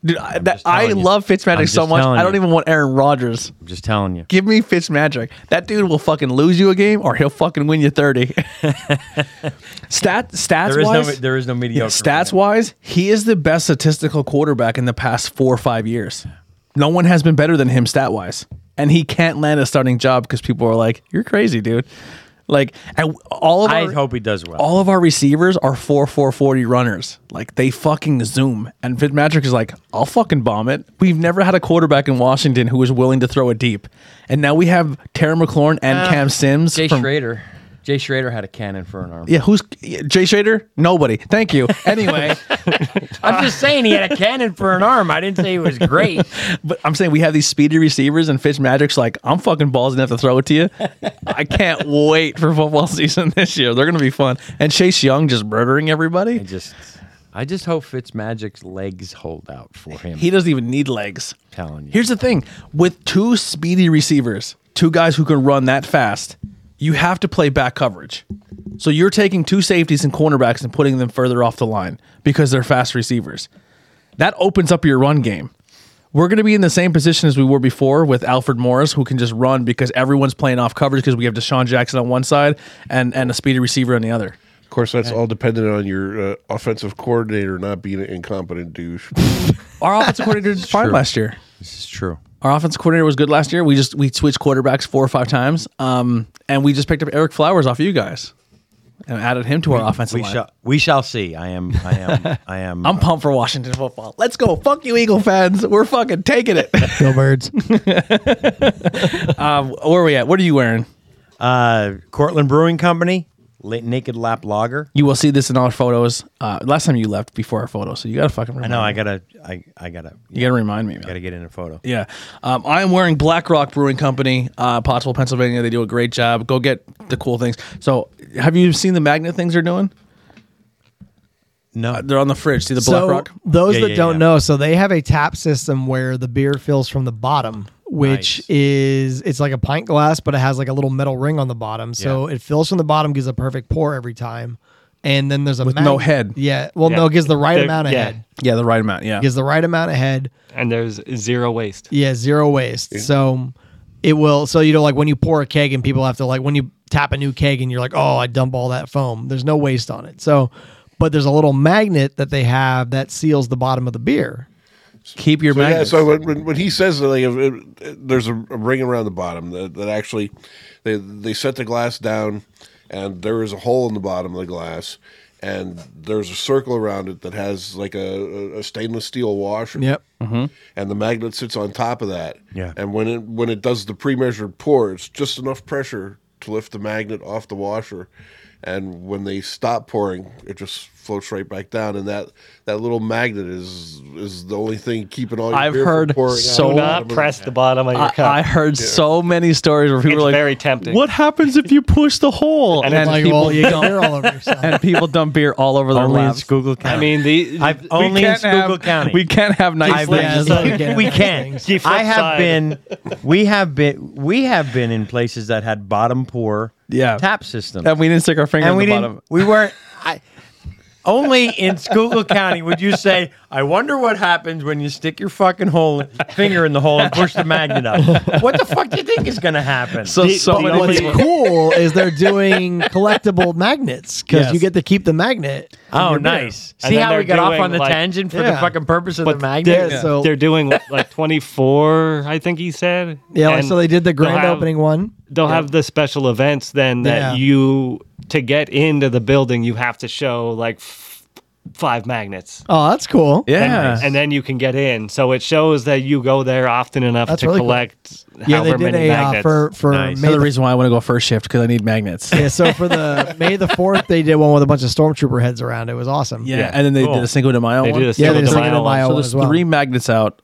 Dude, I, that,
just
I
telling you.
love
I'm
Fitzmagic so
just
much.
telling
I don't
you.
even want Aaron Rodgers.
I'm just telling you.
Give me Fitzmagic. That dude will fucking lose you a game, or he'll fucking win you thirty. Stat stats
There is no
wise,
there is no mediocre.
Yeah, stats wise, he is the best statistical quarterback in the past four or five years. No one has been better than him stat wise. And he can't land a starting job because people are like, You're crazy, dude. Like and all of
I
our,
hope he does well.
all of our receivers are four four forty runners. Like they fucking zoom. And Fitzmagic is like, I'll fucking bomb it. We've never had a quarterback in Washington who was willing to throw it deep. And now we have Terry McLaurin and
Ah,
Cam Sims.
Jay
from-
Schrader. Jay Schrader had a cannon for an arm.
Yeah, who's yeah, Jay Schrader? Nobody. Thank you. Anyway.
I'm just saying he had a cannon for an arm. I didn't say he was great.
But I'm saying we have these speedy receivers, and Fitzmagic's like, I'm fucking balls enough to throw it to you. I can't wait for football season this year. They're going to be fun. And Chase Young just murdering everybody.
I just I just hope Fitzmagic's legs hold out for him.
He doesn't even need legs.
Telling you.
Here's the thing with two speedy receivers, two guys who can run that fast, you have to play back coverage. So you're taking two safeties and cornerbacks and putting them further off the line because they're fast receivers. That opens up your run game. We're going to be in the same position as we were before with Alfred Morris, who can just run because everyone's playing off coverage because we have Deshaun Jackson on one side and, and a speedy receiver on the other.
Of course, that's all dependent on your uh, offensive coordinator not being an incompetent douche.
Our offensive coordinator did fine last year.
this is true.
Our offensive coordinator was good last year. We just we switched quarterbacks four or five times, um, and we just picked up Eric Flowers off of you guys and added him to our offensive
We
line.
shall. We shall see. I am. I am. I am.
I'm pumped for Washington football. Let's go! Fuck you, Eagle fans. We're fucking taking it.
Go birds.
um, where are we at? What are you wearing?
uh, Cortland Brewing Company, La- Naked Lap Lager.
You will see this in all our photos. Uh, last time you left before our photo, so you gotta fucking.
I
Remind
know.
Me.
I gotta. I. I gotta.
Um, You gotta remind me. Man.
Gotta get in a photo.
Yeah. Um, I am wearing Black Rock Brewing Company, uh, Pottsville, Pennsylvania. They do a great job. Go get the cool things. So, have you seen the magnet things they're doing?
No.
They're on the fridge. See the Black
so
Rock?
those
Yeah,
that
yeah,
don't
yeah.
know, so they have a tap system where the beer fills from the bottom, which
Nice.
is it's like a pint glass, but it has like a little metal ring on the bottom. So it fills from the bottom, gives a perfect pour every time. And then there's a
With no head.
Yeah. Well,
Yeah.
no, it gives the right
There-
amount of
yeah.
head.
Yeah, the right amount. Yeah.
Gives the right amount of head.
and there's zero waste.
Yeah, zero waste. So it will. So you know, like when you pour a keg and people have to like when you tap a new keg and you're like, oh, I dump all that foam. There's no waste on it. So, but there's a little magnet that they have that seals the bottom of the beer.
Keep your
So, yeah,
magnets.
so when, when, when he says that, like, if- if- there's a, a ring around the bottom that, that actually they they set the glass down, and there is a hole in the bottom of the glass, and there's a circle around it that has like a, a stainless steel washer. And the magnet sits on top of that.
Yeah.
And when it when it does the pre-measured pour, it's just enough pressure to lift the magnet off the washer, and when they stop pouring, it just floats right back down. And that that little magnet is is the only thing keeping all your
I've
beer from
heard
pouring out
so
of
Do
the
Oh,
not
bottom of the-
press the bottom of your
I,
cup.
I heard so many stories where people
It's
were like,
very tempting.
What happens if you push the hole?
And
And,
it's
Like,
people,
well, you got
dump,
beer all over yourself.
and people dump beer all over their
Only in
laps.
Schuylkill County.
I mean, the
I've
We
only in
can't have-
Schuylkill County.
We can't have nice
I've
Yeah,
things.
it's not a game.
we can.
You flip
I have
side.
been. We have been. We have been in places that had bottom pour.
Yeah.
Tap system.
And we didn't stick our finger in
and
the
we didn't.
bottom.
We weren't. I, only in Schuylkill County would you say, "I wonder what happens when you stick your fucking hole finger in the hole and push the magnet up." What the fuck do you think is going to happen?
So,
The-
so
the
many
only-
What's
people-
cool is they're doing collectible magnets because
Yes.
you get to keep the magnet.
oh, nice.
And
See
then
how we
they're
got off
doing,
on the
like-
tangent for the
Yeah.
fucking purpose of
But
the magnet.
Yeah, so
they're doing like 24, I think he said.
yeah, like,
And
so they did the
they'll
grand
have-
opening one.
They'll have the special events then that
Yeah.
you to get into the building you have to show like f- five magnets.
Oh, that's cool.
yeah.
And, and then you can get in. So it shows that you go there often enough
That's
to
really cool.
collect
Yeah, they
however
did
many
a uh,
magnets.
for for
Nice.
May
Another
the
reason why I want to go first shift because I need magnets.
Yeah, so for the May the Fourth, they did one with a bunch of stormtrooper heads around. It was awesome.
Yeah, and then they
Cool.
did a Cinco de Mayo
They
one.
did a
yeah, they
Cinco de
just did
Mayo
a
one.
Mayo
so
one
there's
as well.
three magnets out.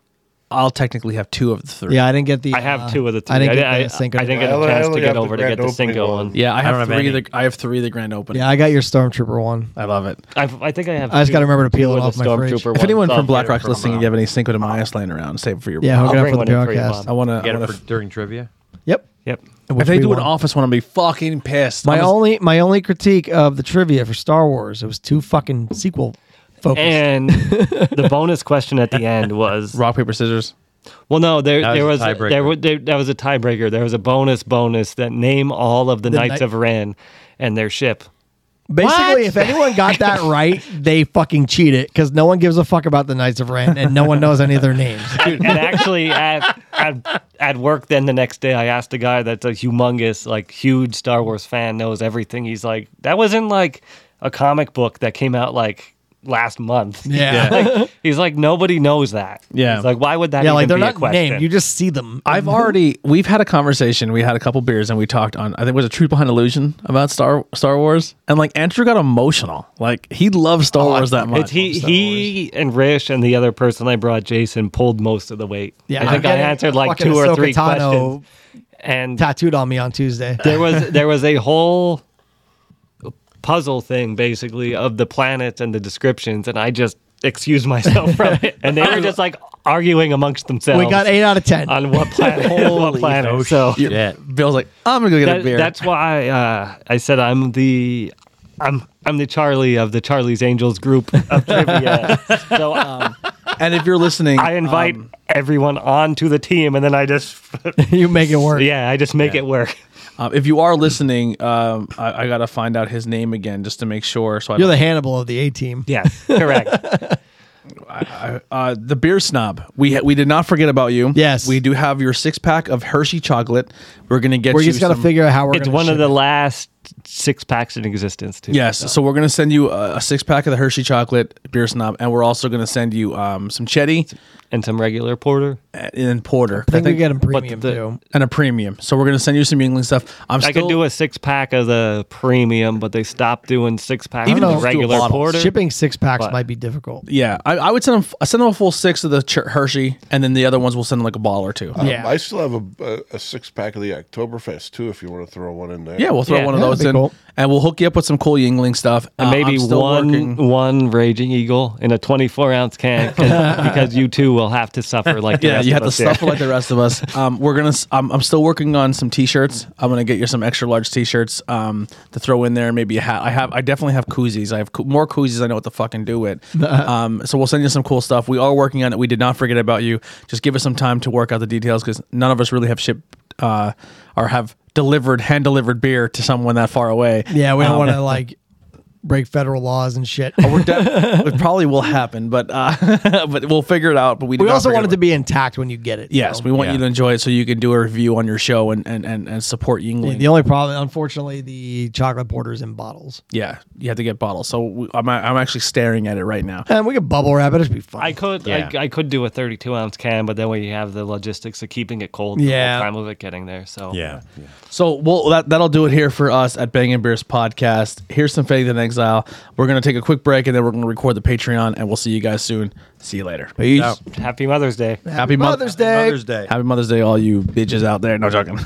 I'll technically have two of the three.
Yeah, I didn't get the.
I have
uh,
two of the three.
I didn't get
I,
the Cinco
I
de
didn't
Mayo.
get a
I
chance
only
to
got
get
the
over to get
grand
the
opening
single
one.
one.
Yeah, I
don't
have
have
three.
any.
Of the, I have three of the grand opening.
Yeah, I got your stormtrooper one.
I love it.
I've, I think I have.
I just
two-
gotta remember to
two
peel it
of the
off my fridge.
Stormtrooper
If
ones. Oh,
If anyone
I'll
from Black
get it
Rock's
from uh,
listening,
Rob.
you have any Cinco de Mayo laying around, save it for your.
Yeah, hook
I'll
it up
bring
for the
one in for you,
podcast.
I
Bob.
want to.
Get it for, during trivia.
Yep.
Yep.
Which
If they
we
do an
won.
office one, I'm gonna be fucking pissed.
my
I'm just-
only my only critique of the trivia for Star Wars, it was too fucking sequel focused.
And the bonus question at the end was
rock paper scissors.
well, no, there
That
there
was
was
a tiebreaker.
there, wa- there that was a tiebreaker. There was a bonus bonus that name all of the, Knights
Knight-
of Ren and their ship.
Basically,
What?
if anyone got that right, they fucking cheat it because no one gives a fuck about the Knights of Ren and no one knows any of their names.
And actually, at, at at work, then the next day, I asked a guy that's a humongous, like, huge Star Wars fan, knows everything. He's like, that was in like a comic book that came out like last month.
Yeah.
Like, he's like, nobody knows that.
Yeah.
He's like, why would that?
Yeah,
even
like they're
be a
not
question?
named. You just see them.
I've already we've had a conversation. We had a couple beers and we talked on I think it was a truth behind illusion about Star Star Wars and like Andrew got emotional. Like he loves Star Wars that much.
It's he he and Rish and the other person I brought, Jason, pulled most of the weight.
Yeah,
I think
I'm
I
getting
answered like
fucking
two or
Ahsoka
three
Tano
questions. And
tattooed on me on Tuesday.
there was there was a whole puzzle thing basically of the planets and the descriptions, and I just excused myself from it. And they were just like arguing amongst themselves.
We got eight out of ten.
on what planet? what planet? so
Yeah.
Bill's like, I'm gonna go get
that-
a beer.
that's why uh, I said I'm the. I'm I'm the Charlie of the Charlie's Angels group of trivia. so um,
and if you're listening, um,
I invite everyone onto the team, and then I just
you make it work.
yeah, I just make it work.
um, if you are listening, um, I, I gotta find out his name again just to make sure. So I
You're
don't-
the Hannibal of the A team.
Yes, correct.
uh, the beer snob. We ha- we did not forget about you.
Yes.
we do have your six pack of Hershey chocolate. We're gonna get.
We're
you
just got to
some-
figure out how we're.
it's
gonna
one of
ship
the
it.
last six packs in existence too.
Yes, so we're gonna send you a, a six pack of the Hershey chocolate beer snob, and we're also gonna send you um, some Chetty
and some regular porter.
and, and porter.
I think we get them
but
premium
the-
too.
and a premium. So we're gonna send you some Yingling stuff. I'm
I
still
could do a six pack of the premium, but they stopped doing six pack
Even
of
if it's
the
just do a
regular
bottle.
porter.
Shipping six packs
But-
might be difficult.
Yeah, I, I would send them. I send them a full six of the Ch- Hershey, and then the other ones we'll send them like a ball or two.
Uh,
Um,
Yeah.
I still have a, a, a six pack of the Oktoberfest too. If you want to throw one in there,
yeah, we'll throw
Yeah,
one of
that'd
those
be
in,
cool.
and we'll hook you up with some cool Yingling stuff.
And
Uh,
maybe
I'm still
one
working-
one raging eagle in a 24 ounce can 'cause- because you too will have to suffer like the
Yeah,
rest
you
of
have to
us here.
suffer like the rest of us. Um, we're gonna. s- I'm, I'm still working on some t-shirts. I'm gonna get you some extra large t-shirts um, to throw in there. Maybe a hat. I have. I definitely have koozies. I have co- more koozies. I know what to fucking do with. Um, so we'll send you some cool stuff. We are working on it. We did not forget about you. Just give us some time to work out the details because none of us really have shipped uh, or have delivered hand delivered beer to someone that far away.
Yeah, we don't want to like break federal laws and shit.
We're de- it probably will happen, but uh, but we'll figure it out. But we did
We
not
also
forget
want it
about-
to be intact when you get it.
Yes,
so.
we want
Yeah.
you to enjoy it so you can do a review on your show and and and, and support Yingling.
The only problem, unfortunately, the chocolate porter's in bottles.
yeah, you have to get bottles. So we, I'm I'm actually staring at it right now.
And we could bubble wrap it. It'd be fun.
I could
Yeah.
I, I could do a 32 ounce can, but then we have the logistics of keeping it cold.
Yeah.
the whole time of it getting there. So
Yeah. yeah.
So well that that'll do it here for us at Bang and Beers podcast. Here's some faith in exile. We're gonna take a quick break and then we're gonna record the Patreon and we'll see you guys soon. See you later. Peace.
happy Mother's Day.
Happy Mother's
Mother's Day.
Mother's Day.
Happy Mother's Day, all you bitches out there. No joking.